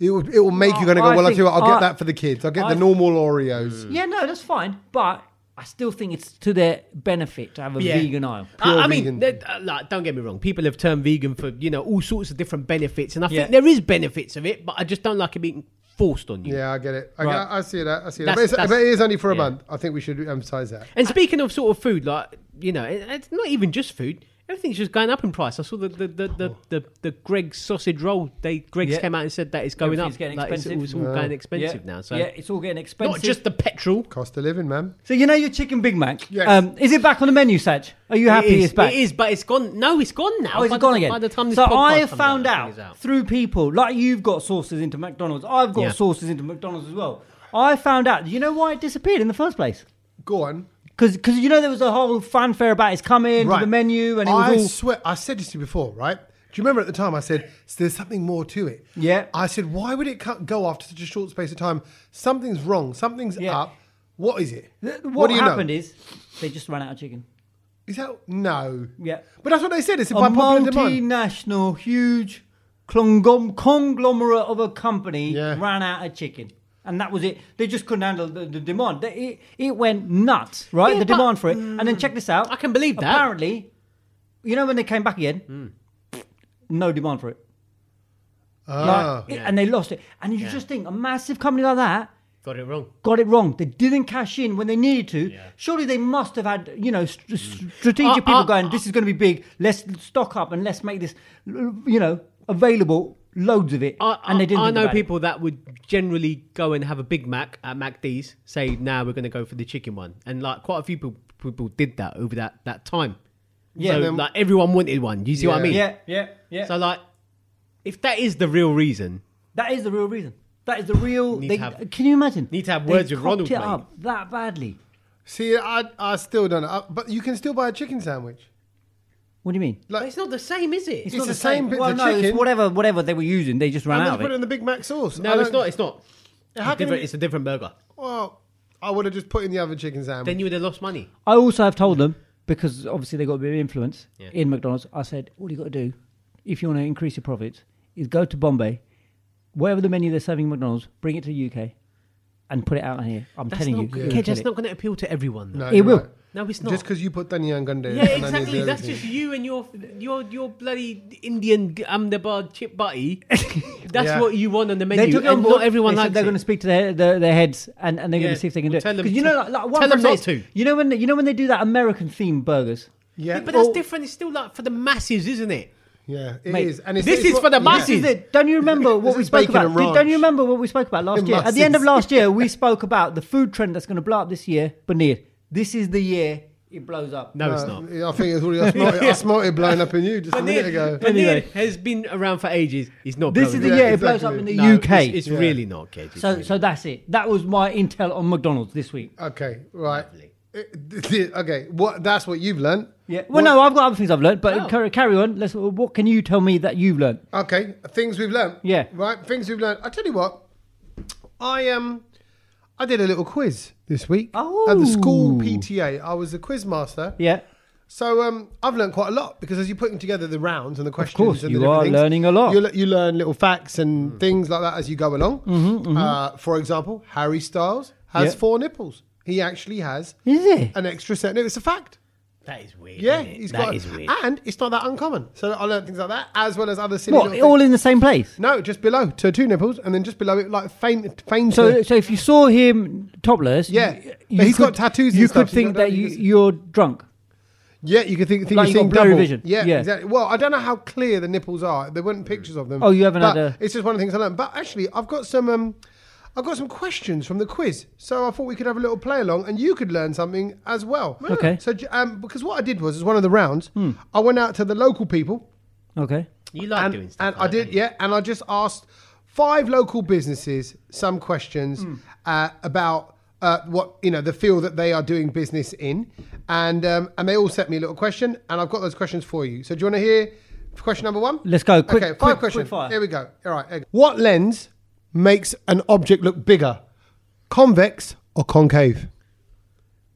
Speaker 1: It will, it will make you going to go,
Speaker 3: Oh, I
Speaker 1: well, I'll,
Speaker 3: think-
Speaker 1: do it. I'll
Speaker 3: I-
Speaker 1: get that for the kids. I'll get
Speaker 3: I-
Speaker 1: the normal Oreos.
Speaker 3: Yeah, no, that's fine, but I still think it's to their benefit to have a
Speaker 2: Yeah.
Speaker 3: vegan aisle.
Speaker 2: I, I
Speaker 1: Pure
Speaker 2: mean,
Speaker 1: vegan.
Speaker 2: that- uh, like, don't get me wrong. People have turned vegan for you know all sorts of different benefits, and I
Speaker 3: Yeah.
Speaker 2: think there is benefits of it, but I just don't like it being forced on you.
Speaker 1: Yeah, I get it. I,
Speaker 3: Right.
Speaker 1: I see that. I see that.
Speaker 2: That's-
Speaker 1: But, it's,
Speaker 2: that's-
Speaker 1: but it is only for a
Speaker 2: yeah.
Speaker 1: month. I think we should emphasize that.
Speaker 2: And speaking of sort of food, like you know, it- it's not even just food. Everything's just going up in price. I saw the the the the, the, the Greg's sausage roll. They Greg's
Speaker 3: Yeah.
Speaker 2: came out and said that it's going up.
Speaker 3: Everything's getting
Speaker 2: Like, it's,
Speaker 3: expensive. Uh,
Speaker 2: it's all going expensive
Speaker 3: yeah.
Speaker 2: now. So
Speaker 3: yeah, it's all getting expensive.
Speaker 2: not just the petrol.
Speaker 1: Cost of living, man.
Speaker 3: so you know your chicken Big Mac.
Speaker 1: Yes.
Speaker 3: Um, is it back on the menu, Saj? Are you happy
Speaker 2: it is,
Speaker 3: it's back?
Speaker 2: It is, but it's gone. No, it's gone now.
Speaker 3: Oh, is
Speaker 2: By
Speaker 3: it
Speaker 2: the-
Speaker 3: gone again?
Speaker 2: By the time this
Speaker 3: so
Speaker 2: podcast
Speaker 3: I
Speaker 2: comes
Speaker 3: found
Speaker 2: out,
Speaker 3: out,
Speaker 2: it's
Speaker 3: through people like you've got sources into McDonald's. I've got
Speaker 2: Yeah.
Speaker 3: sources into McDonald's as well. I found out. You know why it disappeared in the first place?
Speaker 1: Go on.
Speaker 3: Because you know there was a whole fanfare about it's coming to the menu and it
Speaker 1: I
Speaker 3: was all
Speaker 1: swear, I said this to you before, right? Do you remember at the time I said there's something more to it?
Speaker 3: Yeah.
Speaker 1: I said, why would it cut, go after such a short space of time? Something's wrong. Something's
Speaker 3: Yeah.
Speaker 1: up. What is it?
Speaker 3: Th- What,
Speaker 1: What do you know?
Speaker 3: happened is they just ran out of chicken.
Speaker 1: Is that no?
Speaker 3: Yeah.
Speaker 1: But that's what they said. It's
Speaker 3: A
Speaker 1: by popular demand.
Speaker 3: multinational, huge congom- conglomerate of a company
Speaker 1: Yeah.
Speaker 3: ran out of chicken. And that was it. They just couldn't handle the, the demand. They- It, it went nuts, right?
Speaker 2: Yeah,
Speaker 3: the
Speaker 2: but- mm.
Speaker 3: demand for it. and then check this out.
Speaker 2: I can believe that. Hmm.
Speaker 3: Apparently, you know when they came back again, no demand for it.
Speaker 1: Ah.
Speaker 2: Oh,
Speaker 3: Like, it- And they lost it. And you just think a massive company like that
Speaker 2: Got it wrong.
Speaker 3: got it wrong. They didn't cash in when they needed to.
Speaker 2: Yeah.
Speaker 3: Surely they must have had, you know, st- strategic
Speaker 2: Uh,
Speaker 3: people
Speaker 2: uh,
Speaker 3: going,
Speaker 2: uh.
Speaker 3: this is going to be big. Let's stock up and let's make this, you know, available, loads of it.
Speaker 2: I,
Speaker 3: and they didn't.
Speaker 2: Uh, I, I
Speaker 3: think
Speaker 2: know
Speaker 3: about it.
Speaker 2: people that would generally go and have a Big Mac at MacD's, say, now we're going to go for the chicken one. And like quite a few people, people did that over that, that time.
Speaker 3: Yeah.
Speaker 2: So,
Speaker 1: Then-
Speaker 2: like everyone wanted one. You see what I
Speaker 1: Yeah.
Speaker 2: mean?
Speaker 3: Yeah, yeah, yeah.
Speaker 2: So like, if that is the real reason,
Speaker 3: that is the real reason. That is the real.
Speaker 2: Need
Speaker 3: they,
Speaker 2: to have-
Speaker 3: can you imagine?
Speaker 2: need to have
Speaker 3: They
Speaker 2: words with
Speaker 3: cocked
Speaker 2: Ronald,
Speaker 3: it
Speaker 2: mate.
Speaker 3: up that badly.
Speaker 1: See, I, I still don't know. Uh, But you can still buy a chicken sandwich.
Speaker 3: What do you mean?
Speaker 1: Like,
Speaker 2: it's not the same, is it?
Speaker 1: It's not the same bits
Speaker 3: well,
Speaker 1: of
Speaker 3: no, it's
Speaker 1: chicken.
Speaker 3: whatever, whatever they were using. They just ran
Speaker 1: and then
Speaker 3: out
Speaker 1: you
Speaker 3: of
Speaker 1: put it
Speaker 3: it.
Speaker 1: in the Big Mac sauce. I
Speaker 2: no, it's
Speaker 1: don't-
Speaker 2: not. It's not. It's
Speaker 1: How
Speaker 2: a,
Speaker 1: can
Speaker 2: different,
Speaker 1: you-
Speaker 2: it's a different burger.
Speaker 1: Well, I would have just put in the other chicken sandwich.
Speaker 2: Then you would have lost money.
Speaker 3: I also have told them because obviously they got a bit of influence
Speaker 2: Yeah.
Speaker 3: in McDonald's. I said, all you got to do, if you want to increase your profits, is go to Bombay, whatever the menu they're serving in McDonald's, bring it to the UK, and put it out here. I'm
Speaker 2: That's
Speaker 3: telling
Speaker 2: not,
Speaker 3: you,
Speaker 2: gonna-
Speaker 3: you'll
Speaker 2: yeah,
Speaker 3: get
Speaker 2: that's
Speaker 3: it.
Speaker 2: not going to appeal to everyone. though.
Speaker 1: no,
Speaker 3: It
Speaker 1: you're
Speaker 3: will.
Speaker 1: right.
Speaker 2: No, it's not.
Speaker 1: Just because you put Daniyan Gunde.
Speaker 2: yeah, exactly. That's just you and your your your bloody Indian Ahmedabad chip butty. That's
Speaker 1: Yeah.
Speaker 2: what you want on the menu.
Speaker 3: They took it
Speaker 2: and
Speaker 3: on board.
Speaker 2: Not
Speaker 3: they
Speaker 2: everyone
Speaker 3: said
Speaker 2: likes
Speaker 3: they're
Speaker 2: it.
Speaker 3: going to speak to their, their, their heads and, and they're going
Speaker 2: Yeah,
Speaker 3: to see if they can
Speaker 2: well,
Speaker 3: do
Speaker 2: tell
Speaker 3: it.
Speaker 2: them
Speaker 3: Because you
Speaker 2: to-
Speaker 3: know, like, like one
Speaker 2: tell them
Speaker 3: thing
Speaker 2: not
Speaker 3: is,
Speaker 2: to.
Speaker 3: You know when you know when they do that American themed burgers.
Speaker 1: Yeah, Oh,
Speaker 2: but
Speaker 1: well,
Speaker 2: that's different. It's still like for the masses, isn't it?
Speaker 1: Yeah, it is,
Speaker 3: Mate,
Speaker 1: and it's,
Speaker 2: this
Speaker 1: it's
Speaker 2: is for the
Speaker 1: yeah.
Speaker 3: This
Speaker 2: masses.
Speaker 3: is it. Don't you remember what
Speaker 1: This
Speaker 3: we
Speaker 1: is
Speaker 3: spoke
Speaker 1: bacon
Speaker 3: about?
Speaker 1: and
Speaker 3: Did-
Speaker 1: ranch.
Speaker 3: Don't you remember what we spoke about last
Speaker 1: It
Speaker 3: year? At
Speaker 1: must
Speaker 3: the end of
Speaker 1: is.
Speaker 3: last year, we spoke about the food trend that's going to blow up this year. Benir, this is the year it blows up.
Speaker 2: No, it's
Speaker 1: Uh,
Speaker 2: not.
Speaker 1: yeah, I think it's already. I smelt, it, I smelt it blowing up in you just a minute ago.
Speaker 2: But
Speaker 3: Anyway.
Speaker 2: Neil has been around for ages. He's not.
Speaker 3: This is
Speaker 2: blowing
Speaker 3: the
Speaker 2: up.
Speaker 3: year
Speaker 1: Yeah,
Speaker 3: it blows up
Speaker 1: exactly.
Speaker 3: in the
Speaker 2: No,
Speaker 3: UK.
Speaker 2: It's, it's
Speaker 1: Yeah.
Speaker 2: really not, Cage. It's
Speaker 3: so,
Speaker 2: really
Speaker 3: so that's it. That was my intel on McDonald's this week.
Speaker 1: Okay, right. It- okay, what? That's what you've learned.
Speaker 3: Yeah. Well, no, I've got other things I've learned, but
Speaker 2: Oh.
Speaker 3: carry carry on. Let's. What can you tell me that you've learned?
Speaker 1: Okay, things we've learned.
Speaker 3: Yeah.
Speaker 1: Right, things we've learned. I tell you what, I um, I did a little quiz this week at the school
Speaker 3: Oh.
Speaker 1: PTA. I was the quiz master.
Speaker 3: Yeah.
Speaker 1: So um, I've learned quite a lot because as you're putting together the rounds and the questions,
Speaker 3: course,
Speaker 1: and
Speaker 3: you
Speaker 1: the different
Speaker 3: are
Speaker 1: things,
Speaker 3: learning a lot.
Speaker 1: You, le- you learn little facts and things like that as you go along. Uh, for example, Harry Styles has
Speaker 3: Mm-hmm, Yeah.
Speaker 1: four nipples. He actually has
Speaker 3: Is it?
Speaker 1: an extra set. No, it's a fact.
Speaker 2: That is weird.
Speaker 1: Yeah,
Speaker 2: isn't it?
Speaker 1: he's
Speaker 2: That
Speaker 1: got,
Speaker 2: is weird.
Speaker 1: and it's not that uncommon. So I learned things like that as well as other silly.
Speaker 3: What?
Speaker 1: little
Speaker 3: All
Speaker 1: things.
Speaker 3: in the same place.
Speaker 1: no, just below, so two nipples, and then just below it, like faint, faint.
Speaker 3: So, so if you saw him topless,
Speaker 1: Yeah.
Speaker 3: y-
Speaker 1: But he's got tattoos and
Speaker 3: You
Speaker 1: stuff,
Speaker 3: could
Speaker 1: so you
Speaker 3: think
Speaker 1: don't
Speaker 3: that
Speaker 1: really
Speaker 3: you,
Speaker 1: listen.
Speaker 3: you're drunk.
Speaker 1: yeah, you could think, think
Speaker 3: Like
Speaker 1: you're
Speaker 3: you've
Speaker 1: seeing
Speaker 3: got blurry
Speaker 1: double.
Speaker 3: vision.
Speaker 1: Yeah,
Speaker 3: Yeah.
Speaker 1: exactly. Well, I don't know how clear the nipples are. There weren't pictures of them.
Speaker 3: Oh, you haven't
Speaker 1: but
Speaker 3: had a-
Speaker 1: It's just one of the things I learned. But actually, I've got some. Um, I've got some questions from the quiz, so I thought we could have a little play along, and you could learn something as well.
Speaker 3: Okay. Hmm.
Speaker 1: So, j- um, because what I did was, as one of the rounds, I went out to the local people.
Speaker 3: Okay.
Speaker 2: You like
Speaker 1: and,
Speaker 2: doing stuff.
Speaker 1: and
Speaker 2: like
Speaker 1: I
Speaker 2: that,
Speaker 1: did,
Speaker 2: don't you?
Speaker 1: yeah. And I just asked five local businesses some questions
Speaker 2: Hmm.
Speaker 1: uh, about uh, what you know the field that they are doing business in, and um, and they all sent me a little question, and I've got those questions for you. So do you want to hear question number one?
Speaker 3: Let's go. Quick-
Speaker 1: okay, five
Speaker 3: quick-
Speaker 1: questions.
Speaker 3: quick fire.
Speaker 1: Here we go. All right. here we go. What lens makes an object look bigger, convex or concave?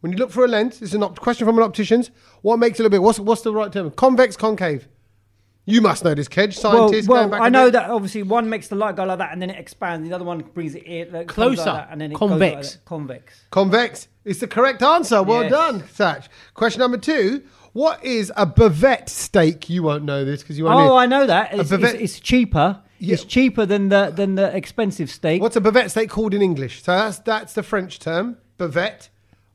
Speaker 1: When you look for a lens, this is an opt- question from an optician's. What makes it look bigger? What's what's the right term? Convex, concave. You must know this, Kedge.
Speaker 3: Well,
Speaker 1: Scientist. going
Speaker 3: well
Speaker 1: back
Speaker 3: I
Speaker 1: a
Speaker 3: know
Speaker 1: bit.
Speaker 3: that obviously one makes the light go like that, and then it expands. The other one brings it in, like, comes
Speaker 2: Closer.
Speaker 3: like that, and then it
Speaker 2: Convex.
Speaker 3: Goes like that. Convex.
Speaker 1: Convex is the correct answer. Well
Speaker 3: Yes.
Speaker 1: done, Satch. Question number two. What is a bavette steak? You won't know this because you won't.
Speaker 3: Oh,
Speaker 1: live.
Speaker 3: I know that. It's,
Speaker 1: bavette-
Speaker 3: it's, it's cheaper.
Speaker 1: Yeah.
Speaker 3: It's cheaper than the than the expensive steak.
Speaker 1: What's a bavette steak called in English? So that's that's the French term, bavette.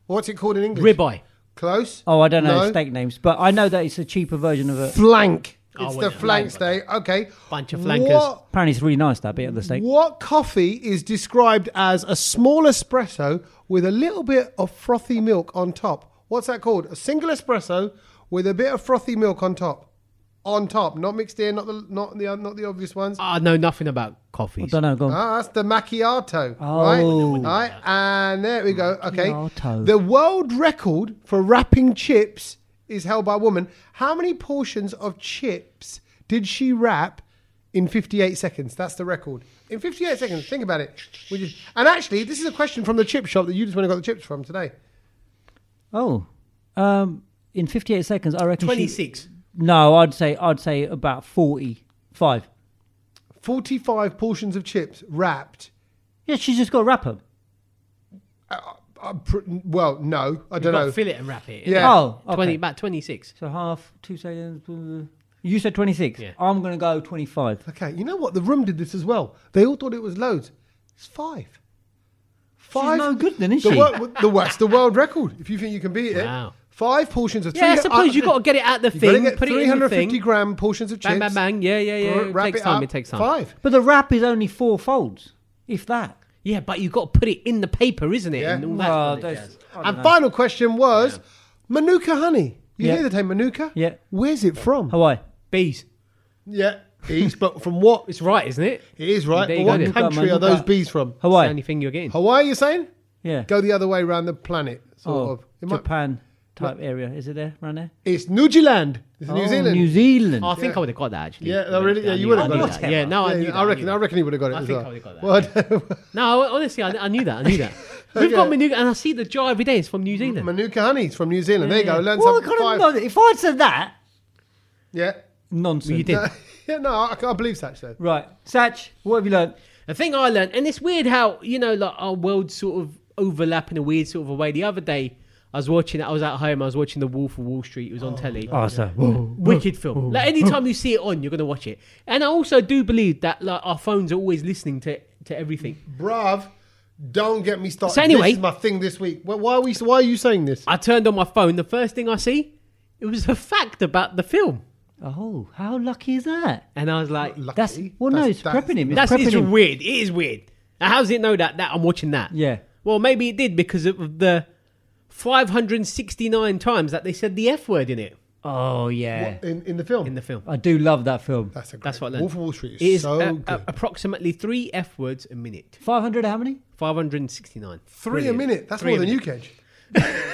Speaker 1: What's it called in English?
Speaker 2: Ribeye.
Speaker 1: Close.
Speaker 3: Oh, I don't know
Speaker 1: No.
Speaker 3: steak names, but I know that it's a cheaper version of it.
Speaker 1: Flank.
Speaker 2: Oh,
Speaker 1: It's
Speaker 2: well,
Speaker 1: the
Speaker 2: yeah,
Speaker 1: flank
Speaker 2: flank.
Speaker 1: steak. Okay.
Speaker 2: Bunch of flankers.
Speaker 1: What,
Speaker 3: Apparently, it's really nice that bit of the steak.
Speaker 1: what coffee is described as a small espresso with a little bit of frothy milk on top? What's that called? A single espresso with a bit of frothy milk on top. On top, not mixed in, not the not the not the obvious ones.
Speaker 2: I know Ah, nothing about coffees.
Speaker 3: I don't know. Go on.
Speaker 1: Ah, that's the macchiato.
Speaker 3: Oh.
Speaker 1: Right? right. And there we go. Okay.
Speaker 3: Macchiato.
Speaker 1: The world record for wrapping chips is held by a woman. How many portions of chips did she wrap in 58 seconds? That's the record. In 58 seconds, think about it. We just, and actually, this is a question from the chip shop that you just went and got the chips from today.
Speaker 3: Oh, um, in 58 seconds, I reckon. she-
Speaker 2: 26.
Speaker 3: no, I'd say I'd say about 45.
Speaker 1: 45 portions of chips wrapped.
Speaker 3: Yeah, she's just got to wrap 'em.
Speaker 1: Uh, pr- well, no, I
Speaker 2: You've
Speaker 1: don't
Speaker 2: got
Speaker 1: know.
Speaker 2: to fill it and wrap it.
Speaker 1: Yeah.
Speaker 3: Oh, okay.
Speaker 2: 20, about 26.
Speaker 3: So half, two seconds. blah, blah, blah. You said 26.
Speaker 2: Yeah.
Speaker 3: I'm going to go 25.
Speaker 1: Okay, you know what? The room did this as well. They all thought it was loads. It's five. Five.
Speaker 3: no good then, is
Speaker 1: the
Speaker 3: she?
Speaker 1: World, the, that's the world record. If you think you can beat it,
Speaker 2: Wow.
Speaker 1: five portions of.
Speaker 2: Yeah, I
Speaker 1: three-
Speaker 2: suppose you've got to get it out the
Speaker 1: uh, you've gotta
Speaker 2: thing,
Speaker 1: get
Speaker 2: put it in the
Speaker 1: 350
Speaker 2: thing.
Speaker 1: gram portions of chips.
Speaker 2: Bang, bang, bang. Yeah, yeah, yeah.
Speaker 1: wrap
Speaker 2: It takes
Speaker 1: it
Speaker 2: time.
Speaker 1: up,
Speaker 2: It takes time.
Speaker 1: Five.
Speaker 3: But the wrap is only four folds, if that.
Speaker 2: Yeah, but you've got to put it in the paper, isn't it?
Speaker 1: Yeah.
Speaker 2: And all that
Speaker 3: Well,
Speaker 2: kind of
Speaker 3: that's-
Speaker 2: jazz.
Speaker 3: I don't
Speaker 1: And
Speaker 3: know.
Speaker 1: final question was Manuka honey. You
Speaker 3: Yeah.
Speaker 1: hear the term Manuka?
Speaker 3: Yeah.
Speaker 1: Where's it from?
Speaker 3: Hawaii.
Speaker 2: Bees.
Speaker 1: Yeah, bees. But from what?
Speaker 2: It's right, isn't it?
Speaker 1: It is right.
Speaker 2: There
Speaker 1: But
Speaker 2: you go,
Speaker 1: what
Speaker 2: then.
Speaker 1: country are
Speaker 3: Manuka.
Speaker 1: those bees from?
Speaker 2: It's the
Speaker 3: Hawaii.
Speaker 2: only thing you're getting.
Speaker 1: Hawaii. You're saying?
Speaker 3: Yeah.
Speaker 1: Go the other way around the planet, sort
Speaker 3: oh,
Speaker 1: of. It might-
Speaker 3: Japan type area. Is it there, around there?
Speaker 1: it's New Zealand. It's New
Speaker 3: Oh,
Speaker 1: Zealand.
Speaker 3: New Zealand.
Speaker 2: Oh, I think I would have got that actually.
Speaker 1: Yeah, no, really? Yeah,
Speaker 2: I
Speaker 1: you
Speaker 2: knew-
Speaker 1: would've
Speaker 2: I knew
Speaker 1: got
Speaker 2: that.
Speaker 3: it.
Speaker 2: Yeah, no, I
Speaker 1: Yeah,
Speaker 2: knew that.
Speaker 1: I reckon.
Speaker 2: knew
Speaker 1: I reckon he would have got it.
Speaker 2: I
Speaker 1: as
Speaker 2: think
Speaker 1: well.
Speaker 2: I would've got
Speaker 1: got that.
Speaker 2: that. No, I- honestly, I, I knew that. I knew that. We've got
Speaker 1: Okay. Mm-hmm.
Speaker 2: Manuka, and I see the jar every day. It's from New Zealand.
Speaker 1: Manuka honey's from New Zealand. there you go. Learn
Speaker 3: Well, I
Speaker 1: something.
Speaker 3: could've
Speaker 1: Five.
Speaker 3: known it. If I'd said that,
Speaker 1: Yeah.
Speaker 3: nonsense.
Speaker 2: you did.
Speaker 1: yeah. No, I, I believe such though.
Speaker 3: Right. Satch, what have you learned?
Speaker 2: The thing I learned, and it's weird how you know, like our worlds sort of overlap in a weird sort of a way. The other day, I was watching. I was at home. I was watching The Wolf of Wall Street.
Speaker 3: Oh,
Speaker 2: It was on telly.
Speaker 3: sir.
Speaker 2: Wicked film. Like anytime you see it on, you're gonna watch it. And I also do believe that like our phones are always listening to to everything.
Speaker 1: Bruv, don't get me started.
Speaker 2: So anyway-
Speaker 1: this is my thing this week. Why why are we? Why are you saying this?
Speaker 2: I turned on my phone. The first thing I see, it was a fact about the film.
Speaker 3: Oh, how lucky is that?
Speaker 2: And I was like,
Speaker 1: Lucky.
Speaker 3: That's well, no,
Speaker 1: That's-
Speaker 3: it's
Speaker 1: that's-
Speaker 3: prepping him. It's
Speaker 2: that's
Speaker 3: prepping
Speaker 2: it's
Speaker 3: him.
Speaker 2: weird. It is weird. Now, How does it know that that I'm watching that?
Speaker 3: Yeah.
Speaker 2: Well, maybe it did because of the 569 times that they said the F word in it
Speaker 3: Oh yeah,
Speaker 1: in, in the film.
Speaker 2: in the film.
Speaker 3: I do love that film.
Speaker 1: that's a great.
Speaker 2: That's what I learned.
Speaker 1: Wolf of Wall Street is,
Speaker 2: It is
Speaker 1: so
Speaker 2: uh,
Speaker 1: good.
Speaker 2: uh, approximately three F words a minute.
Speaker 3: Five hundred. How many?
Speaker 2: 569.
Speaker 1: Three a
Speaker 2: Brilliant.
Speaker 1: minute. That's
Speaker 2: Three
Speaker 1: more
Speaker 2: a
Speaker 1: than you,
Speaker 2: minute.
Speaker 1: Kedge.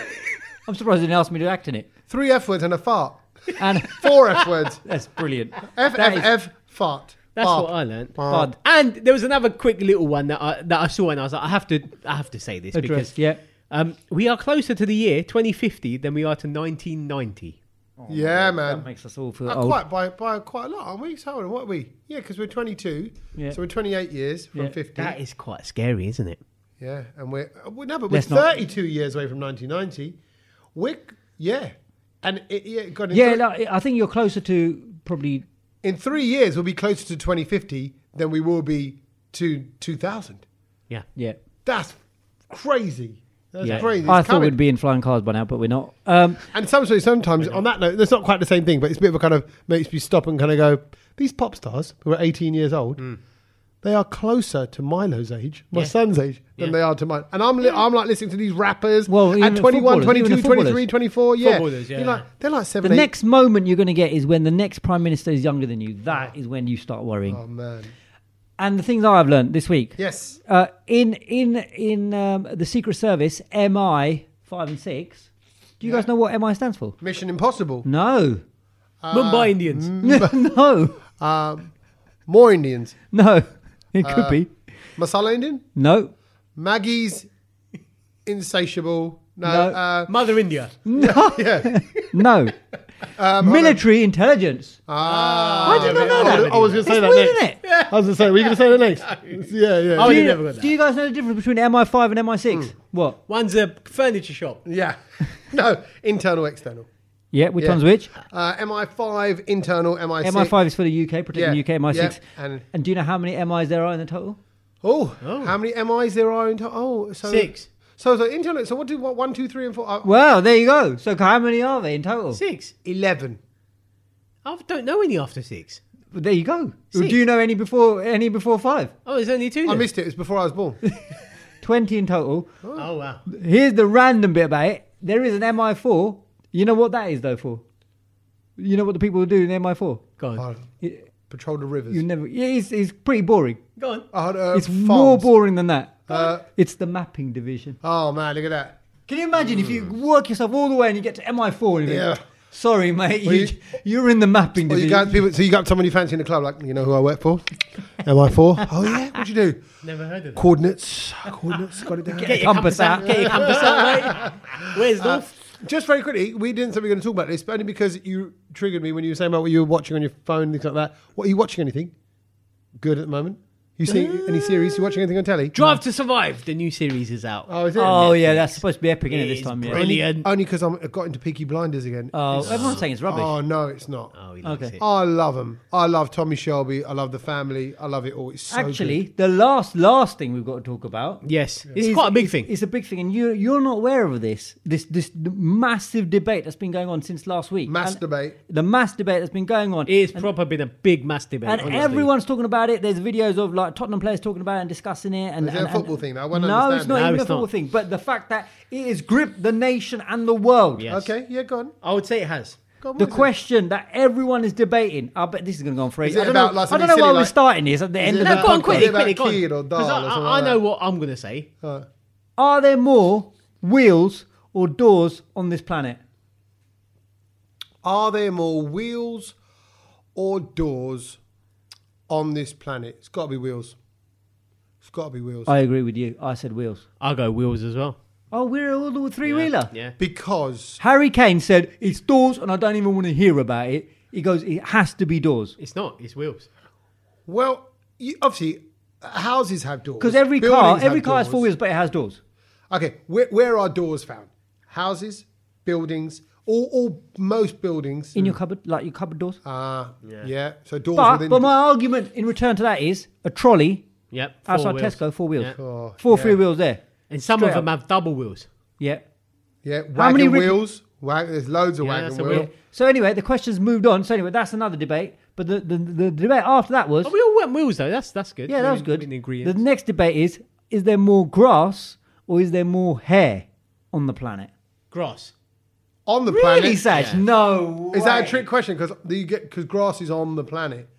Speaker 3: I'm surprised they didn't ask me to act in it.
Speaker 1: Three F words and a fart.
Speaker 3: And
Speaker 1: Four F words.
Speaker 3: that's brilliant.
Speaker 1: F F
Speaker 3: That is-
Speaker 1: F fart.
Speaker 2: That's
Speaker 1: Barb.
Speaker 2: what I learned.
Speaker 1: Barb.
Speaker 3: Bud.
Speaker 2: And there was another quick little one that I, that I saw, and I was like, I have to, I have to say this
Speaker 3: Address,
Speaker 2: because
Speaker 3: yeah.
Speaker 2: um, we are closer to the year 2050 than we are to 1990.
Speaker 1: Yeah,
Speaker 3: That
Speaker 1: man.
Speaker 3: makes us all feel
Speaker 1: Uh,
Speaker 3: old.
Speaker 1: quite by, by quite a lot, aren't we? So how old- what are we? Yeah, because we're 22,
Speaker 3: Yeah.
Speaker 1: so we're 28 years from
Speaker 3: Yeah.
Speaker 1: 50.
Speaker 2: That is quite scary, isn't it?
Speaker 1: yeah, and we're uh, well, no, but we're
Speaker 3: Let's not-
Speaker 1: 32 years away from 1990. We're yeah, and it, yeah, God, in,
Speaker 3: Yeah,
Speaker 1: three,
Speaker 3: like, I think you're closer to probably.
Speaker 1: in three years we'll be closer to 2050 than we will be to 2000.
Speaker 2: Yeah.
Speaker 3: Yeah,
Speaker 1: That's crazy. That's
Speaker 2: Yeah.
Speaker 1: crazy. It's
Speaker 3: I thought
Speaker 1: coming.
Speaker 3: we'd be in flying cars by now, but we're not. Um,
Speaker 1: And sometimes, sometimes on that note, that's not quite the same thing, but it's a bit of a kind of makes me stop and kind of go, these pop stars who are 18 years old,
Speaker 2: Hmm.
Speaker 1: they are closer to Milo's age, my
Speaker 2: Yeah.
Speaker 1: son's age, than
Speaker 2: Yeah.
Speaker 1: they are to mine. And I'm, li- I'm like listening to these rappers
Speaker 3: Well, even
Speaker 1: at 21,
Speaker 3: footballers, even
Speaker 1: 22,
Speaker 3: the footballers.
Speaker 1: 23, 24. Yeah.
Speaker 2: Footballers, yeah.
Speaker 1: You're like, they're like
Speaker 3: the
Speaker 1: seven, eight.
Speaker 3: next moment you're going to get is when the next prime minister is younger than you. That is when you start worrying.
Speaker 1: Oh, man.
Speaker 3: And the things I've learned this week.
Speaker 1: Yes.
Speaker 3: Uh, in in in um, the Secret Service, MI five and six. Do you guys know what MI stands for?
Speaker 1: Mission Impossible.
Speaker 3: No,
Speaker 1: Uh,
Speaker 2: Mumbai Indians.
Speaker 1: mm.
Speaker 3: no,
Speaker 1: Um, more Indians.
Speaker 3: no. It
Speaker 1: Uh,
Speaker 3: could be
Speaker 1: Masala Indian?
Speaker 3: no,
Speaker 1: Maggie's Insatiable. No.
Speaker 3: No.
Speaker 1: Uh,
Speaker 2: Mother India.
Speaker 1: yeah. Uh,
Speaker 3: no. Military intelligence.
Speaker 1: Ah,
Speaker 3: I did not know
Speaker 1: I was-
Speaker 3: that.
Speaker 1: I was going
Speaker 3: It's
Speaker 1: to say that
Speaker 3: weird,
Speaker 1: next.
Speaker 3: isn't it?
Speaker 1: I was going to say, were you going to say the next? Yeah, yeah.
Speaker 2: Oh,
Speaker 3: Do
Speaker 2: you
Speaker 3: you,
Speaker 2: never got that.
Speaker 3: do you guys know the difference between MI5 and MI6?
Speaker 1: Hmm.
Speaker 3: What?
Speaker 2: One's a furniture shop.
Speaker 1: yeah. No, internal, external.
Speaker 3: Yeah, which
Speaker 1: Yeah.
Speaker 3: one's which?
Speaker 1: Uh, MI5, internal, MI6.
Speaker 3: MI5 is for the UK, protecting
Speaker 1: Yeah,
Speaker 3: the UK, MI6.
Speaker 1: yeah, and-
Speaker 3: And do you know how many MIs there are in the total?
Speaker 1: Oh,
Speaker 2: Oh.
Speaker 1: how many MIs there are in total? Oh, so
Speaker 2: Six.
Speaker 1: So, so internal. So what do what one, two, three, and four? Uh,
Speaker 3: Well, there you go. So how many are they in total?
Speaker 1: Oh.
Speaker 2: Six.
Speaker 1: Eleven.
Speaker 2: I don't know any after six.
Speaker 3: There you go.
Speaker 2: Six.
Speaker 3: Do you know any before any before five?
Speaker 2: Oh, there's only two.
Speaker 1: I
Speaker 2: then.
Speaker 1: missed it. It was before I was born.
Speaker 3: 20 in total.
Speaker 2: Oh, wow.
Speaker 3: Here's the random bit about it. There is an MI4. You know what that is, though, for? You know what the people do in MI4?
Speaker 2: Go on.
Speaker 1: Oh,
Speaker 3: It-
Speaker 1: patrol the rivers.
Speaker 3: you never. yeah, It's, it's pretty boring.
Speaker 2: Go on.
Speaker 1: Oh, uh,
Speaker 3: It's
Speaker 1: farms.
Speaker 3: more boring than that.
Speaker 1: Uh,
Speaker 3: it's the mapping division.
Speaker 1: Oh man, look at that.
Speaker 3: Can you imagine if you work yourself all the way and you get to MI4 and you think,
Speaker 1: Hmm. Yeah.
Speaker 3: sorry, mate,
Speaker 1: Well,
Speaker 3: you,
Speaker 1: you-
Speaker 3: you're in the mapping
Speaker 1: Well, you
Speaker 3: division.
Speaker 1: got people. So you got someone you fancy in the club, like you know who I work for. MI4. Oh yeah. What'd you do?
Speaker 2: Never heard of that.
Speaker 1: Coordinates. Coordinates. Got it down.
Speaker 2: Get your
Speaker 3: Compass
Speaker 2: compass out.
Speaker 3: out.
Speaker 2: Get your compass out, mate. Where's
Speaker 1: Uh,
Speaker 2: north?
Speaker 1: Just very quickly, we didn't say we were going to talk about this, but only because you triggered me when you were saying about what you were watching on your phone and things like that. What are you watching? Anything good at the moment? You see any series? You watching anything on telly?
Speaker 2: Drive to Survive. The new series is out.
Speaker 1: Oh, is it?
Speaker 3: oh, yeah, that's supposed to be epic, isn't it,
Speaker 2: It
Speaker 3: this
Speaker 2: is
Speaker 3: time? Yeah.
Speaker 2: brilliant.
Speaker 1: Only- Only because I got into Peaky Blinders again.
Speaker 3: Oh,
Speaker 1: It's-
Speaker 3: everyone's saying it's rubbish.
Speaker 1: oh no, it's not.
Speaker 2: Oh, he likes
Speaker 3: Okay.
Speaker 2: it.
Speaker 1: I love them. I love Tommy Shelby. I love the family. I love it all. It's so
Speaker 3: Actually, the last, last thing we've got to talk about
Speaker 2: Yes, it's quite a big thing.
Speaker 3: It's a big thing, and you you're not aware of this this this massive debate that's been going on since last week.
Speaker 1: good. mass
Speaker 3: And
Speaker 1: debate.
Speaker 3: the mass debate that's been going on,
Speaker 2: It's proper been a big mass debate.
Speaker 3: and
Speaker 2: honestly.
Speaker 3: everyone's talking about it. There's videos of like Tottenham players talking about it and discussing it. And
Speaker 1: Is it a
Speaker 3: and- and-
Speaker 1: football thing? I won't
Speaker 3: no,
Speaker 1: understand
Speaker 3: it's not
Speaker 1: it.
Speaker 2: No,
Speaker 3: even
Speaker 2: it's
Speaker 3: a football
Speaker 2: not.
Speaker 3: thing. But the fact that it has gripped the nation and the world.
Speaker 2: Yes.
Speaker 1: Okay, yeah, go on.
Speaker 2: I would say it has.
Speaker 1: Go on,
Speaker 3: The
Speaker 1: what is it?
Speaker 3: question that everyone is debating. I bet this is going to go on for
Speaker 1: Is
Speaker 3: ages.
Speaker 1: it
Speaker 3: I don't
Speaker 1: about,
Speaker 3: know,
Speaker 1: like,
Speaker 3: I don't
Speaker 1: something
Speaker 3: know why
Speaker 1: silly
Speaker 3: we're
Speaker 1: like-
Speaker 3: starting this at the end
Speaker 1: it
Speaker 3: of
Speaker 1: about
Speaker 3: the
Speaker 2: No, go on
Speaker 1: podcast? Is
Speaker 2: quickly,
Speaker 1: it about
Speaker 2: quickly, go on.
Speaker 1: Keane or
Speaker 2: 'Cause
Speaker 1: Dahl or
Speaker 2: I,
Speaker 1: something
Speaker 2: I, I
Speaker 1: like
Speaker 2: know
Speaker 1: that?
Speaker 2: what I'm going to say.
Speaker 1: Uh,
Speaker 3: Are there more wheels or doors on this planet?
Speaker 1: Are there more wheels or doors on this planet? It's got to be wheels. It's got to be wheels.
Speaker 3: I agree with you. I said wheels.
Speaker 2: I'll go wheels as well.
Speaker 3: Oh, we're all the three wheeler.
Speaker 2: Yeah.
Speaker 1: because
Speaker 3: Harry Kane said it's doors, and I don't even want to hear about it. He goes, it has to be doors
Speaker 2: It's not. It's wheels.
Speaker 1: well, you, obviously houses have doors.
Speaker 3: because every car,
Speaker 1: buildings
Speaker 3: every
Speaker 1: have
Speaker 3: car has
Speaker 1: doors.
Speaker 3: four wheels, but it has doors.
Speaker 1: Okay, where, where are doors found? Houses, buildings, all, all most buildings.
Speaker 3: In your cupboard, like your cupboard doors.
Speaker 1: Ah, yeah. So doors
Speaker 3: But,
Speaker 1: within.
Speaker 3: but my argument in return to that is a trolley
Speaker 2: Yep. four
Speaker 3: outside
Speaker 2: wheels.
Speaker 3: Tesco, four wheels,
Speaker 2: Yeah.
Speaker 1: Oh,
Speaker 3: four
Speaker 1: yeah.
Speaker 3: free wheels there.
Speaker 2: And some
Speaker 3: Straight
Speaker 2: of them have double wheels.
Speaker 3: Yeah,
Speaker 1: Yeah, wagon
Speaker 3: many re-
Speaker 1: wheels, Wag- there's loads of
Speaker 2: Yeah,
Speaker 1: wagon
Speaker 2: that's a
Speaker 1: wheel.
Speaker 2: wheel.
Speaker 3: So anyway, the question's moved on. So anyway, that's another debate. But the, the, the debate after that was
Speaker 2: Oh, we all went wheels though. That's that's good.
Speaker 3: yeah, that was
Speaker 2: We- we
Speaker 3: good.
Speaker 2: didn't agree.
Speaker 3: The next debate is is there more grass or is there more hair on the planet?
Speaker 2: Grass.
Speaker 1: On the
Speaker 3: Really,
Speaker 1: planet.
Speaker 3: Saj?
Speaker 2: Yeah.
Speaker 3: No.
Speaker 1: Is that a
Speaker 3: way.
Speaker 1: trick question? Because you get because grass is on the planet.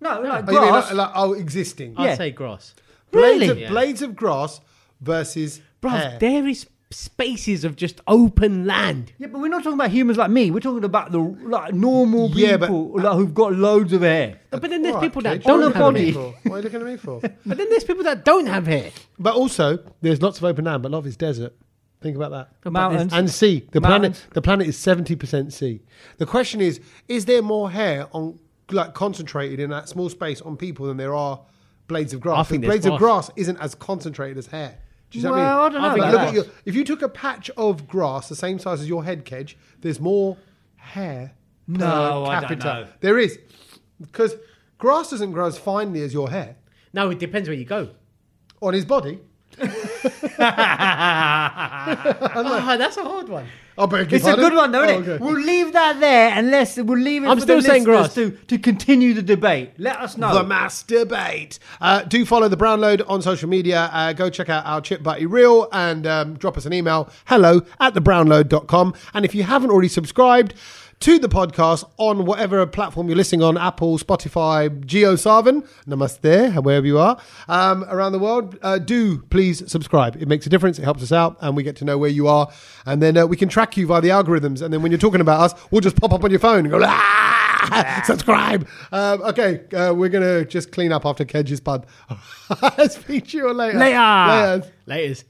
Speaker 3: No, like
Speaker 1: Oh, you mean
Speaker 3: grass.
Speaker 1: like, like, oh, existing.
Speaker 3: Yeah.
Speaker 2: I'd say grass.
Speaker 1: Blades
Speaker 3: Really?
Speaker 1: of,
Speaker 2: Yeah.
Speaker 1: blades of grass versus
Speaker 2: Bruv,
Speaker 1: hair.
Speaker 2: there is spaces of just open land.
Speaker 3: Yeah, but we're not talking about humans like me. We're talking about the like normal people
Speaker 1: Yeah, but-
Speaker 3: like, who've got loads of hair.
Speaker 2: But then there's
Speaker 1: Uh, All right,
Speaker 2: people that
Speaker 1: Cage, what
Speaker 2: don't
Speaker 1: are
Speaker 2: have
Speaker 1: you looking at me
Speaker 2: hair.
Speaker 1: for? What are you looking at me for?
Speaker 2: But then there's people that don't have hair.
Speaker 1: But also, there's lots of open land, but a lot of it's desert. Think about that.
Speaker 3: Mountains.
Speaker 1: And sea. The
Speaker 3: Mountains.
Speaker 1: planet the planet is seventy percent sea. The question is, is there more hair on like concentrated in that small space on people than there are blades of grass?
Speaker 2: I think
Speaker 1: Because blades
Speaker 2: there's
Speaker 1: of grass isn't as concentrated as hair. Do you know
Speaker 3: Well, I
Speaker 1: what I
Speaker 3: don't
Speaker 1: mean?
Speaker 3: know
Speaker 1: Like,
Speaker 3: about
Speaker 1: look
Speaker 3: that.
Speaker 1: at your, if you took a patch of grass the same size as your head cage, there's more hair per
Speaker 3: No, I don't
Speaker 1: capita.
Speaker 3: know.
Speaker 1: There is. Because grass doesn't grow as finely as your hair
Speaker 2: No, it depends where you go.
Speaker 1: on his body.
Speaker 2: Ah, that's a hard one.
Speaker 1: I Oh, beg your
Speaker 3: It's a
Speaker 1: pardon?
Speaker 3: good one, though,
Speaker 1: Oh,
Speaker 3: isn't it?
Speaker 1: okay.
Speaker 3: We'll leave that there unless we'll leave it
Speaker 2: I'm
Speaker 3: for
Speaker 2: still
Speaker 3: the
Speaker 2: saying
Speaker 3: listeners
Speaker 2: grass.
Speaker 3: to, to continue the debate. Let us know.
Speaker 1: The mass debate. Uh, do follow the Brown Load on social media. Uh, go check out our Chip Butty reel and um, drop us an email hello at thebrownload.com. And if you haven't already subscribed to the podcast on whatever platform you're listening on Apple, Spotify, GeoSarvan, namaste, wherever you are um, around the world, uh, do please subscribe. It makes a difference, it helps us out, and we get to know where you are. And then uh, we can track you via the algorithms. And then when you're talking about us, we'll just pop up on your phone and go, ah! subscribe. Um, okay, uh, we're gonna just clean up after Kedge's pub. Speak to you later.
Speaker 2: Later.
Speaker 1: Laters.
Speaker 2: Laters.